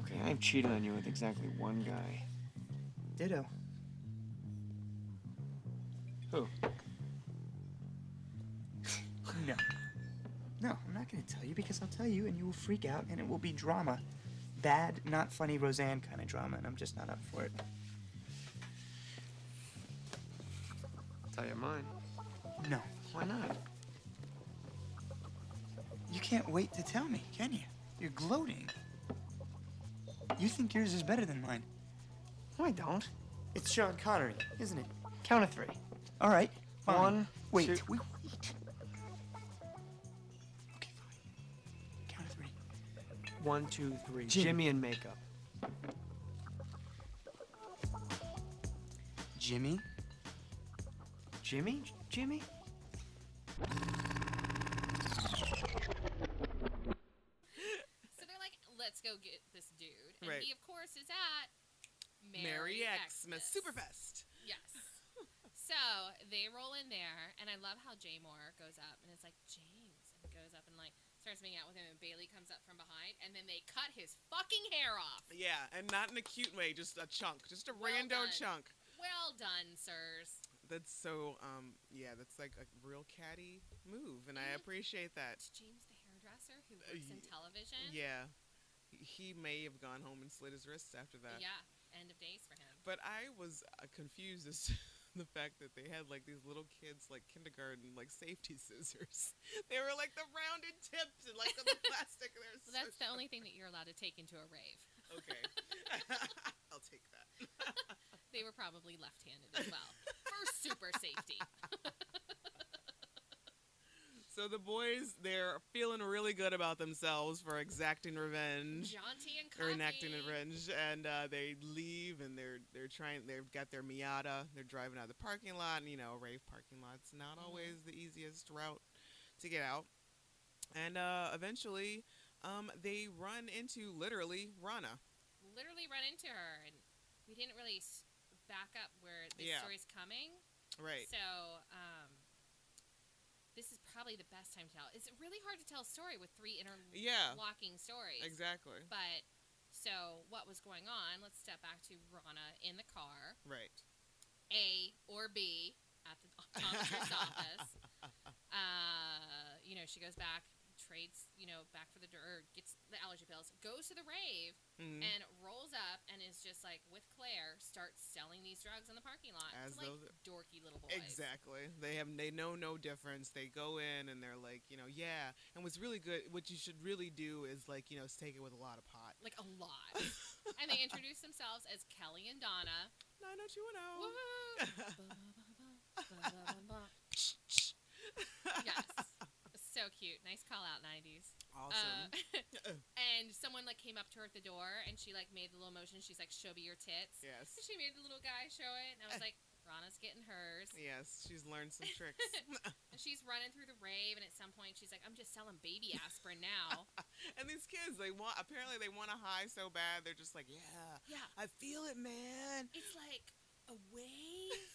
[SPEAKER 7] okay, I've cheated on you with exactly one guy. Ditto. Who?
[SPEAKER 9] No. No, I'm not going to tell you because I'll tell you and you will freak out and it will be drama. Bad, not funny Roseanne kind of drama, and I'm just not up for it.
[SPEAKER 3] I'll tell you mine.
[SPEAKER 9] No.
[SPEAKER 3] Why not?
[SPEAKER 9] You can't wait to tell me, can you? You're gloating. You think yours is better than mine.
[SPEAKER 7] No, I don't. It's Sean Connery, isn't it? Count of three.
[SPEAKER 9] All right. Fine.
[SPEAKER 7] One,
[SPEAKER 9] Wait,
[SPEAKER 7] two-
[SPEAKER 9] wait, wait. Okay, fine. Count of three.
[SPEAKER 7] One, two, three.
[SPEAKER 9] Jimmy.
[SPEAKER 7] Jimmy and makeup.
[SPEAKER 9] Jimmy?
[SPEAKER 7] Jimmy? Jimmy?
[SPEAKER 2] so they're like, let's go get this dude. And
[SPEAKER 1] Right.
[SPEAKER 2] he, of course, is at
[SPEAKER 1] Merry
[SPEAKER 2] Mary,
[SPEAKER 1] Xmas
[SPEAKER 2] Xmas.
[SPEAKER 1] Superfest.
[SPEAKER 2] Yes. so they roll in there, and I love how Jay Moore goes up and it's like, James. And goes up and like starts making out with him, and Bailey comes up from behind, and then they cut his fucking hair off.
[SPEAKER 1] Yeah, and not in a cute way, just a chunk, just a
[SPEAKER 2] Well
[SPEAKER 1] rando
[SPEAKER 2] done.
[SPEAKER 1] chunk.
[SPEAKER 2] Well done, sirs.
[SPEAKER 1] That's so, um, yeah, that's like a real catty move, and I
[SPEAKER 2] Mhm.
[SPEAKER 1] appreciate that.
[SPEAKER 2] It's James the hairdresser who
[SPEAKER 1] Uh,
[SPEAKER 2] works in
[SPEAKER 1] ye-
[SPEAKER 2] television.
[SPEAKER 1] Yeah. he may have gone home and slit his wrists after that.
[SPEAKER 2] Yeah, end of days for him.
[SPEAKER 1] But I was uh, confused as <laughs> to the fact that they had like these little kids, like kindergarten, like safety <laughs> scissors. they were like the rounded tips and like
[SPEAKER 2] <laughs>
[SPEAKER 1] on the plastic. and they're
[SPEAKER 2] So
[SPEAKER 1] so
[SPEAKER 2] <laughs> that's the only thing that you're allowed to take into a rave.
[SPEAKER 1] sharp. okay. <laughs> I'll take that.
[SPEAKER 2] They were probably left-handed as well
[SPEAKER 1] <laughs>
[SPEAKER 2] for super safety.
[SPEAKER 1] So the boys, they're feeling really good about themselves for exacting revenge.
[SPEAKER 2] Jaunty and
[SPEAKER 1] They're
[SPEAKER 2] coffee.
[SPEAKER 1] enacting revenge, and uh, they leave, and they're they're trying. They've got their Miata. They're driving out of the parking lot, and you know, rave parking lots not always the easiest route to get out. And uh, eventually, um, they run into literally Rana.
[SPEAKER 2] Literally run into her, and we didn't really s- back up where the
[SPEAKER 1] Yeah.
[SPEAKER 2] story's coming.
[SPEAKER 1] Right.
[SPEAKER 2] So, um, this is probably the best time to tell. It's really hard to tell a story with three
[SPEAKER 1] Yeah.
[SPEAKER 2] interlocking stories.
[SPEAKER 1] Exactly.
[SPEAKER 2] But so, what was going on? Let's step back to Rana in the car,
[SPEAKER 1] Right.
[SPEAKER 2] A or B, at the <laughs> optometrist's office.
[SPEAKER 1] <laughs>
[SPEAKER 2] Uh, you know, she goes back, trades, you know, back for the dir- or gets the allergy pills, goes to the rave,
[SPEAKER 1] Mhm.
[SPEAKER 2] and rolls up and is just like with Claire, starts selling these drugs in the parking lot
[SPEAKER 1] As
[SPEAKER 2] to like
[SPEAKER 1] though the-
[SPEAKER 2] dorky little boys.
[SPEAKER 1] Exactly. They have they know no difference. They go in and they're like, you know, yeah. And what's really good, what you should really do is like, you know, take it with a lot of pot.
[SPEAKER 2] Like a lot. and they introduce themselves as Kelly and Donna.
[SPEAKER 1] Nine oh two one
[SPEAKER 2] Woo!
[SPEAKER 1] oh.
[SPEAKER 2] yes. So cute. Nice call out, 90s.
[SPEAKER 9] Awesome.
[SPEAKER 2] Uh, <laughs> and someone like came up to her at the door and she like made the little motion. She's like, show me your tits.
[SPEAKER 1] Yes.
[SPEAKER 2] So she made the little guy show it, and I was like, Rana's getting hers. <laughs>
[SPEAKER 1] Yes, she's learned some tricks.
[SPEAKER 2] And she's running through the rave, and at some point she's like, I'm just selling baby aspirin now.
[SPEAKER 1] and these kids, they want apparently they want a high so bad. They're just like, yeah,
[SPEAKER 2] <laughs> yeah.
[SPEAKER 1] I feel it, man.
[SPEAKER 2] It's like a wave.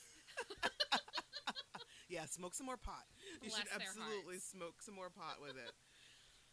[SPEAKER 1] Yeah, smoke some more pot. You should
[SPEAKER 2] Bless their
[SPEAKER 1] absolutely
[SPEAKER 2] hearts.
[SPEAKER 1] smoke some more pot with
[SPEAKER 2] <laughs>
[SPEAKER 1] it.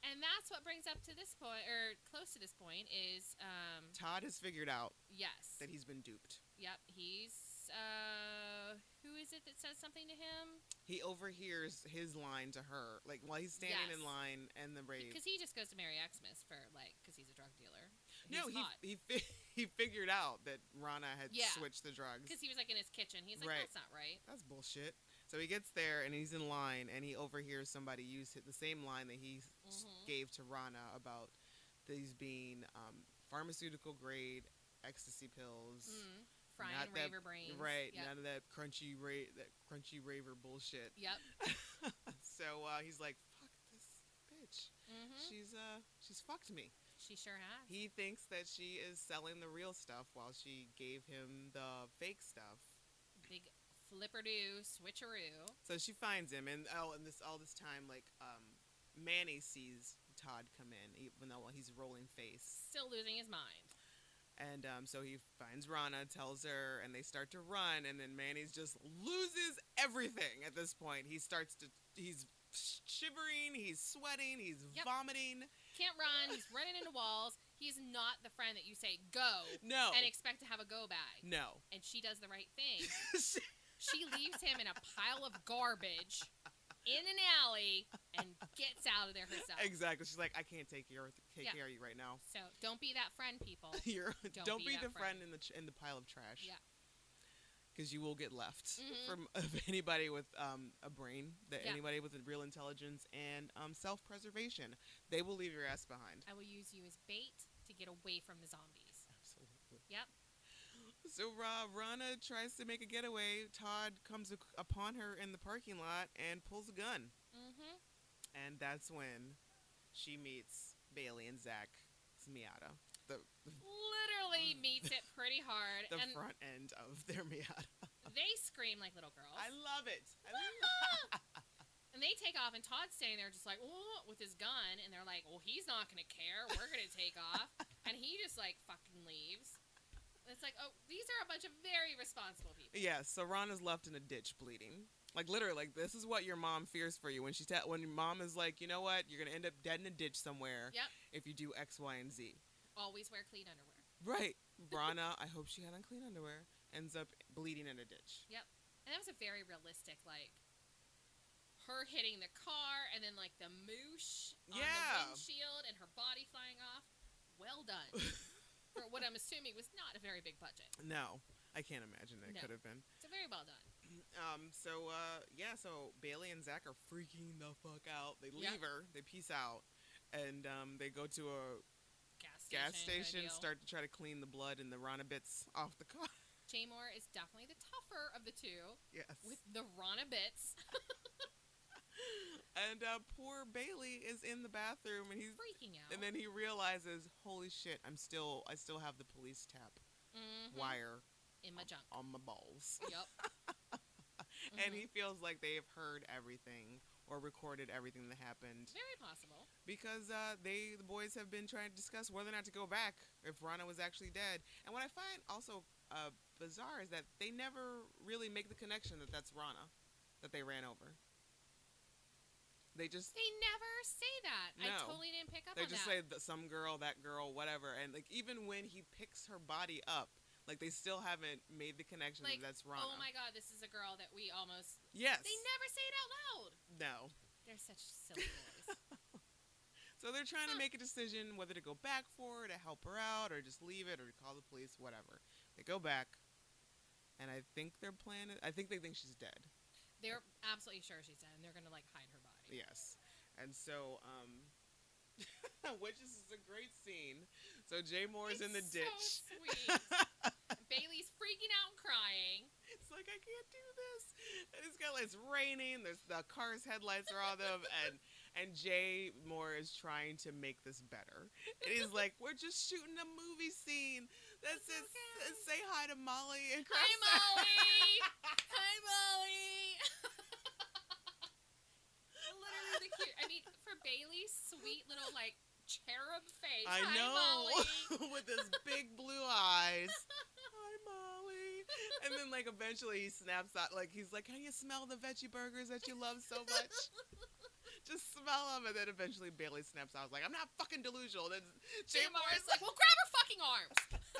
[SPEAKER 2] And that's what brings up to this point, or close to this point, is um,
[SPEAKER 1] Todd has figured out
[SPEAKER 2] yes.
[SPEAKER 1] that he's been duped.
[SPEAKER 2] Yep, he's. Uh, who is it that says something to him?
[SPEAKER 1] He overhears his line to her, like while he's standing in
[SPEAKER 2] Yes.
[SPEAKER 1] line and the rave.
[SPEAKER 2] Because he just goes to Mary Xmas for like, because he's a drug dealer.
[SPEAKER 1] no,
[SPEAKER 2] he's
[SPEAKER 1] he he fi- <laughs> he figured out that Rana had
[SPEAKER 2] Yeah.
[SPEAKER 1] switched the drugs.
[SPEAKER 2] Because he was like in his kitchen. He's like,
[SPEAKER 1] Right.
[SPEAKER 2] that's not right.
[SPEAKER 1] That's bullshit. So he gets there and he's in line and he overhears somebody use hit the same line that he s
[SPEAKER 2] Mhm.
[SPEAKER 1] gave to Rana about these being um, pharmaceutical grade ecstasy pills.
[SPEAKER 2] Mm, frying
[SPEAKER 1] Not that-
[SPEAKER 2] raver brains.
[SPEAKER 1] Right,
[SPEAKER 2] Yep.
[SPEAKER 1] none of that crunchy ra- that crunchy raver bullshit.
[SPEAKER 2] Yep.
[SPEAKER 1] <laughs> So uh, he's like, "Fuck this bitch.
[SPEAKER 2] hmm
[SPEAKER 1] She's uh she's fucked me."
[SPEAKER 2] She sure has.
[SPEAKER 1] He thinks that she is selling the real stuff while she gave him the fake stuff.
[SPEAKER 2] Big flipperdoo switcheroo.
[SPEAKER 1] So she finds him, and oh, and this all this time, like um, Manny sees Todd come in, e, even though he's rolling face,
[SPEAKER 2] Still losing his mind.
[SPEAKER 1] and um, so he finds Rana, tells her, and they start to run, and then Manny's just loses everything at this point. He starts to, he's shivering, he's sweating, he's
[SPEAKER 2] Yep.
[SPEAKER 1] vomiting.
[SPEAKER 2] Can't run. He's running into walls. He's not the friend that you say go
[SPEAKER 1] No,
[SPEAKER 2] and expect to have a go bag. <laughs>
[SPEAKER 1] no,
[SPEAKER 2] And she does the right thing. She leaves him in a pile of garbage in an alley and gets out of there herself.
[SPEAKER 1] exactly. She's like, I can't take your take
[SPEAKER 2] Yeah.
[SPEAKER 1] care of you right now. <laughs>
[SPEAKER 2] So don't be that friend, people.
[SPEAKER 1] You're, don't,
[SPEAKER 2] Don't be
[SPEAKER 1] be, the
[SPEAKER 2] that
[SPEAKER 1] friend
[SPEAKER 2] friend.
[SPEAKER 1] in the tr- in the pile of trash.
[SPEAKER 2] Yeah.
[SPEAKER 1] Because you will get left
[SPEAKER 2] Mhm.
[SPEAKER 1] from <laughs> of anybody with um, a brain, that
[SPEAKER 2] Yeah.
[SPEAKER 1] anybody with a real intelligence and um, self-preservation, they will leave your ass behind.
[SPEAKER 2] I will use you as bait to get away from the zombies.
[SPEAKER 1] Absolutely.
[SPEAKER 2] Yep.
[SPEAKER 1] So uh, Rana tries to make a getaway. Todd comes ac- upon her in the parking lot and pulls a gun,
[SPEAKER 2] Mm-hmm.
[SPEAKER 1] and that's when she meets Bailey and Zach's Miata, the <laughs>
[SPEAKER 2] Literally meets it pretty hard,
[SPEAKER 1] the
[SPEAKER 2] and
[SPEAKER 1] front end of their Miata.
[SPEAKER 2] they scream like little girls.
[SPEAKER 1] I love it. I love
[SPEAKER 2] And they take off, and Todd's standing there just like, oh, with his gun. And they're like, well, he's not going to care. We're going to take
[SPEAKER 1] <laughs>
[SPEAKER 2] off. And he just like fucking leaves. And It's like, oh, these are a bunch of very responsible people.
[SPEAKER 1] Yeah, so Ron is left in a ditch bleeding. Like literally, like this is what your mom fears for you when she ta- when your mom is like, you know what, you're gonna end up dead in a ditch somewhere
[SPEAKER 2] Yep.
[SPEAKER 1] if you do X, Y, and Z.
[SPEAKER 2] Always wear clean underwear.
[SPEAKER 1] Right, Rana. I hope she had unclean underwear. Ends up bleeding in a ditch.
[SPEAKER 2] And that was a very realistic, like, her hitting the car and then, like, the moosh on
[SPEAKER 1] Yeah.
[SPEAKER 2] the windshield and her body flying off.
[SPEAKER 1] <laughs>
[SPEAKER 2] well done for what I'm assuming was not a very big budget.
[SPEAKER 1] No, I can't imagine that it
[SPEAKER 2] No.
[SPEAKER 1] could have been.
[SPEAKER 2] So very well done.
[SPEAKER 1] Um, so uh, yeah, so Bailey and Zach are freaking the fuck out. They leave
[SPEAKER 2] Yeah.
[SPEAKER 1] her. They peace out, and um, they go to a
[SPEAKER 2] Gas station.
[SPEAKER 1] gas
[SPEAKER 2] kinda
[SPEAKER 1] station,
[SPEAKER 2] deal.
[SPEAKER 1] start to try to clean the blood and the Rana bits off the car. <laughs>
[SPEAKER 2] Jamor is definitely the tougher of the two
[SPEAKER 1] Yes.
[SPEAKER 2] with the Rana bits.
[SPEAKER 1] and uh, poor Bailey is in the bathroom, and he's
[SPEAKER 2] freaking out.
[SPEAKER 1] and then he realizes, holy shit, I'm still I still have the police tap
[SPEAKER 2] Mhm.
[SPEAKER 1] wire
[SPEAKER 2] in my junk. Mm-hmm.
[SPEAKER 1] on my balls, <laughs>
[SPEAKER 2] Yep.
[SPEAKER 1] and he feels like they have heard everything or recorded everything that happened
[SPEAKER 2] Very possible.
[SPEAKER 1] because uh, they the boys have been trying to discuss whether or not to go back if Rana was actually dead. And what I find also uh, bizarre is that they never really make the connection that that's Rana that they ran over. They just
[SPEAKER 2] They never say that. I
[SPEAKER 1] No.
[SPEAKER 2] totally didn't pick up
[SPEAKER 1] they
[SPEAKER 2] on
[SPEAKER 1] just say
[SPEAKER 2] that.
[SPEAKER 1] that some girl, that girl, whatever. And like even when he picks her body up, like they still haven't made the connection
[SPEAKER 2] like,
[SPEAKER 1] that that's Rana.
[SPEAKER 2] oh my god, this is a girl that we almost.
[SPEAKER 1] yes.
[SPEAKER 2] They never say it out loud.
[SPEAKER 1] no.
[SPEAKER 2] They're such silly
[SPEAKER 1] <laughs>
[SPEAKER 2] boys.
[SPEAKER 1] So they're trying to
[SPEAKER 2] Huh.
[SPEAKER 1] make a decision whether to go back for her to help her out or just leave it or to call the police, whatever. They go back, and I think their plan. Is, I think they think she's dead.
[SPEAKER 2] they're absolutely sure she's dead, and they're gonna like hide her body.
[SPEAKER 1] Yes, and so um, <laughs> which is is a great scene. So Jay Moore is in the ditch.
[SPEAKER 2] So
[SPEAKER 1] <laughs>
[SPEAKER 2] sweet. Bailey's freaking out, and crying.
[SPEAKER 1] It's like I can't do this. And it's got it's raining. There's the car's headlights are on them, and and Jay Moore is trying to make this better. And he's like, "We're just shooting a movie scene. That's
[SPEAKER 2] It's
[SPEAKER 1] it. S- Say hi to Molly and
[SPEAKER 2] Hi,
[SPEAKER 1] cross out."
[SPEAKER 2] <laughs> Molly. Hi, Molly. Literally the cute. I mean, for Bailey's sweet little like cherub face.
[SPEAKER 1] I
[SPEAKER 2] Hi,
[SPEAKER 1] <laughs>
[SPEAKER 2] Molly.
[SPEAKER 1] know with
[SPEAKER 2] <laughs>
[SPEAKER 1] his big blue eyes. Hi, Molly. And then like eventually he snaps out. Like he's like, "Can you smell the veggie burgers that you love so
[SPEAKER 2] <laughs>
[SPEAKER 1] much?" Just smell them, and then eventually Bailey snaps out. I was like, I'm not fucking delusional. Then Jay
[SPEAKER 2] Jim
[SPEAKER 1] Moore is
[SPEAKER 2] Morris like, well, grab her fucking arms. <laughs>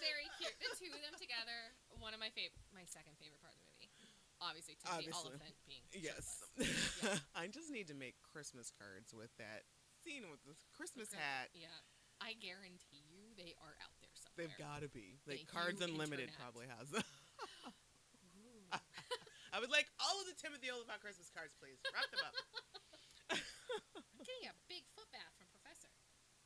[SPEAKER 2] Very cute. The two of them together. One of my favorite, my second favorite part of the movie. Obviously, Timothy
[SPEAKER 1] Obviously.
[SPEAKER 2] Oliphant being
[SPEAKER 1] Yes.
[SPEAKER 2] shirtless. Yeah.
[SPEAKER 1] <laughs> I just need to make Christmas cards with that scene with the Christmas
[SPEAKER 2] Okay.
[SPEAKER 1] hat.
[SPEAKER 2] Yeah, I guarantee you they are out there somewhere.
[SPEAKER 1] They've got to be. Like
[SPEAKER 2] Thank
[SPEAKER 1] Cards
[SPEAKER 2] you,
[SPEAKER 1] Unlimited
[SPEAKER 2] Internet.
[SPEAKER 1] probably has <laughs> them.
[SPEAKER 2] Ooh.
[SPEAKER 1] I would like all of the Timothy Oliphant Christmas cards, please. Wrap them up.
[SPEAKER 2] Getting a big foot bath from Professor.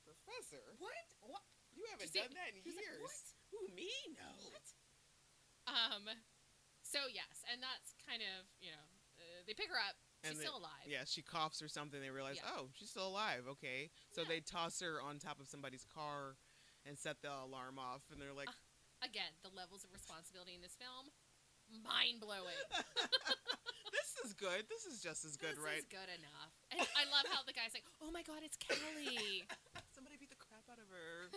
[SPEAKER 1] Professor? What? What? You haven't done
[SPEAKER 2] Did you see-
[SPEAKER 1] that in
[SPEAKER 2] he was like,
[SPEAKER 1] years.
[SPEAKER 2] "What?
[SPEAKER 1] Who, me? No.
[SPEAKER 2] What? Um. So yes, and that's kind of you know uh, they pick her up.
[SPEAKER 1] And
[SPEAKER 2] She's
[SPEAKER 1] they-
[SPEAKER 2] still alive.
[SPEAKER 1] Yeah, she coughs or something. They realize,
[SPEAKER 2] Yeah.
[SPEAKER 1] oh, she's still alive. Okay. So they
[SPEAKER 2] Yeah.
[SPEAKER 1] toss her on top of somebody's car and set the alarm off. And they're
[SPEAKER 2] <laughs>
[SPEAKER 1] like,
[SPEAKER 2] Again, the levels of responsibility in this film, mind
[SPEAKER 1] <laughs>
[SPEAKER 2] blowing.
[SPEAKER 1] this is good. This is just as good,
[SPEAKER 2] this
[SPEAKER 1] right?
[SPEAKER 2] Is good enough. And I love how the guy's like, "Oh my god, it's Kelly."
[SPEAKER 1] <laughs> Somebody beat the crap out of her.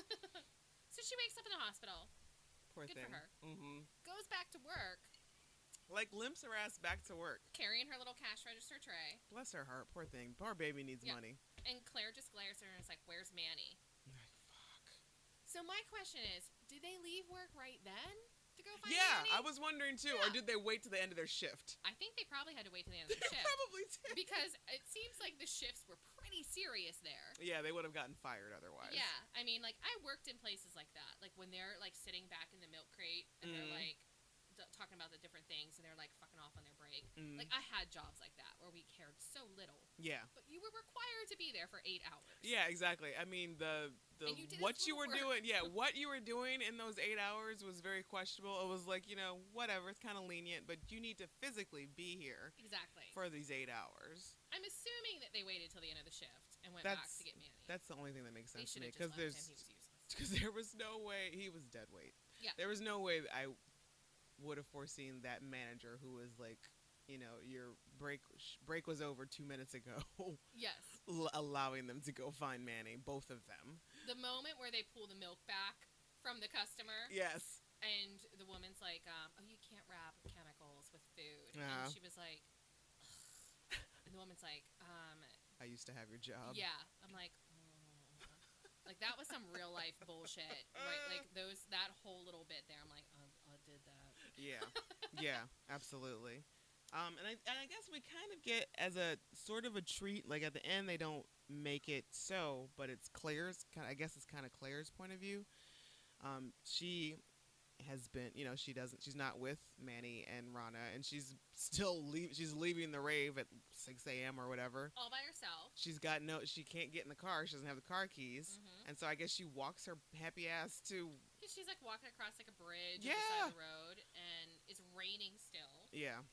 [SPEAKER 2] so she wakes up in the hospital,
[SPEAKER 1] <laughs> Poor
[SPEAKER 2] Good for
[SPEAKER 1] thing.
[SPEAKER 2] her.
[SPEAKER 1] Mm-hmm.
[SPEAKER 2] goes back to work,
[SPEAKER 1] Like limps her ass back to work.
[SPEAKER 2] carrying her little cash register tray,
[SPEAKER 1] Bless her heart. Poor thing. Poor baby needs
[SPEAKER 2] Yeah.
[SPEAKER 1] money.
[SPEAKER 2] and Claire just glares at her and is like, "Where's Manny?"
[SPEAKER 1] Like, fuck.
[SPEAKER 2] So my question is, did they leave work right then to go find
[SPEAKER 1] Yeah,
[SPEAKER 2] Manny?
[SPEAKER 1] I was wondering too. Or
[SPEAKER 2] Yeah.
[SPEAKER 1] did they wait to the end of their shift?
[SPEAKER 2] I think they probably had to wait till the end of
[SPEAKER 1] <laughs>
[SPEAKER 2] the shift
[SPEAKER 1] Probably did.
[SPEAKER 2] because it seems like the shifts were pretty serious there.
[SPEAKER 1] Yeah, they would have gotten fired otherwise.
[SPEAKER 2] Yeah, I mean, like I worked in places like that, like when they're like sitting back in the milk crate and
[SPEAKER 1] Mhm.
[SPEAKER 2] they're like d- talking about the different things and they're like fucking off on their break.
[SPEAKER 1] Mm,
[SPEAKER 2] Like I had jobs like that where we cared so little,
[SPEAKER 1] yeah.
[SPEAKER 2] but you were required to be there for eight hours.
[SPEAKER 1] Yeah, exactly. I mean, the the
[SPEAKER 2] And you did
[SPEAKER 1] what
[SPEAKER 2] this
[SPEAKER 1] you were
[SPEAKER 2] little work.
[SPEAKER 1] doing,
[SPEAKER 2] <laughs>
[SPEAKER 1] yeah, what you were doing in those eight hours was very questionable. It was like you know, whatever. It's kind of lenient, but you need to physically be here
[SPEAKER 2] exactly.
[SPEAKER 1] for these eight hours.
[SPEAKER 2] I'm assuming that they waited till the end of the shift and went back
[SPEAKER 1] That's-
[SPEAKER 2] to get Manny.
[SPEAKER 1] That's the only thing that makes
[SPEAKER 2] they
[SPEAKER 1] sense to
[SPEAKER 2] should
[SPEAKER 1] me
[SPEAKER 2] have just left
[SPEAKER 1] there's
[SPEAKER 2] him. He was useless.
[SPEAKER 1] <laughs> because there was no way he was dead weight.
[SPEAKER 2] Yeah.
[SPEAKER 1] There was no way that I would have foreseen that manager who was like, you know, your break sh- break was over two minutes ago, <laughs>
[SPEAKER 2] Yes.
[SPEAKER 1] l- allowing them to go find Manny, both of them.
[SPEAKER 2] The moment where they pull the milk back from the customer
[SPEAKER 1] Yes.
[SPEAKER 2] and the woman's like, um, oh, you can't wrap chemicals with food.
[SPEAKER 1] Yeah.
[SPEAKER 2] And she was like, "Ugh." and the woman's like, um,
[SPEAKER 1] I used to have your job.
[SPEAKER 2] yeah. I'm like, "Oh." like that was some real life bullshit, right? Like those, "Oh, that whole little bit there. I'm like, um, I did that.
[SPEAKER 1] Yeah. Yeah, absolutely. Um, and I, and I guess we kind of get as a sort of a treat. Like at the end, they don't make it so, but it's Claire's. Kind I guess it's kind of Claire's point of view. Um, she has been, you know, she doesn't. She's not with Manny and Rana, and she's still leave. She's leaving the rave at 6 a.m. or whatever.
[SPEAKER 2] all by herself.
[SPEAKER 1] She's got no. She can't get in the car. She doesn't have the car keys,
[SPEAKER 2] Mhm.
[SPEAKER 1] and so I guess she walks her happy ass to.
[SPEAKER 2] Because she's like walking across like a bridge
[SPEAKER 1] Yeah.
[SPEAKER 2] on the side of the road, and it's raining still.
[SPEAKER 1] Yeah.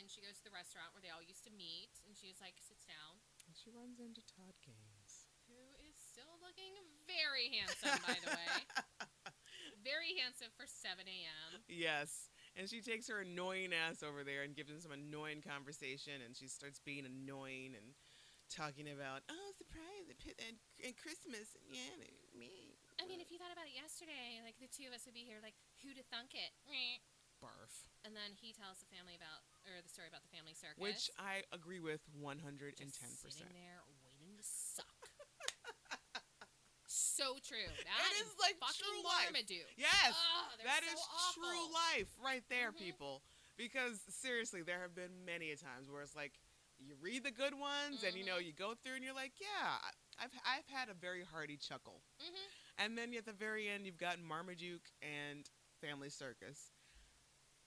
[SPEAKER 2] And she goes to the restaurant where they all used to meet, and she was like sits down.
[SPEAKER 1] And she runs into Todd Gaines.
[SPEAKER 2] who is still looking very handsome, by the
[SPEAKER 1] <laughs>
[SPEAKER 2] way. very handsome for 7 a.m.
[SPEAKER 1] Yes. And she takes her annoying ass over there and gives him some annoying conversation, and she starts being annoying and talking about oh surprise and, pi- and, and Christmas and yeah and me.
[SPEAKER 2] I mean, if you thought about it yesterday, like the two of us would be here, like, who'd have thunk it? Meh.
[SPEAKER 1] barf,
[SPEAKER 2] And then he tells the family about, or the story about the family circus.
[SPEAKER 1] which I agree with one hundred and
[SPEAKER 2] Just
[SPEAKER 1] ten percent.
[SPEAKER 2] Sitting there waiting to
[SPEAKER 1] <laughs>
[SPEAKER 2] suck. so true. That
[SPEAKER 1] It
[SPEAKER 2] and
[SPEAKER 1] is like
[SPEAKER 2] fucking
[SPEAKER 1] true life.
[SPEAKER 2] Marmaduke.
[SPEAKER 1] Yes,
[SPEAKER 2] Ugh, Oh, they're
[SPEAKER 1] that
[SPEAKER 2] so
[SPEAKER 1] is
[SPEAKER 2] awful.
[SPEAKER 1] true life right there,
[SPEAKER 2] Mhm.
[SPEAKER 1] people. Because seriously, there have been many a times where it's like you read the good ones, and you know
[SPEAKER 2] Mm-hmm.
[SPEAKER 1] you go through, and you're like, yeah, I- I've I've had a very hearty chuckle.
[SPEAKER 2] Mhm.
[SPEAKER 1] And then at the very end, you've got Marmaduke and Family Circus.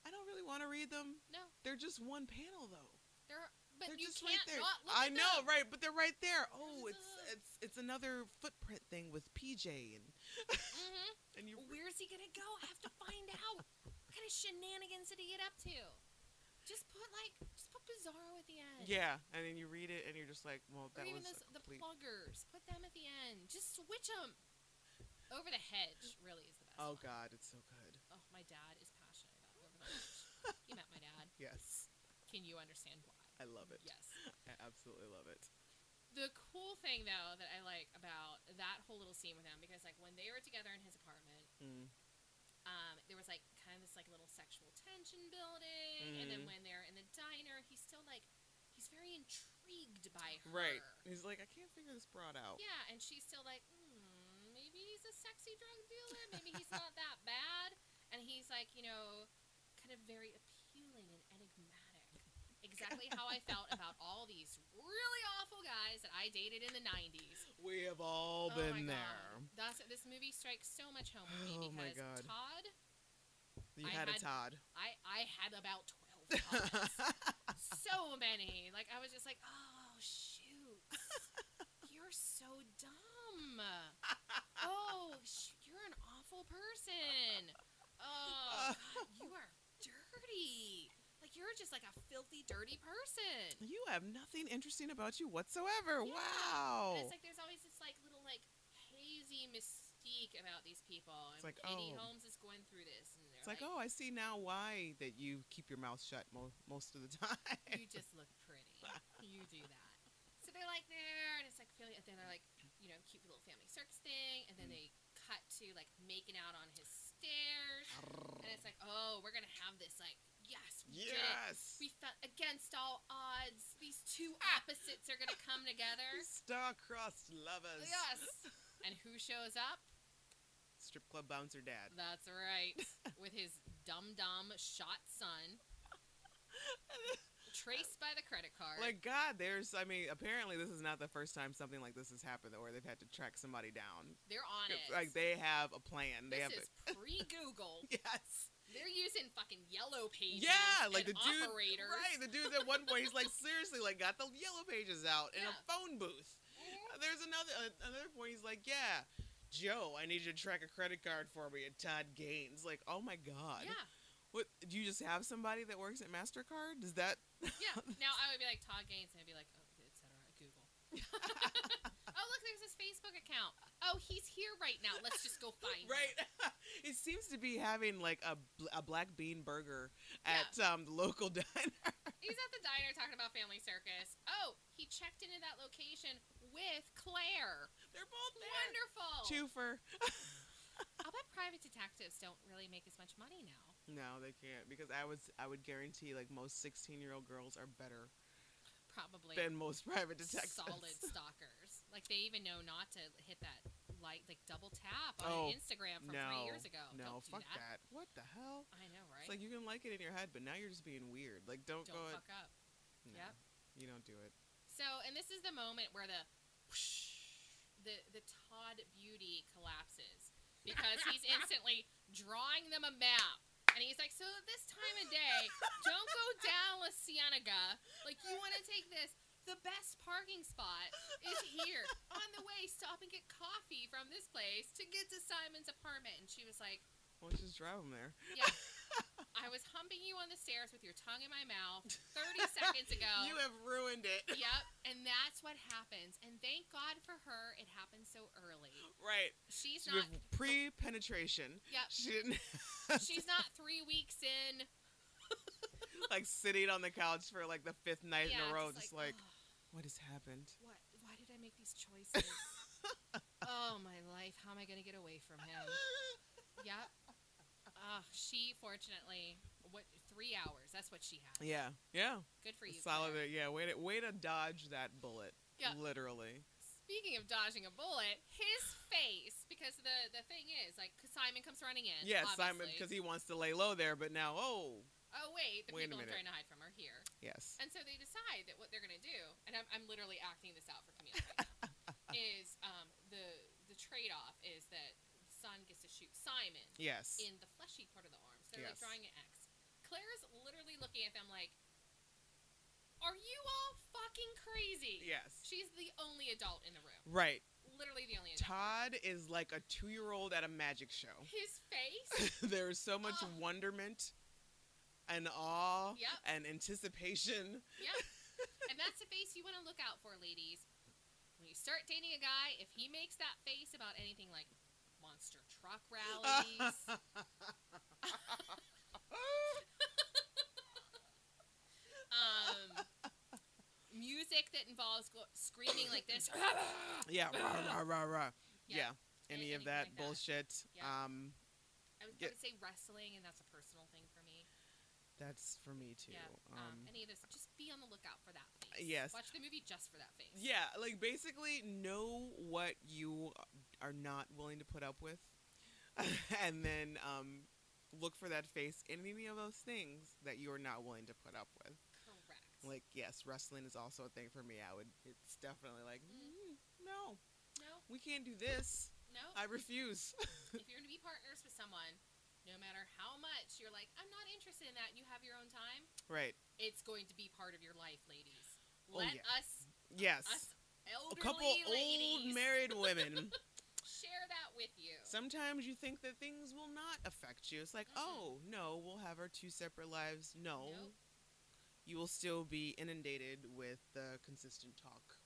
[SPEAKER 1] I don't really want to read them.
[SPEAKER 2] No,
[SPEAKER 1] They're just one panel, though.
[SPEAKER 2] they're, but
[SPEAKER 1] They're
[SPEAKER 2] you
[SPEAKER 1] just
[SPEAKER 2] can't
[SPEAKER 1] right there.
[SPEAKER 2] not look
[SPEAKER 1] I
[SPEAKER 2] at
[SPEAKER 1] know,
[SPEAKER 2] them.
[SPEAKER 1] right? But they're right there. Oh,
[SPEAKER 2] Look at
[SPEAKER 1] it's
[SPEAKER 2] them.
[SPEAKER 1] it's it's another footprint thing with PJ and
[SPEAKER 2] Mhm.
[SPEAKER 1] and you.
[SPEAKER 2] Where's he gonna go? I have to find out. What kind of shenanigans did he get up to? Just put like, just put Bizarro at the end.
[SPEAKER 1] Yeah, and then you read it, and you're just like, well,
[SPEAKER 2] Or
[SPEAKER 1] that
[SPEAKER 2] even
[SPEAKER 1] was
[SPEAKER 2] those,
[SPEAKER 1] a
[SPEAKER 2] the
[SPEAKER 1] complete.
[SPEAKER 2] pluggers. Put them at the end. Just switch them. Over the hedge really is the best.
[SPEAKER 1] Oh
[SPEAKER 2] one.
[SPEAKER 1] God, it's so good.
[SPEAKER 2] Oh, my dad is passionate about over the hedge. you met my dad.
[SPEAKER 1] Yes,
[SPEAKER 2] Can you understand
[SPEAKER 1] <laughs>
[SPEAKER 2] why?
[SPEAKER 1] I love it.
[SPEAKER 2] Yes.
[SPEAKER 1] I absolutely love it.
[SPEAKER 2] The cool thing though that I like about that whole little scene with them because like when they were together in his apartment,
[SPEAKER 1] Mm.
[SPEAKER 2] um, there was like kind of this like little sexual tension building, and then
[SPEAKER 1] Mhm.
[SPEAKER 2] when they're in the diner, he's still like, he's very intrigued by her.
[SPEAKER 1] Right. He's like, I can't figure this broad out.
[SPEAKER 2] Yeah, and she's still like, hmm, maybe he's a sexy drug dealer. Maybe he's
[SPEAKER 1] <laughs>
[SPEAKER 2] not that bad. And he's like, you know, kind of very appealing and enigmatic. Exactly how I felt about all these really awful guys that I dated in the '90s.
[SPEAKER 1] We have all
[SPEAKER 2] Oh my
[SPEAKER 1] been
[SPEAKER 2] God.
[SPEAKER 1] there.
[SPEAKER 2] That's this movie strikes so much home with me
[SPEAKER 1] Oh my
[SPEAKER 2] because
[SPEAKER 1] God.
[SPEAKER 2] Todd,
[SPEAKER 1] You
[SPEAKER 2] I
[SPEAKER 1] had, a
[SPEAKER 2] had-
[SPEAKER 1] Todd.
[SPEAKER 2] I I had about twelve Todds.
[SPEAKER 1] <laughs>
[SPEAKER 2] so many. Like I was just like, oh shoot, you're so dumb. Oh, sh- you're an awful person. Oh, God, you are dirty. Like you're just like a filthy, dirty person.
[SPEAKER 1] you have nothing interesting about you whatsoever.
[SPEAKER 2] Yeah.
[SPEAKER 1] Wow.
[SPEAKER 2] And it's like there's always this like little like hazy mystique about these people.
[SPEAKER 1] It's
[SPEAKER 2] and
[SPEAKER 1] like,
[SPEAKER 2] Katie
[SPEAKER 1] oh.
[SPEAKER 2] Holmes is going through this, and they're
[SPEAKER 1] It's like, oh, I see now why that you keep your mouth shut mo- most of the <laughs>
[SPEAKER 2] <laughs>
[SPEAKER 1] time.
[SPEAKER 2] you just look pretty. You do that. So they're like there, and it's like feeling. And then they're like, you know, cute little family circus thing, and then they cut to like making out on his stairs, and it's like, oh, we're gonna have this like, yes, we did it.
[SPEAKER 1] yes.
[SPEAKER 2] We felt against all odds. These two opposites are gonna
[SPEAKER 1] <laughs>
[SPEAKER 2] come together.
[SPEAKER 1] Star-crossed lovers.
[SPEAKER 2] Yes. And who shows up?
[SPEAKER 1] Strip club bouncer dad.
[SPEAKER 2] That's right, with his dumb dumb shot son, traced by the credit card.
[SPEAKER 1] Like God, there's. I mean, apparently this is not the first time something like this has happened, or they've had to track somebody down.
[SPEAKER 2] they're on it.
[SPEAKER 1] It's Like they have a plan. They
[SPEAKER 2] this
[SPEAKER 1] have.
[SPEAKER 2] is pre Google.
[SPEAKER 1] <laughs> a, yes.
[SPEAKER 2] They're using fucking yellow pages.
[SPEAKER 1] Yeah, like the
[SPEAKER 2] and
[SPEAKER 1] dude.
[SPEAKER 2] operators.
[SPEAKER 1] Right, the dude at one point he's like seriously like got the yellow pages out in a
[SPEAKER 2] Yeah.
[SPEAKER 1] phone booth.
[SPEAKER 2] Mhm.
[SPEAKER 1] Uh, There's another uh, another point. He's like, yeah, Joe, I need you to track a credit card for me at Todd Gaines. Like, oh my god.
[SPEAKER 2] Yeah,
[SPEAKER 1] What do you just have somebody that works at Mastercard? Does that?
[SPEAKER 2] yeah. Now I would be like Todd Gaines, and I'd be like, oh, etc.
[SPEAKER 1] <laughs>
[SPEAKER 2] Google. <laughs> oh look, there's his Facebook account. Oh, he's here right now. Let's just go find him.
[SPEAKER 1] Right. <laughs> it seems to be having like a, bl- a black bean burger
[SPEAKER 2] Yeah.
[SPEAKER 1] at um, the local <laughs> diner.
[SPEAKER 2] He's at the diner talking about Family Circus. Oh, he checked into that location with Claire.
[SPEAKER 1] They're both there.
[SPEAKER 2] Wonderful.
[SPEAKER 1] Twofer.
[SPEAKER 2] I'll bet private detectives don't really make as much money now.
[SPEAKER 1] No, they can't because I was I would guarantee like most 16 year old girls are better
[SPEAKER 2] Probably.
[SPEAKER 1] than most private detectives. <laughs>
[SPEAKER 2] solid stalkers. Like they even know not to hit that like like double tap on
[SPEAKER 1] Oh,
[SPEAKER 2] Instagram from
[SPEAKER 1] no,
[SPEAKER 2] three years ago.
[SPEAKER 1] <laughs> No,
[SPEAKER 2] Don't do
[SPEAKER 1] fuck that. What the hell?
[SPEAKER 2] I know, right?
[SPEAKER 1] It's like you can like it in your head, but now you're just being weird. Like, don't,
[SPEAKER 2] Don't
[SPEAKER 1] go.
[SPEAKER 2] fuck up.
[SPEAKER 1] No,
[SPEAKER 2] Yep.
[SPEAKER 1] You don't do it.
[SPEAKER 2] So, and this is the moment where the the the Todd Beauty collapses because he's instantly drawing them a map. And he's like, so at this time of day, don't go down La Cienega. Like, you want to take this. The best parking spot is here. On the way, stop and get coffee from this place to get to Simon's apartment. And she was like,
[SPEAKER 1] Well, let's just drive them there.
[SPEAKER 2] yeah. I was humping you on the stairs with your tongue in my mouth 30 seconds ago
[SPEAKER 1] <laughs> You have ruined it.
[SPEAKER 2] yep, and that's what happens. And thank God for her, it happened so early.
[SPEAKER 1] <laughs> Right.
[SPEAKER 2] She's
[SPEAKER 1] She was
[SPEAKER 2] not.
[SPEAKER 1] pre-penetration. <laughs>
[SPEAKER 2] Yep.
[SPEAKER 1] She didn't
[SPEAKER 2] She's not three weeks in.
[SPEAKER 1] like sitting on the couch for like the fifth night in
[SPEAKER 2] yeah,
[SPEAKER 1] a row, just, like,
[SPEAKER 2] "Ugh,
[SPEAKER 1] what has happened?
[SPEAKER 2] what? Why did I make these choices?
[SPEAKER 1] <laughs>
[SPEAKER 2] oh my life! How am I gonna get away from him? Yep. Ah, she fortunately what three hours? That's what she had.
[SPEAKER 1] Yeah. Yeah.
[SPEAKER 2] Good for you.
[SPEAKER 1] Solid.
[SPEAKER 2] Claire.
[SPEAKER 1] Yeah. Way to way to dodge that bullet.
[SPEAKER 2] Yeah.
[SPEAKER 1] Literally.
[SPEAKER 2] Speaking of dodging a bullet, his face because the the thing is like 'cause Simon comes running in.
[SPEAKER 1] Yeah, Simon,
[SPEAKER 2] obviously.
[SPEAKER 1] because he wants to lay low there, but now, oh,
[SPEAKER 2] Oh wait, the
[SPEAKER 1] Wait a
[SPEAKER 2] people I'm
[SPEAKER 1] minute.
[SPEAKER 2] trying to hide from are here.
[SPEAKER 1] yes.
[SPEAKER 2] And so they decide that what they're going to do, and I'm, I'm literally acting this out for Camille,
[SPEAKER 1] <laughs>
[SPEAKER 2] right now, is um, the the trade off is that the son gets to shoot Simon
[SPEAKER 1] Yes.
[SPEAKER 2] in the fleshy part of the arm. So they're
[SPEAKER 1] Yes.
[SPEAKER 2] like drawing an X. Claire's literally looking at them like, "Are you all fucking crazy?"
[SPEAKER 1] yes.
[SPEAKER 2] She's the only adult in the room.
[SPEAKER 1] Right.
[SPEAKER 2] Literally the only adult.
[SPEAKER 1] Todd is like a two year old at a magic show.
[SPEAKER 2] His face.
[SPEAKER 1] <laughs> there is so much
[SPEAKER 2] Oh.
[SPEAKER 1] wonderment and awe
[SPEAKER 2] Yep.
[SPEAKER 1] and anticipation.
[SPEAKER 2] yeah. And that's the face you want to look out for, ladies. When you start dating a guy, if he makes that face about anything like monster truck
[SPEAKER 1] <laughs>
[SPEAKER 2] rallies, um, music that involves go- screaming like this, I
[SPEAKER 1] <coughs> Yeah. rah, rah, rah, rah. Yeah.
[SPEAKER 2] Yeah. Any-
[SPEAKER 1] Any of
[SPEAKER 2] anything
[SPEAKER 1] that
[SPEAKER 2] like that.
[SPEAKER 1] bullshit.
[SPEAKER 2] Yeah.
[SPEAKER 1] Um,
[SPEAKER 2] was
[SPEAKER 1] Yeah.
[SPEAKER 2] going to say wrestling, and that's a personal thing for me.
[SPEAKER 1] that's for me too.
[SPEAKER 2] Yeah.
[SPEAKER 1] Um,
[SPEAKER 2] Um, any of this, just be on the lookout for that face.
[SPEAKER 1] Yes.
[SPEAKER 2] Watch the movie just for that face.
[SPEAKER 1] Yeah, like basically know what you are not willing to put up with, <laughs> and then um, look for that face in any of those things that you are not willing to put up with.
[SPEAKER 2] Correct.
[SPEAKER 1] Like, yes, wrestling is also a thing for me. I would. It's definitely like,
[SPEAKER 2] Mm-hmm.
[SPEAKER 1] mm, no,
[SPEAKER 2] no,
[SPEAKER 1] we can't do this.
[SPEAKER 2] no.
[SPEAKER 1] I refuse. <laughs>
[SPEAKER 2] if you're going to be partners with someone, no matter how much you're like, I'm not interested in that, and you have your own time,
[SPEAKER 1] right.
[SPEAKER 2] it's going to be part of your life, ladies.
[SPEAKER 1] Oh,
[SPEAKER 2] Let
[SPEAKER 1] yeah.
[SPEAKER 2] us,
[SPEAKER 1] Yes.
[SPEAKER 2] us
[SPEAKER 1] A
[SPEAKER 2] elderly
[SPEAKER 1] couple
[SPEAKER 2] ladies <laughs>
[SPEAKER 1] old married women.
[SPEAKER 2] share that with you.
[SPEAKER 1] Sometimes you think that things will not affect you. It's like,
[SPEAKER 2] Mhm.
[SPEAKER 1] oh no, we'll have our two separate lives. No,
[SPEAKER 2] Nope.
[SPEAKER 1] you will still be inundated with the consistent talk,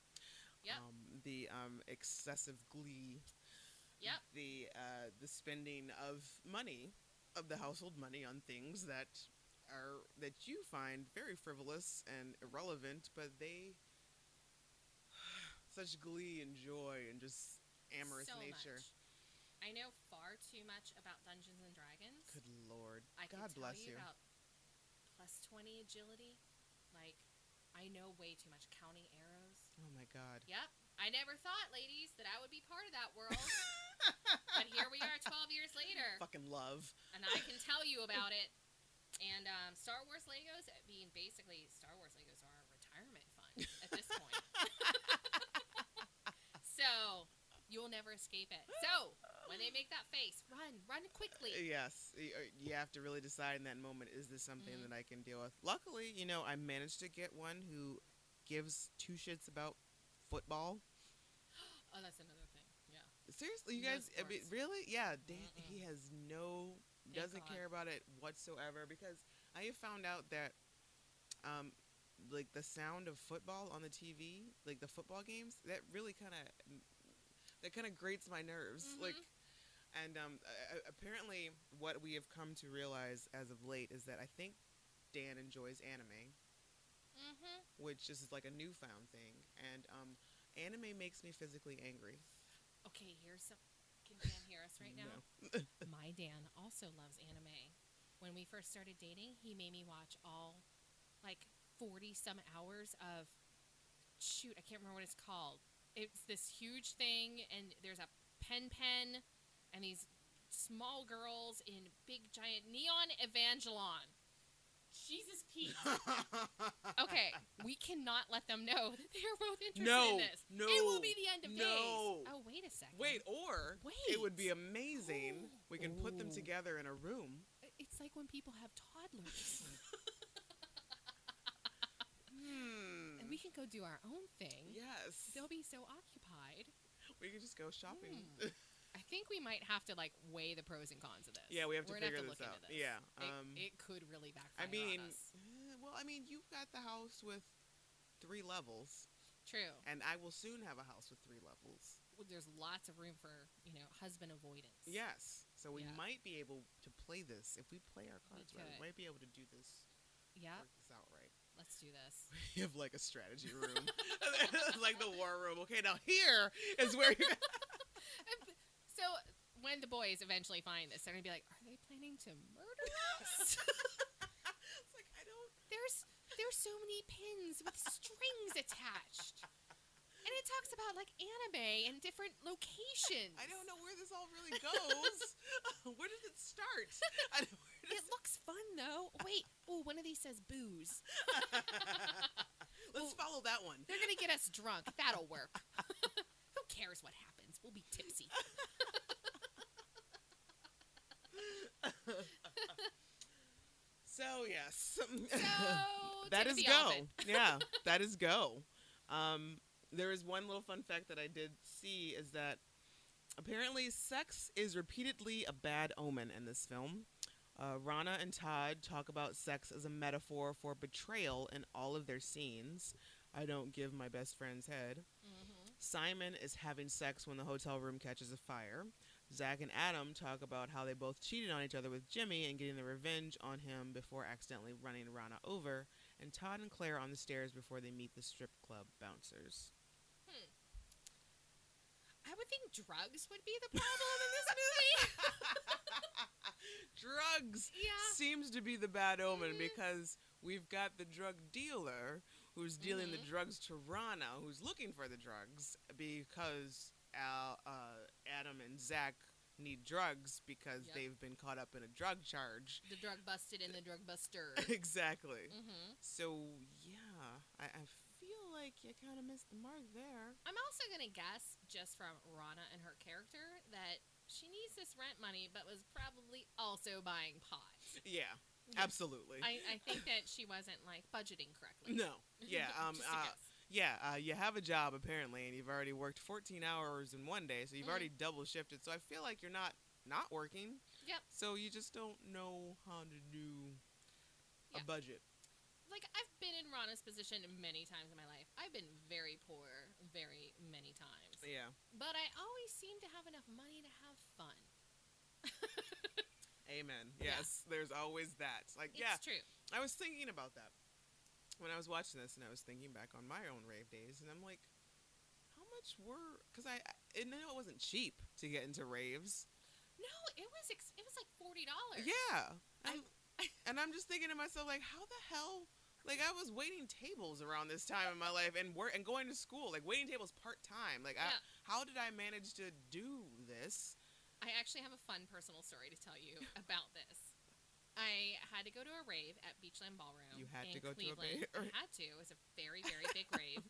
[SPEAKER 2] Yep.
[SPEAKER 1] um, the um, excessive glee,
[SPEAKER 2] Yep.
[SPEAKER 1] the uh, the spending of money, of the household money on things that are that you find very frivolous and irrelevant, but they <sighs> such glee and joy and just amorous
[SPEAKER 2] So
[SPEAKER 1] nature.
[SPEAKER 2] much. I know far too much about Dungeons and Dragons.
[SPEAKER 1] Good lord.
[SPEAKER 2] I could
[SPEAKER 1] God
[SPEAKER 2] tell
[SPEAKER 1] bless
[SPEAKER 2] you, about plus 20 agility. Like, I know way too much counting arrows.
[SPEAKER 1] oh my god.
[SPEAKER 2] Yep. I never thought, ladies, that I would be part of that world. but here we are 12 years later.
[SPEAKER 1] Fucking love.
[SPEAKER 2] and I can tell you about it. And um, Star Wars Legos, I mean, basically, Star Wars Legos are a retirement fund at this point. so you'll never escape it. So when they make that face, run, run quickly.
[SPEAKER 1] Yes, y- uh, you have to really decide in that moment is this something
[SPEAKER 2] Mm-hmm.
[SPEAKER 1] that I can deal with? Luckily, you know, I managed to get one who gives two shits about football.
[SPEAKER 2] <gasps> Oh, that's another thing. Yeah.
[SPEAKER 1] Seriously, you
[SPEAKER 2] No
[SPEAKER 1] guys, I mean,
[SPEAKER 2] sports.
[SPEAKER 1] really? Yeah, Dan,
[SPEAKER 2] Mm-mm.
[SPEAKER 1] he has no,
[SPEAKER 2] Thank
[SPEAKER 1] doesn't
[SPEAKER 2] God.
[SPEAKER 1] care about it whatsoever because I have found out that, um, like the sound of football on the TV, like the football games, that really kind of, that kind of grates my nerves.
[SPEAKER 2] Mhm.
[SPEAKER 1] Like, and um, a- a- apparently, what we have come to realize as of late is that I think Dan enjoys anime
[SPEAKER 2] Mm-hmm.
[SPEAKER 1] which is like a newfound thing and um, anime makes me physically angry
[SPEAKER 2] Okay, here's some. Can Dan hear us right now?
[SPEAKER 1] No.
[SPEAKER 2] My Dan also loves anime. When we first started dating, he made me watch all like 40 some hours of shoot, I can't remember what it's called. It's this huge thing and there's a Pen Pen and these small girls in big giant neon Evangelon. Jesus
[SPEAKER 10] <laughs>
[SPEAKER 2] Pete. okay, we cannot let them know that they are both interested
[SPEAKER 10] No,
[SPEAKER 2] in this.
[SPEAKER 10] no,
[SPEAKER 2] it will be the end of
[SPEAKER 10] no.
[SPEAKER 2] days. Oh wait a second.
[SPEAKER 1] Wait, or it would be amazing. We can put them
[SPEAKER 2] Ooh.
[SPEAKER 1] together in a room.
[SPEAKER 2] It's like when people have
[SPEAKER 1] <laughs>
[SPEAKER 2] toddlers. And we can go do our own thing.
[SPEAKER 1] Yes.
[SPEAKER 2] They'll be so occupied.
[SPEAKER 1] <laughs> We could just go shopping.
[SPEAKER 2] Hmm. I think we might have to like weigh the pros and cons of this.
[SPEAKER 1] Yeah, we have to
[SPEAKER 2] We're
[SPEAKER 1] figure
[SPEAKER 2] gonna have to
[SPEAKER 1] this
[SPEAKER 2] look
[SPEAKER 1] out.
[SPEAKER 2] into this.
[SPEAKER 1] Yeah,
[SPEAKER 2] It-
[SPEAKER 1] um,
[SPEAKER 2] it, could really
[SPEAKER 1] I
[SPEAKER 2] backfire. on
[SPEAKER 1] mean,
[SPEAKER 2] us.
[SPEAKER 1] eh, well, I mean, you've got the house with three levels.
[SPEAKER 2] True.
[SPEAKER 1] And I will soon have a house with three levels.
[SPEAKER 2] Well, there's lots of room for you know husband avoidance.
[SPEAKER 1] Yes. So we
[SPEAKER 2] Yeah.
[SPEAKER 1] might be able to play this if we play our
[SPEAKER 2] We
[SPEAKER 1] cards right. We
[SPEAKER 2] could.
[SPEAKER 1] might be able to do this.
[SPEAKER 2] Yeah.
[SPEAKER 1] Work this out right. <laughs>
[SPEAKER 2] Let's do this.
[SPEAKER 1] We have like a strategy room, <laughs> like the war room. Okay, now here is where you. <laughs>
[SPEAKER 2] So when the boys eventually find this, they're gonna be like, "Are they planning to murder us?"
[SPEAKER 1] It's like I don't.
[SPEAKER 2] there's there's so many pins with strings attached, and it talks about like anime and different locations.
[SPEAKER 1] <laughs> I don't know where this all really goes. <laughs> where does it start? <laughs> I don't- where
[SPEAKER 2] It
[SPEAKER 1] does-
[SPEAKER 2] looks fun though. Wait, oh, one of these says booze.
[SPEAKER 1] Let's follow that one.
[SPEAKER 2] They're gonna get us drunk. That'll work. <laughs> Who cares what happens? We'll be tipsy.
[SPEAKER 1] <laughs> So yes,
[SPEAKER 2] So
[SPEAKER 1] <laughs> that
[SPEAKER 2] tip of
[SPEAKER 1] is
[SPEAKER 2] the
[SPEAKER 1] go. <laughs>
[SPEAKER 2] elephant.
[SPEAKER 1] yeah, that is go. Um, there is one little fun fact that I did see is that apparently sex is repeatedly a bad omen in this film. Uh, Rana and Todd talk about sex as a metaphor for betrayal in all of their scenes. I don't give my best friend's head. Mm-hmm. Simon is having sex when the hotel room catches a fire. Zach and Adam talk about how they both cheated on each other with Jimmy and getting the revenge on him before accidentally running Rana over. And Todd and Claire on the stairs before they meet the strip club bouncers.
[SPEAKER 2] I would think drugs would be the problem in this movie.
[SPEAKER 1] <laughs> Drugs
[SPEAKER 2] yeah.
[SPEAKER 1] <laughs> seems to be the bad omen
[SPEAKER 2] Mhm.
[SPEAKER 1] because we've got the drug dealer who's dealing the
[SPEAKER 2] Mhm.
[SPEAKER 1] drugs to Rana, who's looking for the drugs because Al, uh, Adam and Zach need drugs because
[SPEAKER 2] Yep.
[SPEAKER 1] they've been caught up in a drug charge. <laughs>
[SPEAKER 2] The drug busted and the drug buster.
[SPEAKER 1] exactly.
[SPEAKER 2] hmm
[SPEAKER 1] So yeah, I, I feel like you kind of missed the mark there.
[SPEAKER 2] I'm also gonna guess, just from Rana and her character, that she needs this rent money, but was probably also buying pot.
[SPEAKER 1] <laughs> Yeah,
[SPEAKER 2] Yeah.
[SPEAKER 1] absolutely.
[SPEAKER 2] I, I think that she wasn't like budgeting correctly. <laughs>
[SPEAKER 1] no, yeah, um,
[SPEAKER 2] Just a
[SPEAKER 1] uh,
[SPEAKER 2] guess.
[SPEAKER 1] yeah, uh, you have a job apparently, and you've already worked 14 hours in one day, so you've
[SPEAKER 2] Mhm.
[SPEAKER 1] already double shifted. So I feel like you're not not working.
[SPEAKER 2] Yep.
[SPEAKER 1] So you just don't know how to do
[SPEAKER 2] Yeah.
[SPEAKER 1] a budget.
[SPEAKER 2] like I've been in Rana's position many times in my life. I've been very poor, very many times.
[SPEAKER 1] Yeah,
[SPEAKER 2] But I always seem to have enough money to have fun.
[SPEAKER 1] amen.
[SPEAKER 2] Yeah.
[SPEAKER 1] Yes, there's always that. Like
[SPEAKER 2] It's
[SPEAKER 1] yeah,
[SPEAKER 2] true.
[SPEAKER 1] I was thinking about that when I was watching this, and I was thinking back on my own rave days, and I'm like, how much were? Because I, I and I know it wasn't cheap to get into raves.
[SPEAKER 2] No, it was ex- it was like forty dollars.
[SPEAKER 1] Yeah,
[SPEAKER 2] I- <laughs>
[SPEAKER 1] I'm- and I'm just thinking to myself, like, how the hell? Like I was waiting tables around this time in my life, and work and going to school, like waiting tables part time. Like, I,
[SPEAKER 2] Yeah.
[SPEAKER 1] how did I manage to do this?
[SPEAKER 2] I actually have a fun personal story to tell
[SPEAKER 1] <laughs>
[SPEAKER 2] you about this. I had to go to a rave at Beachland Ballroom.
[SPEAKER 1] You had
[SPEAKER 2] in
[SPEAKER 1] to go to a
[SPEAKER 2] Cleveland.
[SPEAKER 1] rave.
[SPEAKER 2] I had to. It was a very very
[SPEAKER 1] <laughs>
[SPEAKER 2] big rave,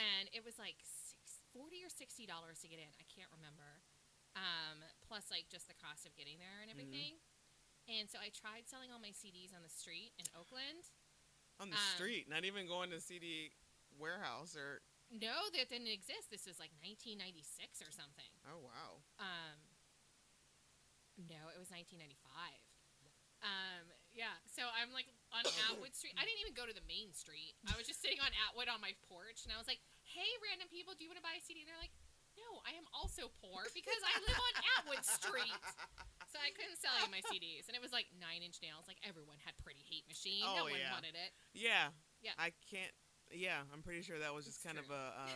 [SPEAKER 2] and it was like six, forty or sixty dollars to get in. I can't remember. Um, plus like just the cost of getting there and
[SPEAKER 1] Mm.
[SPEAKER 2] everything. And so I tried selling all my CDs on the street in Oakland.
[SPEAKER 1] on the
[SPEAKER 2] Um,
[SPEAKER 1] street, not even going to CD warehouse or
[SPEAKER 2] No, that didn't exist. This was like 1996 or something.
[SPEAKER 1] oh wow,
[SPEAKER 2] Um, no, it was 1995. Um, yeah, so I'm like
[SPEAKER 1] <coughs>
[SPEAKER 2] on Atwood Street. I didn't even go to the main street. I was just sitting on Atwood on my porch, and I was like, "Hey, random people, do you want to buy a CD?" And they're like, "No, I am also poor because I live on Atwood Street." So I couldn't sell you my CDs, and it was like Nine Inch Nails. Like everyone had Pretty Hate Machine.
[SPEAKER 1] Oh,
[SPEAKER 2] no one
[SPEAKER 1] yeah.
[SPEAKER 2] wanted it.
[SPEAKER 1] yeah,
[SPEAKER 2] Yeah.
[SPEAKER 1] I can't. Yeah, I'm pretty sure that was just
[SPEAKER 2] It's
[SPEAKER 1] kind of
[SPEAKER 2] true.
[SPEAKER 1] a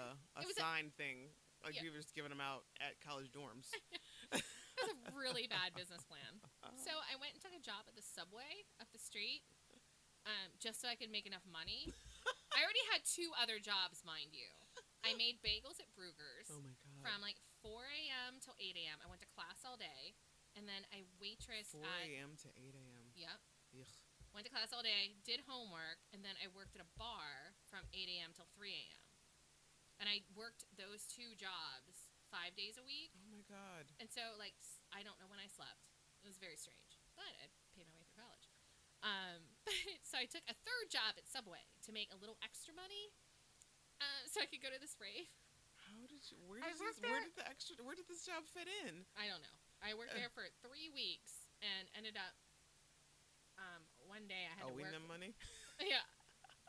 [SPEAKER 1] a,
[SPEAKER 2] <laughs> It
[SPEAKER 1] a
[SPEAKER 2] was a-
[SPEAKER 1] sign thing. Like we
[SPEAKER 2] Yeah.
[SPEAKER 1] were just giving them out at college
[SPEAKER 2] <laughs>
[SPEAKER 1] dorms.
[SPEAKER 2] It was a really bad business plan.
[SPEAKER 1] Oh,
[SPEAKER 2] So I went and took a job at the subway up the street, um, just so I could make enough
[SPEAKER 1] <laughs>
[SPEAKER 2] money. I already had two other jobs, mind you. I made bagels at Brugger's
[SPEAKER 1] oh my god.
[SPEAKER 2] from like 4 a.m. till 8 a.m. I went to class all day, and then I waitressed
[SPEAKER 1] 4
[SPEAKER 2] at
[SPEAKER 1] a.m. to 8 a.m.
[SPEAKER 2] Yep.
[SPEAKER 1] Ugh.
[SPEAKER 2] Went to class all day, did homework, and then I worked at a bar from 8 a.m. till 3 a.m. And I worked those two jobs five days a week.
[SPEAKER 1] Oh my god.
[SPEAKER 2] And so, like, s- I don't know when I slept. It was very strange. But I paid my way through college. Um, <laughs> so I took a third job at Subway to make a little extra money uh, so I could go to this rave.
[SPEAKER 1] How did you? Where
[SPEAKER 2] I
[SPEAKER 1] did this?
[SPEAKER 2] worked
[SPEAKER 1] Where
[SPEAKER 2] there-
[SPEAKER 1] did the extra? Where did this job fit in?
[SPEAKER 2] I don't know. I worked there for three weeks and ended up. Um, one day I had to
[SPEAKER 1] Owing
[SPEAKER 2] work.
[SPEAKER 1] them money.
[SPEAKER 2] yeah.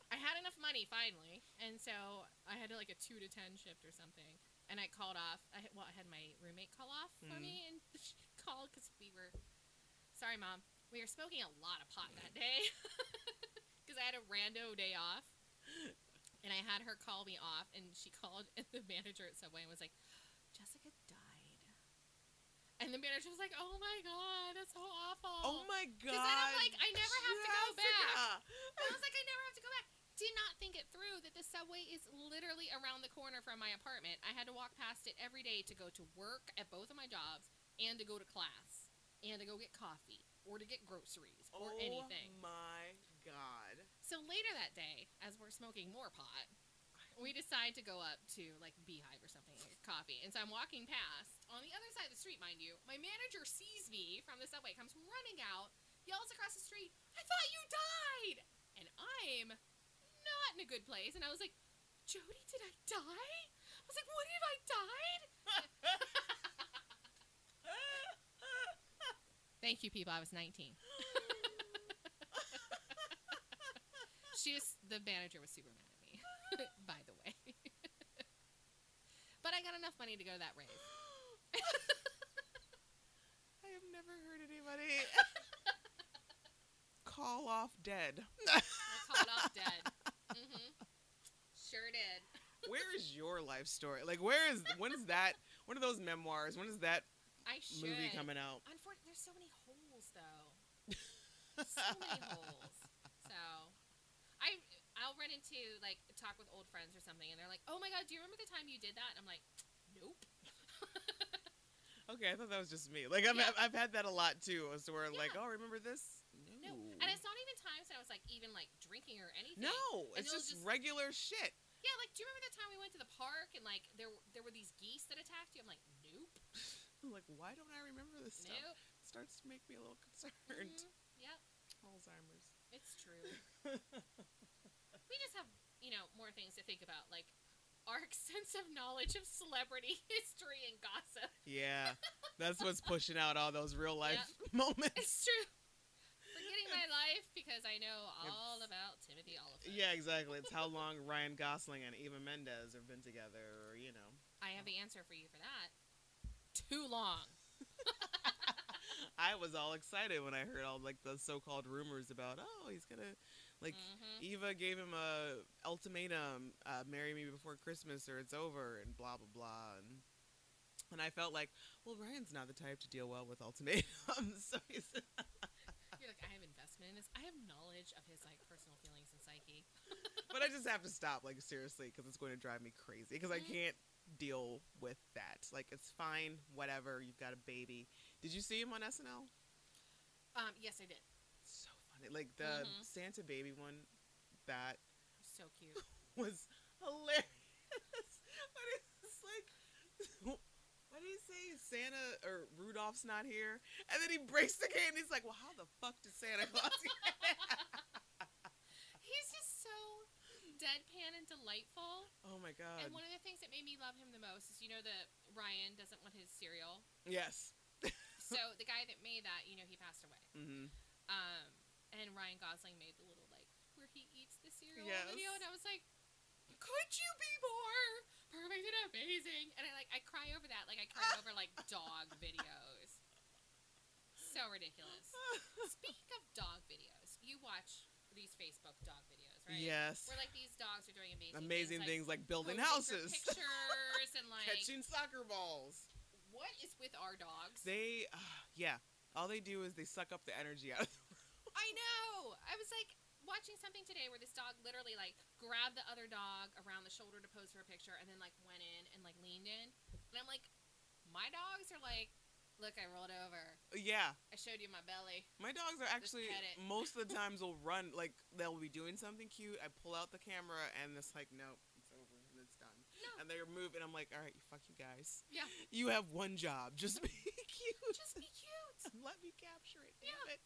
[SPEAKER 2] I had enough money finally, and so I had like a two to ten shift or something, and I called off. I had- well, I had my roommate call off for
[SPEAKER 1] Mhm.
[SPEAKER 2] me, and <laughs> she called because we were, sorry mom, we were smoking a lot of pot that day, <laughs> because I had a rando day off, and I had her call me off, and she called <laughs> and the manager at Subway and was like, Jessica died, and the manager was like, Oh my god, that's so awful.
[SPEAKER 1] Oh my god.
[SPEAKER 2] Because then I'm like, I never have to go back.
[SPEAKER 1] Jessica!
[SPEAKER 2] I was like, I never have to go back. Did not think it through that the subway is literally around the corner from my apartment. I had to walk past it every day to go to work at both of my jobs and to go to class and to go get coffee or to get groceries or
[SPEAKER 1] oh
[SPEAKER 2] anything.
[SPEAKER 1] my <gasps> god.
[SPEAKER 2] So later that day, as we're smoking more pot, we decide to go up to like Beehive or something and get coffee. And so I'm walking past on the other side of the street, mind you. My manager sees me from the subway, comes running out, yells across the street, "I thought you died!" And I'm not in a good place. And I was like, "Jody, did I die?" I was like, "What if I died?" Thank you, people. I was 19. she was the manager was super mad at me. <laughs> by the way, <laughs> but I got enough money to go to that rave.
[SPEAKER 1] I have never heard anybody <laughs> call off dead.
[SPEAKER 2] I called off dead. hmm Sure did.
[SPEAKER 1] Where is your life story? Like, where is when is that? When are those memoirs? When is that
[SPEAKER 2] I should.
[SPEAKER 1] movie coming out?
[SPEAKER 2] Unfortunately, there's so many holes though.
[SPEAKER 1] <laughs>
[SPEAKER 2] so many holes. So, I I'll run into like talk with old friends or something, and they're like, "Oh my god, do you remember the time you did that?" And I'm like, "Nope."
[SPEAKER 1] Okay, I thought that was just me. Like, I've,
[SPEAKER 2] Yeah.
[SPEAKER 1] I've had that a lot too. As to where like, oh,
[SPEAKER 2] Yeah.
[SPEAKER 1] remember this?
[SPEAKER 2] No. And it's not even times that I was like even like drinking or anything.
[SPEAKER 1] No,
[SPEAKER 2] And
[SPEAKER 1] it's
[SPEAKER 2] they'll
[SPEAKER 1] just
[SPEAKER 2] just-
[SPEAKER 1] regular shit.
[SPEAKER 2] Yeah, like do you remember that time we went to the park and like there there were these geese that attacked you? I'm like, nope,
[SPEAKER 1] Like, why don't I remember this stuff?
[SPEAKER 2] <laughs> nope.
[SPEAKER 1] starts to make me a little concerned.
[SPEAKER 2] Mhm. Yep,
[SPEAKER 1] Alzheimer's.
[SPEAKER 2] it's <laughs> true. we just have you know more things to think about, like our <laughs> extensive knowledge of celebrity <laughs> history and gossip.
[SPEAKER 1] Yeah, that's what's pushing out all those real life <laughs> moments.
[SPEAKER 2] It's true. Forgetting <laughs> my life because I know all about Timothy Oliphant.
[SPEAKER 1] Yeah, exactly. It's how long Ryan Gosling and Eva Mendes have been together, or you know.
[SPEAKER 2] I have the answer for you for that. Too long.
[SPEAKER 1] I was all excited when I heard all like the so-called rumors about oh he's gonna like
[SPEAKER 2] Mhm.
[SPEAKER 1] Eva gave him a ultimatum, uh, marry me before Christmas or it's over, and blah blah blah. And, and I felt like, well, Ryan's not the type to deal well with ultimatums, <laughs> so he's
[SPEAKER 2] You're like, I have investment in this. I have knowledge of his like personal feelings and psyche.
[SPEAKER 1] but I just have to stop, like seriously, because it's going to drive me crazy. Because I
[SPEAKER 2] Mhm.
[SPEAKER 1] can't deal with that. Like it's fine, whatever. You've got a baby. Did you see him on SNL?
[SPEAKER 2] Um, yes, I did.
[SPEAKER 1] So funny. Like the
[SPEAKER 2] Mhm.
[SPEAKER 1] Santa baby one, that
[SPEAKER 2] So cute.
[SPEAKER 1] <laughs> was hilarious. <laughs> but it's like, <laughs> what did he say? Santa or Rudolph's not here, and then he breaks the gate and he's like, "Well, how the fuck did Santa Claus?" get-"
[SPEAKER 2] He's just so deadpan and delightful.
[SPEAKER 1] <laughs> oh my god.
[SPEAKER 2] and one of the things that made me love him the most is you know that Ryan doesn't want his cereal.
[SPEAKER 1] yes.
[SPEAKER 2] so the guy that made that, you know, he passed away.
[SPEAKER 1] Mm-hmm.
[SPEAKER 2] Um, and Ryan Gosling made the little like where he eats the cereal video,
[SPEAKER 1] Yes.
[SPEAKER 2] and I was like, could you be more perfect and amazing? And I like I cry over that, like I cry over like dog videos. So
[SPEAKER 1] <laughs>
[SPEAKER 2] ridiculous. Speaking of dog videos, you watch these Facebook dog videos, right?
[SPEAKER 1] Yes.
[SPEAKER 2] Where like these dogs are doing amazing,
[SPEAKER 1] Amazing things
[SPEAKER 2] things,
[SPEAKER 1] like building
[SPEAKER 2] posing
[SPEAKER 1] houses.
[SPEAKER 2] for
[SPEAKER 1] <laughs>
[SPEAKER 2] pictures, and like
[SPEAKER 1] catching soccer balls.
[SPEAKER 2] what is with our dogs?
[SPEAKER 1] They, uh, yeah, all they do is they suck up the energy out. of <laughs>
[SPEAKER 2] I know. I was like watching something today where this dog literally like grabbed the other dog around the shoulder to pose for a picture and then like went in and like leaned in. And I'm like, My dogs are like, look, I rolled over.
[SPEAKER 1] Yeah.
[SPEAKER 2] I showed you my belly.
[SPEAKER 1] My dogs are actually
[SPEAKER 2] pet it.
[SPEAKER 1] most
[SPEAKER 2] <laughs>
[SPEAKER 1] of the times will run like they'll be doing something cute. I pull out the camera and it's like nope, it's over and it's done.
[SPEAKER 2] No.
[SPEAKER 1] And they're moving. I'm like, all right, fuck you guys.
[SPEAKER 2] Yeah.
[SPEAKER 1] You have one job. Just be <laughs> cute.
[SPEAKER 2] Just be cute.
[SPEAKER 1] and <laughs> let me capture it. Damn
[SPEAKER 2] Yeah.
[SPEAKER 1] it.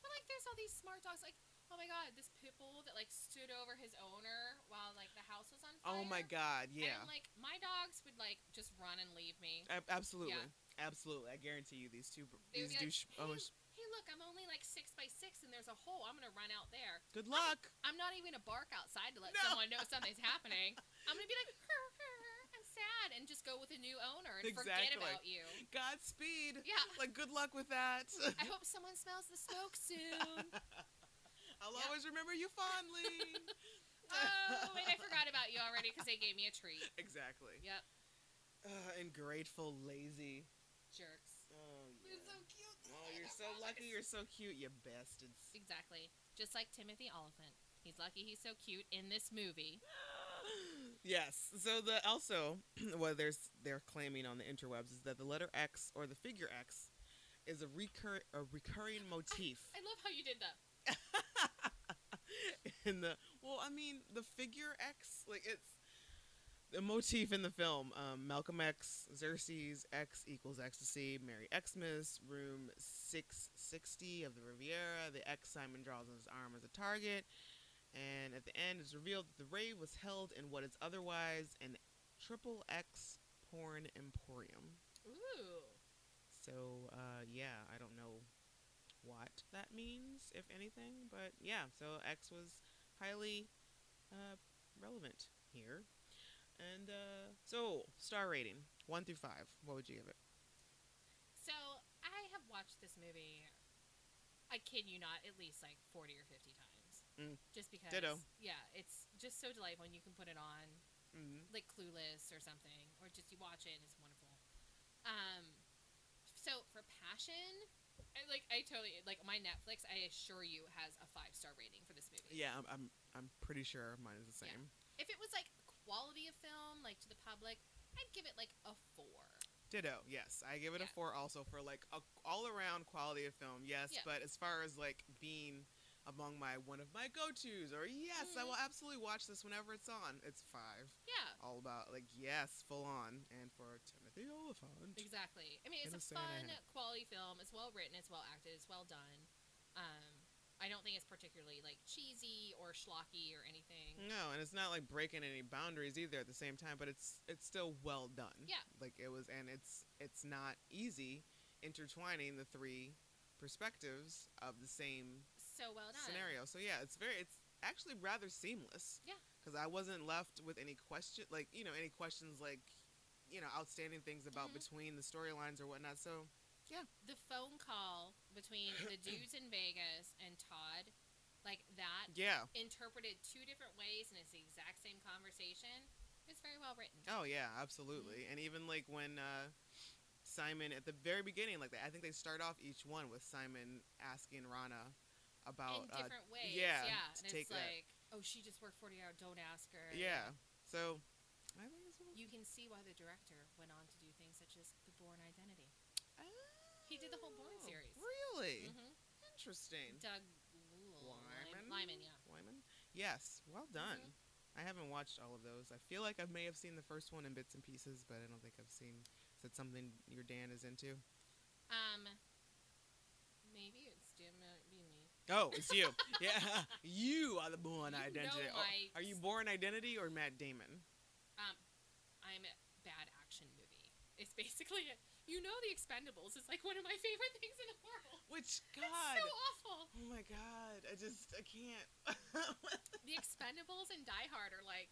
[SPEAKER 2] But like, there's all these smart dogs. Like, oh my god, this pit bull that like stood over his owner while like the house was on fire.
[SPEAKER 1] Oh my god. Yeah.
[SPEAKER 2] And I'm like, my dogs would like just run and leave me.
[SPEAKER 1] Ab- absolutely. Absolutely. I guarantee you these two. br-
[SPEAKER 2] They would
[SPEAKER 1] These
[SPEAKER 2] be
[SPEAKER 1] douche.
[SPEAKER 2] like,
[SPEAKER 1] oh,
[SPEAKER 2] hey, <laughs> hey, look, I'm only like six by six, and there's a hole. I'm gonna run out there.
[SPEAKER 1] good luck.
[SPEAKER 2] I'm not even gonna bark outside to let
[SPEAKER 1] No.
[SPEAKER 2] someone know something's happening. I'm gonna be like, "Hur, hur, hur, I'm sad, and just go with a new owner and forget
[SPEAKER 1] Exactly.
[SPEAKER 2] about you.
[SPEAKER 1] Godspeed.
[SPEAKER 2] Yeah.
[SPEAKER 1] Like good luck with that.
[SPEAKER 2] <laughs> I hope someone smells the smoke soon. <laughs>
[SPEAKER 1] I'll
[SPEAKER 2] Yeah.
[SPEAKER 1] always remember you
[SPEAKER 2] <laughs>
[SPEAKER 1] fondly.
[SPEAKER 2] oh, wait, I forgot about you already because they gave me a treat.
[SPEAKER 1] exactly.
[SPEAKER 2] Yep,
[SPEAKER 1] Ugh, ungrateful, lazy.
[SPEAKER 2] jerks.
[SPEAKER 1] Oh, yeah.
[SPEAKER 2] They're so cute.
[SPEAKER 1] Oh, you're so lucky. You're so cute, you bastards. <gasps>
[SPEAKER 2] Exactly. Just like Timothy Oliphant. He's lucky he's so cute in this movie.
[SPEAKER 1] Yes. So the also <clears throat> what there's they're claiming on the interwebs is that the letter X or the figure X is a recur a recurring motif
[SPEAKER 2] I love how you did that.
[SPEAKER 1] <laughs> in the well. I mean the figure X like it's the motif in the film. Um, Malcolm X, Xerxes X equals ecstasy. Merry Xmas. Room six sixty of the Riviera. The X Simon draws on his arm as a target. And at the end, it's revealed that the rave was held in what is otherwise an triple X porn emporium.
[SPEAKER 2] Ooh.
[SPEAKER 1] So, uh, yeah, I don't know what that means, if anything, but yeah, so X was highly uh, relevant here. And uh, so, star rating one through five. What would you give it?
[SPEAKER 2] So I have watched this movie. I kid you not, at least like forty or fifty times.
[SPEAKER 1] Mm.
[SPEAKER 2] Just because.
[SPEAKER 1] Ditto.
[SPEAKER 2] Yeah, it's just so delightful, and you can put it on
[SPEAKER 1] Mm-hmm.
[SPEAKER 2] like Clueless or something, or just you watch it and it's wonderful. Um, so for passion, I, like I totally like my Netflix. I assure you has a five star rating for this movie.
[SPEAKER 1] Yeah, I'm, I'm, I'm pretty sure mine is the
[SPEAKER 2] Yeah.
[SPEAKER 1] same.
[SPEAKER 2] If it was like quality of film, like to the public, I'd give it like a four.
[SPEAKER 1] Ditto. Yes, I give it a
[SPEAKER 2] Yeah.
[SPEAKER 1] four also for like a all around quality of film. Yes,
[SPEAKER 2] Yeah.
[SPEAKER 1] but as far as like being among my one of my go tos or yes, I will absolutely watch this whenever it's on. It's five.
[SPEAKER 2] Yeah.
[SPEAKER 1] all about like yes, full on, and for Timothy Oliphant.
[SPEAKER 2] Exactly. I mean, it's
[SPEAKER 1] Gonna
[SPEAKER 2] a
[SPEAKER 1] say it
[SPEAKER 2] fun,
[SPEAKER 1] ain't.
[SPEAKER 2] quality film. It's well written. It's well acted. It's well done. Um, I don't think it's particularly like cheesy or schlocky or anything.
[SPEAKER 1] No, and it's not like breaking any boundaries either at the same time, but it's it's still well done.
[SPEAKER 2] Yeah.
[SPEAKER 1] like it was, and it's it's not easy intertwining the three perspectives of the same
[SPEAKER 2] So well done.
[SPEAKER 1] scenario. So yeah, it's very it's actually rather seamless.
[SPEAKER 2] Yeah.
[SPEAKER 1] because I wasn't left with any question like you know any questions like you know outstanding things about
[SPEAKER 2] Mhm.
[SPEAKER 1] between the storylines or whatnot. So
[SPEAKER 2] The phone call
[SPEAKER 1] <coughs>
[SPEAKER 2] between the dudes in Vegas and Todd, like that,
[SPEAKER 1] yeah,
[SPEAKER 2] interpreted two different ways, and it's the exact same conversation. It's very well written.
[SPEAKER 1] Oh yeah, absolutely. And even like when uh, Simon at the very beginning, like I think they start off each one with Simon asking Rana about
[SPEAKER 2] In
[SPEAKER 1] uh,
[SPEAKER 2] different ways.
[SPEAKER 1] yeah,
[SPEAKER 2] Yeah.
[SPEAKER 1] to
[SPEAKER 2] And
[SPEAKER 1] take
[SPEAKER 2] it's
[SPEAKER 1] that.
[SPEAKER 2] like, oh, she just worked 40 hours. Don't ask her.
[SPEAKER 1] yeah. So I think it's
[SPEAKER 2] You can see why the director went on to do things such as The Born Identity. He did the whole Bourne
[SPEAKER 1] Oh,
[SPEAKER 2] series.
[SPEAKER 1] Really
[SPEAKER 2] hmm
[SPEAKER 1] interesting.
[SPEAKER 2] Doug Lul-
[SPEAKER 1] Lyman.
[SPEAKER 2] Lyman, yeah. Mm-hmm.
[SPEAKER 1] Lyman. Yes. Well done. I haven't watched all of those. I feel like I may have seen the first one in bits and pieces, but I don't think I've seen. Is that something your Dan is into?
[SPEAKER 2] Um, maybe it's Jim uh, being me.
[SPEAKER 1] Oh, it's you. <laughs> yeah, you are the born
[SPEAKER 2] You
[SPEAKER 1] identity.
[SPEAKER 2] know
[SPEAKER 1] Oh,
[SPEAKER 2] my-
[SPEAKER 1] are you born identity or Matt Damon?
[SPEAKER 2] Um, I'm a bad action movie. It's basically it. You know, The Expendables is like one of my favorite things in the world.
[SPEAKER 1] Which
[SPEAKER 2] It's
[SPEAKER 1] God?
[SPEAKER 2] so awful.
[SPEAKER 1] oh my God! I just I can't. <laughs>
[SPEAKER 2] The Expendables and Die Hard are like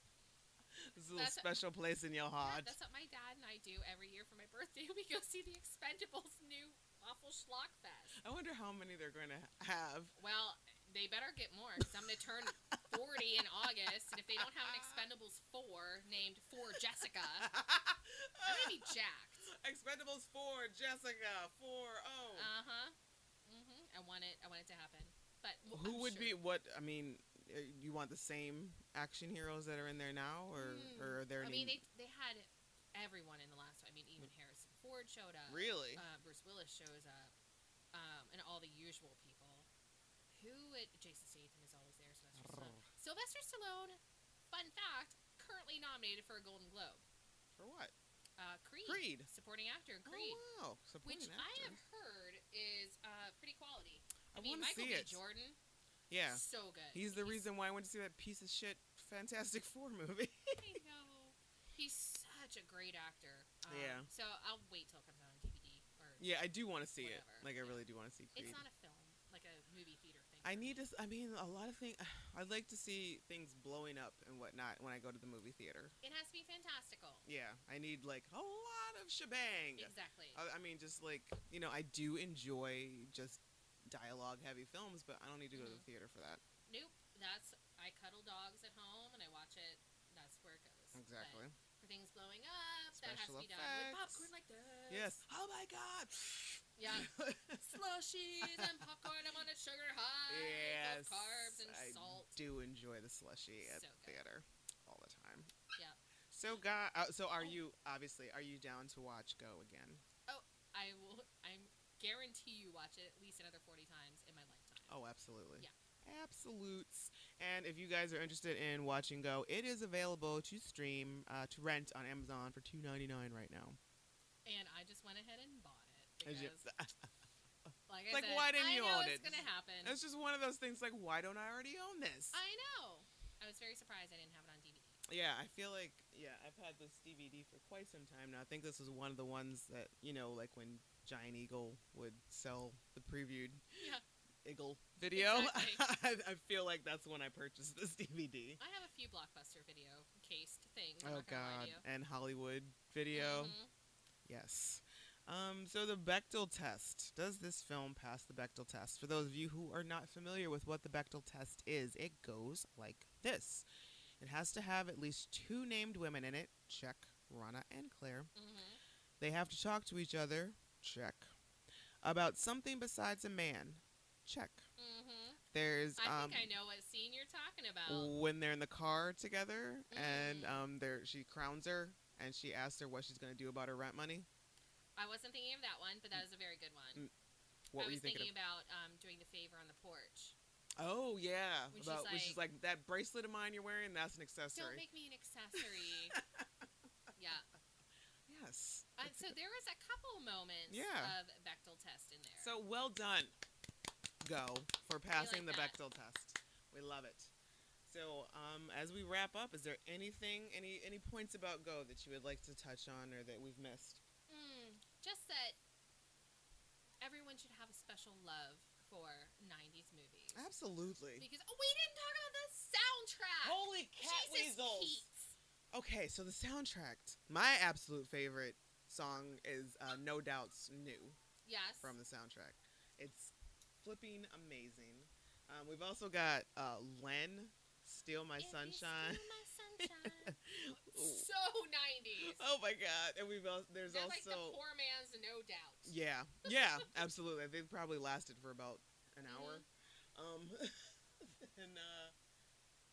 [SPEAKER 1] There's a little
[SPEAKER 2] That's-
[SPEAKER 1] special place in your
[SPEAKER 2] yeah,
[SPEAKER 1] heart.
[SPEAKER 2] that's what my dad and I do every year for my birthday. <laughs> We go see The Expendables new awful schlock fest.
[SPEAKER 1] I wonder how many they're going to have.
[SPEAKER 2] Well, they better get more because I'm going to turn 40 in August, and if they don't have
[SPEAKER 1] <laughs>
[SPEAKER 2] an Expendables 4 named For Jessica, I'm going to be jacked.
[SPEAKER 1] Expendables four, Jessica four. Oh,
[SPEAKER 2] Uh huh. hmm I want it. I want it to happen. But w-
[SPEAKER 1] who
[SPEAKER 2] I'm
[SPEAKER 1] would
[SPEAKER 2] sure-
[SPEAKER 1] be what? I mean, uh, you want the same action heroes that are in there now, or
[SPEAKER 2] Hmm.
[SPEAKER 1] or are there any?
[SPEAKER 2] I mean, they they had everyone in the last one. I mean, even Harrison Ford. Ford showed up.
[SPEAKER 1] Really?
[SPEAKER 2] Uh, Bruce Willis shows up, um, and all the usual people. Who? It, Jason Statham is always there. Sylvester Stallone. Sylvester Stallone, fun fact, currently nominated for a Golden Globe.
[SPEAKER 1] For what?
[SPEAKER 2] Uh, Creed.
[SPEAKER 1] Creed.
[SPEAKER 2] Supporting actor in Creed.
[SPEAKER 1] Oh, wow. Supporting
[SPEAKER 2] which I
[SPEAKER 1] actor.
[SPEAKER 2] have heard is uh, pretty quality.
[SPEAKER 1] I
[SPEAKER 2] mean,
[SPEAKER 1] wanna see
[SPEAKER 2] Michael B.
[SPEAKER 1] it.
[SPEAKER 2] Jordan.
[SPEAKER 1] Yeah.
[SPEAKER 2] So good.
[SPEAKER 1] He's the reason why I went to see that piece of shit Fantastic <laughs> Four movie.
[SPEAKER 2] I know. He's such a great actor. Um,
[SPEAKER 1] Yeah.
[SPEAKER 2] So I'll wait till it comes out on DVD. Or
[SPEAKER 1] yeah, I do want to see it.
[SPEAKER 2] Whatever.
[SPEAKER 1] Like, I really do want to see Creed.
[SPEAKER 2] It's not a film, like a movie theater thing.
[SPEAKER 1] I need to. s- I mean, a lot of things. <sighs> I'd like to see things blowing up and whatnot when I go to the movie theater.
[SPEAKER 2] It has to be fantastical.
[SPEAKER 1] Yeah, I need like a lot of shebang.
[SPEAKER 2] Exactly.
[SPEAKER 1] I, I mean, just like you know, I do enjoy just dialogue-heavy films, but I don't need to go to the
[SPEAKER 2] Mm-hmm.
[SPEAKER 1] theater for that.
[SPEAKER 2] nope. That's I cuddle dogs at home and I watch it. That's where it goes. But
[SPEAKER 1] Exactly.
[SPEAKER 2] for things blowing up, that has
[SPEAKER 1] Special
[SPEAKER 2] to be done with
[SPEAKER 1] effects.
[SPEAKER 2] popcorn like this.
[SPEAKER 1] Yes. Oh my God. <laughs>
[SPEAKER 2] Yeah. Slushies and popcorn. I'm on a sugar high.
[SPEAKER 1] yes.
[SPEAKER 2] Of carbs and
[SPEAKER 1] I
[SPEAKER 2] salt.
[SPEAKER 1] do enjoy the slushy at the
[SPEAKER 2] So good.
[SPEAKER 1] theater all the time.
[SPEAKER 2] Yeah.
[SPEAKER 1] So, guy, uh, so are you obviously are you down to watch Go again?
[SPEAKER 2] Oh, I will. I guarantee you watch it at least another 40 times in my lifetime.
[SPEAKER 1] Oh, absolutely.
[SPEAKER 2] Yeah.
[SPEAKER 1] Absolutes. And if you guys are interested in watching Go, it is available to stream uh, to rent on Amazon for two ninety nine right now.
[SPEAKER 2] And I just went ahead and bought it
[SPEAKER 1] It's
[SPEAKER 2] because,
[SPEAKER 1] <laughs> just,
[SPEAKER 2] like, I
[SPEAKER 1] like,
[SPEAKER 2] said,
[SPEAKER 1] why didn't you
[SPEAKER 2] I know
[SPEAKER 1] own
[SPEAKER 2] it's
[SPEAKER 1] it?
[SPEAKER 2] gonna happen.
[SPEAKER 1] it's just one of those things. Like, why don't I already own this?
[SPEAKER 2] I know. I was very surprised I didn't have it on DVD.
[SPEAKER 1] yeah, I feel like yeah, I've had this DVD for quite some time now. I think this is one of the ones that you know, like when Giant Eagle would sell the previewed
[SPEAKER 2] Yeah.
[SPEAKER 1] Eagle video. I,
[SPEAKER 2] Exactly.
[SPEAKER 1] <laughs> I feel like that's when I purchased this DVD.
[SPEAKER 2] I have a few blockbuster video cased things. I'm
[SPEAKER 1] Oh
[SPEAKER 2] not gonna lie
[SPEAKER 1] God!
[SPEAKER 2] to you.
[SPEAKER 1] And Hollywood video.
[SPEAKER 2] Mhm.
[SPEAKER 1] Yes. Um, so the Bechtel test. Does this film pass the Bechtel test? For those of you who are not familiar with what the Bechtel test is, it goes like this. It has to have at least two named women in it. Check. Rana and Claire.
[SPEAKER 2] Mhm.
[SPEAKER 1] They have to talk to each other. Check. About something besides a man. Check.
[SPEAKER 2] Mhm.
[SPEAKER 1] There's
[SPEAKER 2] I
[SPEAKER 1] um,
[SPEAKER 2] think I know what scene you're talking about.
[SPEAKER 1] when they're in the car together and
[SPEAKER 2] Mm.
[SPEAKER 1] um there she crowns her and she asks her what she's going to do about her rent money
[SPEAKER 2] I wasn't thinking of that one, but that was a very good one.
[SPEAKER 1] Mm, what
[SPEAKER 2] I
[SPEAKER 1] were
[SPEAKER 2] was
[SPEAKER 1] you thinking,
[SPEAKER 2] thinking about um, doing the favor on the porch.
[SPEAKER 1] of oh yeah
[SPEAKER 2] When she's
[SPEAKER 1] about which is like that bracelet of mine you're wearing that's an
[SPEAKER 2] Don't
[SPEAKER 1] accessory
[SPEAKER 2] make me an
[SPEAKER 1] <laughs>
[SPEAKER 2] accessory. yeah.
[SPEAKER 1] yes
[SPEAKER 2] Uh, so there was a couple moments
[SPEAKER 1] Yeah.
[SPEAKER 2] of Bechtel test in there.
[SPEAKER 1] so well done go for passing the
[SPEAKER 2] like that.
[SPEAKER 1] bechtel test we love it so um, as we wrap up is there anything any any points about go that you would like to touch on or that we've missed
[SPEAKER 2] Mm, just that everyone should have a special love for 90s movies.
[SPEAKER 1] absolutely
[SPEAKER 2] Because oh, we didn't talk about the soundtrack.
[SPEAKER 1] holy cat
[SPEAKER 2] Ah, Jesus
[SPEAKER 1] weasels
[SPEAKER 2] Pete.
[SPEAKER 1] Okay, so the soundtrack. My absolute favorite song is uh, No Doubt's New
[SPEAKER 2] Yes.
[SPEAKER 1] from the soundtrack. It's flipping amazing. Um, we've also got uh, Len, Steal My
[SPEAKER 2] If you
[SPEAKER 1] Sunshine.
[SPEAKER 2] steal my
[SPEAKER 1] <laughs>
[SPEAKER 2] sunshine. so 90s.
[SPEAKER 1] oh my God. And we've also, there's
[SPEAKER 2] They're like the
[SPEAKER 1] also.
[SPEAKER 2] poor man's no doubt.
[SPEAKER 1] yeah, yeah, absolutely. They probably lasted for about an
[SPEAKER 2] Mm-hmm.
[SPEAKER 1] hour. Um, <laughs> and uh,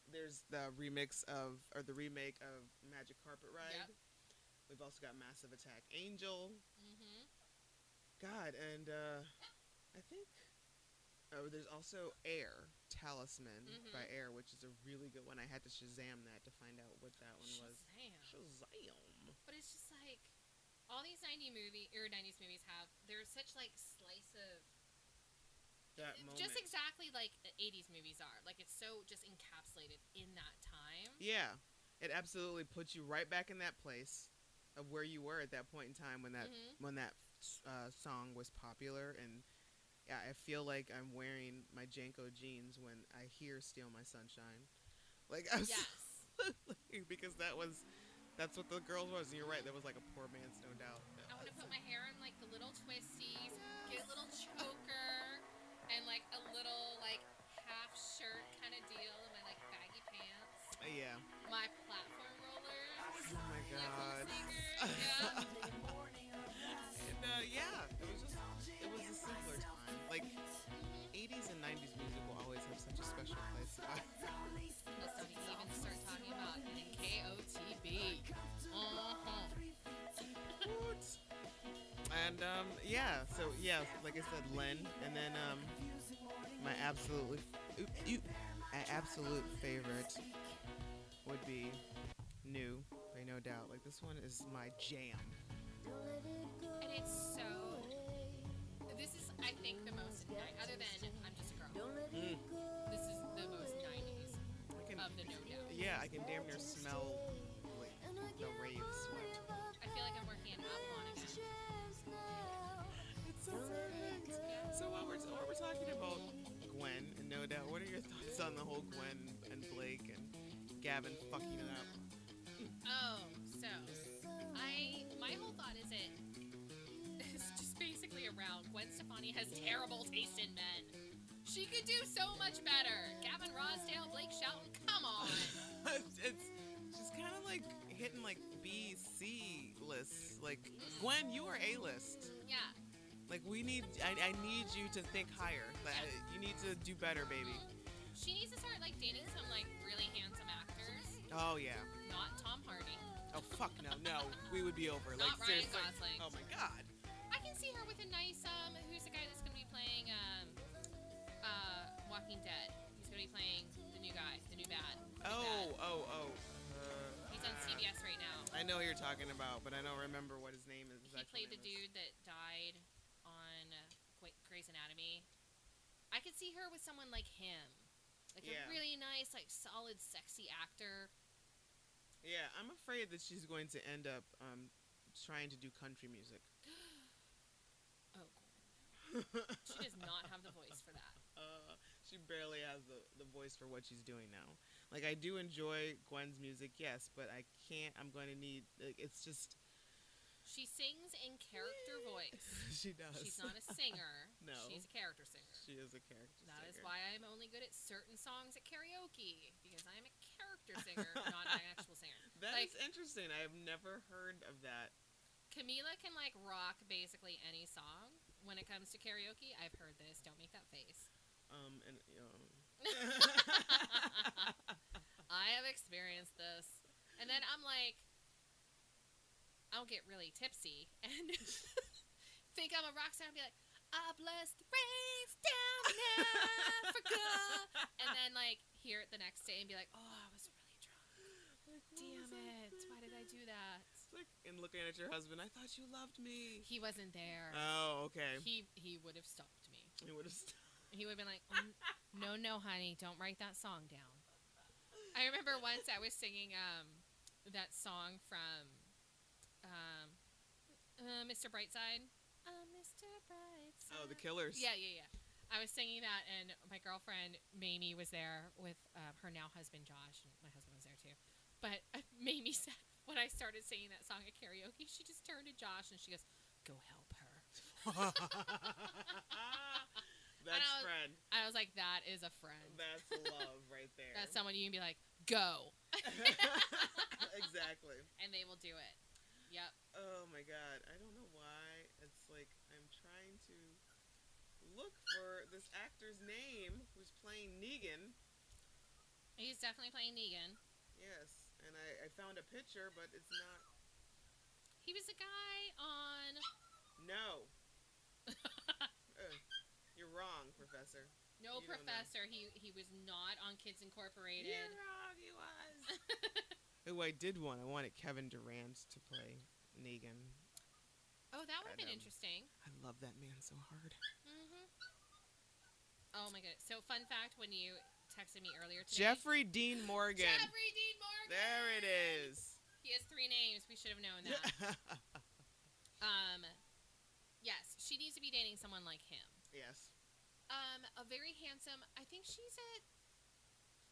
[SPEAKER 1] there's the remix of, or the remake of Magic Carpet Ride.
[SPEAKER 2] Yep.
[SPEAKER 1] We've also got Massive Attack Angel.
[SPEAKER 2] Mm-hmm.
[SPEAKER 1] God, and uh, I think oh, there's also Air Talisman
[SPEAKER 2] Mhm.
[SPEAKER 1] by Air, which is a really good one. I had to Shazam that to find out what that one was.
[SPEAKER 2] Shazam.
[SPEAKER 1] Shazam.
[SPEAKER 2] But it's just like all these 90 movie or 90s movies have they're such like slice of
[SPEAKER 1] That moment.
[SPEAKER 2] just exactly like the 80s movies are. Like it's so just encapsulated in that time.
[SPEAKER 1] yeah, it absolutely puts you right back in that place of where you were at that point in time when that
[SPEAKER 2] Mhm.
[SPEAKER 1] when that uh, song was popular and. Yeah, I feel like I'm wearing my Janko jeans when I hear "Steal My Sunshine," like <laughs> I'm
[SPEAKER 2] Yes.
[SPEAKER 1] <laughs> because that was that's what the girls was and you're right that was like a poor man's no doubt
[SPEAKER 2] I want to put my hair in like the little twisties, get a little choker, and like a little like half shirt kind of deal, and my like baggy pants,
[SPEAKER 1] Uh,
[SPEAKER 2] <laughs>
[SPEAKER 1] yeah
[SPEAKER 2] my platform rollers,
[SPEAKER 1] oh my
[SPEAKER 2] my
[SPEAKER 1] god
[SPEAKER 2] hoop sneakers, yeah.
[SPEAKER 1] <laughs> and, uh, yeah it was just it was a simpler time like 80s and 90s music will always have such a special place <laughs> in my
[SPEAKER 2] Let's don't even start talking about KOTB. Uh-huh.
[SPEAKER 1] heart. And um, yeah, so yeah, like I said, Len, and then um, my absolutely, oop, oop, my absolute favorite would be New by No Doubt. Like this one is my jam.
[SPEAKER 2] And it's so. This is, I think, the most. ni- Other than I'm just a girl. This is the most 90s
[SPEAKER 1] I can,
[SPEAKER 2] of the no doubt.
[SPEAKER 1] yeah, I can damn near smell like the rave sweat.
[SPEAKER 2] I feel like I'm working in Avalon again.
[SPEAKER 1] It's so perfect. So while we're, while we're talking about Gwen and No Doubt, what are your thoughts on the whole Gwen and Blake and Gavin fucking it up?
[SPEAKER 2] Oh, so I my whole thought is <laughs> it is just basically around Gwen Stefani has terrible taste in men. She could do so much better. Gavin Rosdale, Blake Shelton, come on.
[SPEAKER 1] <laughs> it's she's kind of like hitting like B C list. Like Gwen, you are A list.
[SPEAKER 2] yeah.
[SPEAKER 1] Like we need, I, I need you to think higher. Like, I- you need to do better, baby.
[SPEAKER 2] She needs to start like dating some like really handsome actors.
[SPEAKER 1] Oh yeah.
[SPEAKER 2] Not Tom Hardy.
[SPEAKER 1] Oh fuck no, no, we would be over. Like
[SPEAKER 2] Not Ryan
[SPEAKER 1] seriously.
[SPEAKER 2] Gosling.
[SPEAKER 1] Oh my god.
[SPEAKER 2] I can see her with a nice um who's the guy that's gonna be playing um uh Walking Dead. He's gonna be playing the new guy, the new bad. Big
[SPEAKER 1] Oh
[SPEAKER 2] bad.
[SPEAKER 1] oh oh. Uh,
[SPEAKER 2] He's on CBS right now.
[SPEAKER 1] I know who you're talking about, but I don't remember what his name is. his
[SPEAKER 2] He
[SPEAKER 1] actual
[SPEAKER 2] played the
[SPEAKER 1] name is.
[SPEAKER 2] dude that died on uh, Gra- Grey's Anatomy. I could see her with someone like him, like
[SPEAKER 1] Yeah.
[SPEAKER 2] a really nice, like solid, sexy actor.
[SPEAKER 1] Yeah, I'm afraid that she's going to end up um, trying to do country music.
[SPEAKER 2] Oh,
[SPEAKER 1] <laughs>
[SPEAKER 2] she does not have the voice for that.
[SPEAKER 1] uh, she barely has the, the voice for what she's doing now. Like I do enjoy Gwen's music, yes, but I can't. I'm going to need. Like, it's just
[SPEAKER 2] She sings in character voice.
[SPEAKER 1] <laughs> she does.
[SPEAKER 2] She's not a singer.
[SPEAKER 1] No.
[SPEAKER 2] she's a character singer.
[SPEAKER 1] <laughs> she is a character.
[SPEAKER 2] That is
[SPEAKER 1] singer.
[SPEAKER 2] why I'm only good at certain songs at karaoke because I'm a character singer, not an actual singer.
[SPEAKER 1] That
[SPEAKER 2] like-
[SPEAKER 1] is interesting. I have never heard of that.
[SPEAKER 2] Camila can like rock basically any song when it comes to karaoke. I've heard this. Don't make that face.
[SPEAKER 1] Um, and um,
[SPEAKER 2] I have experienced this. And then I'm like, I'll get really tipsy and <laughs> think I'm a rock star and be like, I bless the rains down in Africa. and then like hear it the next day and be like, oh, I was really drunk. <laughs> Damn it. Why did I do that?
[SPEAKER 1] <laughs> it's like in looking at your husband. I thought you loved me.
[SPEAKER 2] He wasn't there.
[SPEAKER 1] Oh, okay.
[SPEAKER 2] He, he would have stopped me.
[SPEAKER 1] He would have.
[SPEAKER 2] He would have been like, "Mm, "No, no, honey, don't write that song down." I remember once I was singing um, that song from um, uh, Mr. Brightside. Uh, Mr. Brightside. <laughs>
[SPEAKER 1] Oh, the killers.
[SPEAKER 2] Yeah, yeah, yeah. I was singing that, and my girlfriend Mamie was there with um, her now husband Josh, and my husband was there too. But <laughs> uh, Mamie said when I started singing that song at karaoke, she just turned to Josh and she goes, "Go help her."
[SPEAKER 1] <laughs> That's
[SPEAKER 2] I was-
[SPEAKER 1] friend.
[SPEAKER 2] I was like, "That is a friend.
[SPEAKER 1] That's love right there.
[SPEAKER 2] That's someone you can be like, go,
[SPEAKER 1] <laughs> exactly.
[SPEAKER 2] and they will do it. Yep.
[SPEAKER 1] Oh my god, I don't know why. It's like I'm trying to look for this actor's name who's playing Negan.
[SPEAKER 2] He's definitely playing Negan.
[SPEAKER 1] Yes, and I, I found a picture, but it's not.
[SPEAKER 2] He was a guy on.
[SPEAKER 1] <laughs> No. Ugh, you're wrong, Professor.
[SPEAKER 2] No,
[SPEAKER 1] You don't know.
[SPEAKER 2] Professor. He he was not on Kids Incorporated.
[SPEAKER 1] wrong. He <laughs> was. Who I did want. I wanted Kevin Durant to play Negan.
[SPEAKER 2] Oh, that would have been
[SPEAKER 1] Adam.
[SPEAKER 2] interesting.
[SPEAKER 1] I love that man so hard.
[SPEAKER 2] hmm Oh my goodness. So, fun fact: when you texted me earlier today,
[SPEAKER 1] Jeffrey Dean Morgan.
[SPEAKER 2] Jeffrey Dean Morgan.
[SPEAKER 1] There it is.
[SPEAKER 2] He has three names. We should have known that. um, yes, she needs to be dating someone like him.
[SPEAKER 1] yes.
[SPEAKER 2] Um, a very handsome. I think she's at.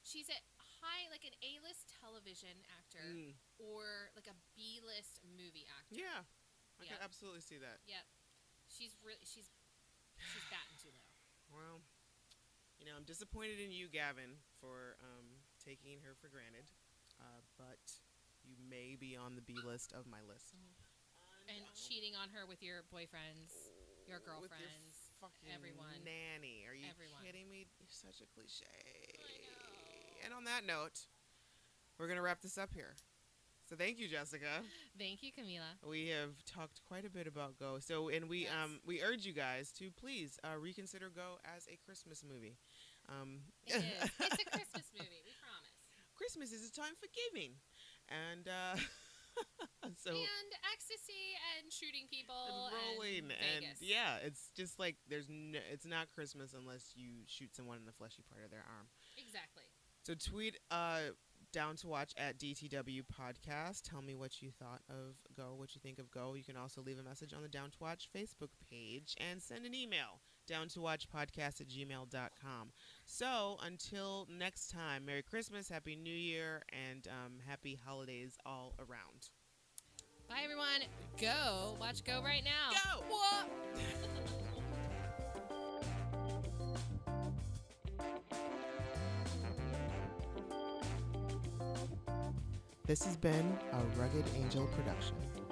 [SPEAKER 2] She's at high, like an A-list television actor,
[SPEAKER 1] Mm.
[SPEAKER 2] or like a B-list movie actor.
[SPEAKER 1] Yeah, I
[SPEAKER 2] Yep.
[SPEAKER 1] can absolutely see that.
[SPEAKER 2] Yep. She's really she's
[SPEAKER 1] <sighs>
[SPEAKER 2] she's batting too low.
[SPEAKER 1] Well, you know, I'm disappointed in you, Gavin, for um, taking her for granted, uh, but you may be on the B list of my list.
[SPEAKER 2] And cheating on her with your boyfriends, your
[SPEAKER 1] Oh, With your
[SPEAKER 2] girlfriends.
[SPEAKER 1] fucking
[SPEAKER 2] everyone.
[SPEAKER 1] nanny. Are you
[SPEAKER 2] Everyone.
[SPEAKER 1] kidding me? You're such a cliche. And on that note, we're gonna wrap this up here. So thank you, Jessica.
[SPEAKER 2] Thank you,
[SPEAKER 1] <laughs>
[SPEAKER 2] Camila.
[SPEAKER 1] We have talked quite a bit about Go. So, and we um we urge you guys to please uh, reconsider Go as a Christmas movie. Um,
[SPEAKER 2] It is. It's a Christmas movie. We promise.
[SPEAKER 1] <laughs> Christmas is a time for giving, and uh, <laughs> so
[SPEAKER 2] and ecstasy and shooting people.
[SPEAKER 1] rolling and,
[SPEAKER 2] Vegas.
[SPEAKER 1] yeah, it's just like there's no, it's not Christmas unless you shoot someone in the fleshy part of their arm.
[SPEAKER 2] Exactly.
[SPEAKER 1] So tweet uh, down to watch at DTW podcast. Tell me what you thought of Go, what you think of Go. You can also leave a message on the Down to Watch Facebook page and send an email down to watch podcast at gmail.com. So until next time, Merry Christmas, Happy New Year, and um, happy holidays all around.
[SPEAKER 2] Bye, everyone. Go. Watch Go right now.
[SPEAKER 1] Go!
[SPEAKER 2] Whoa.
[SPEAKER 1] This has been a Rugged Angel production.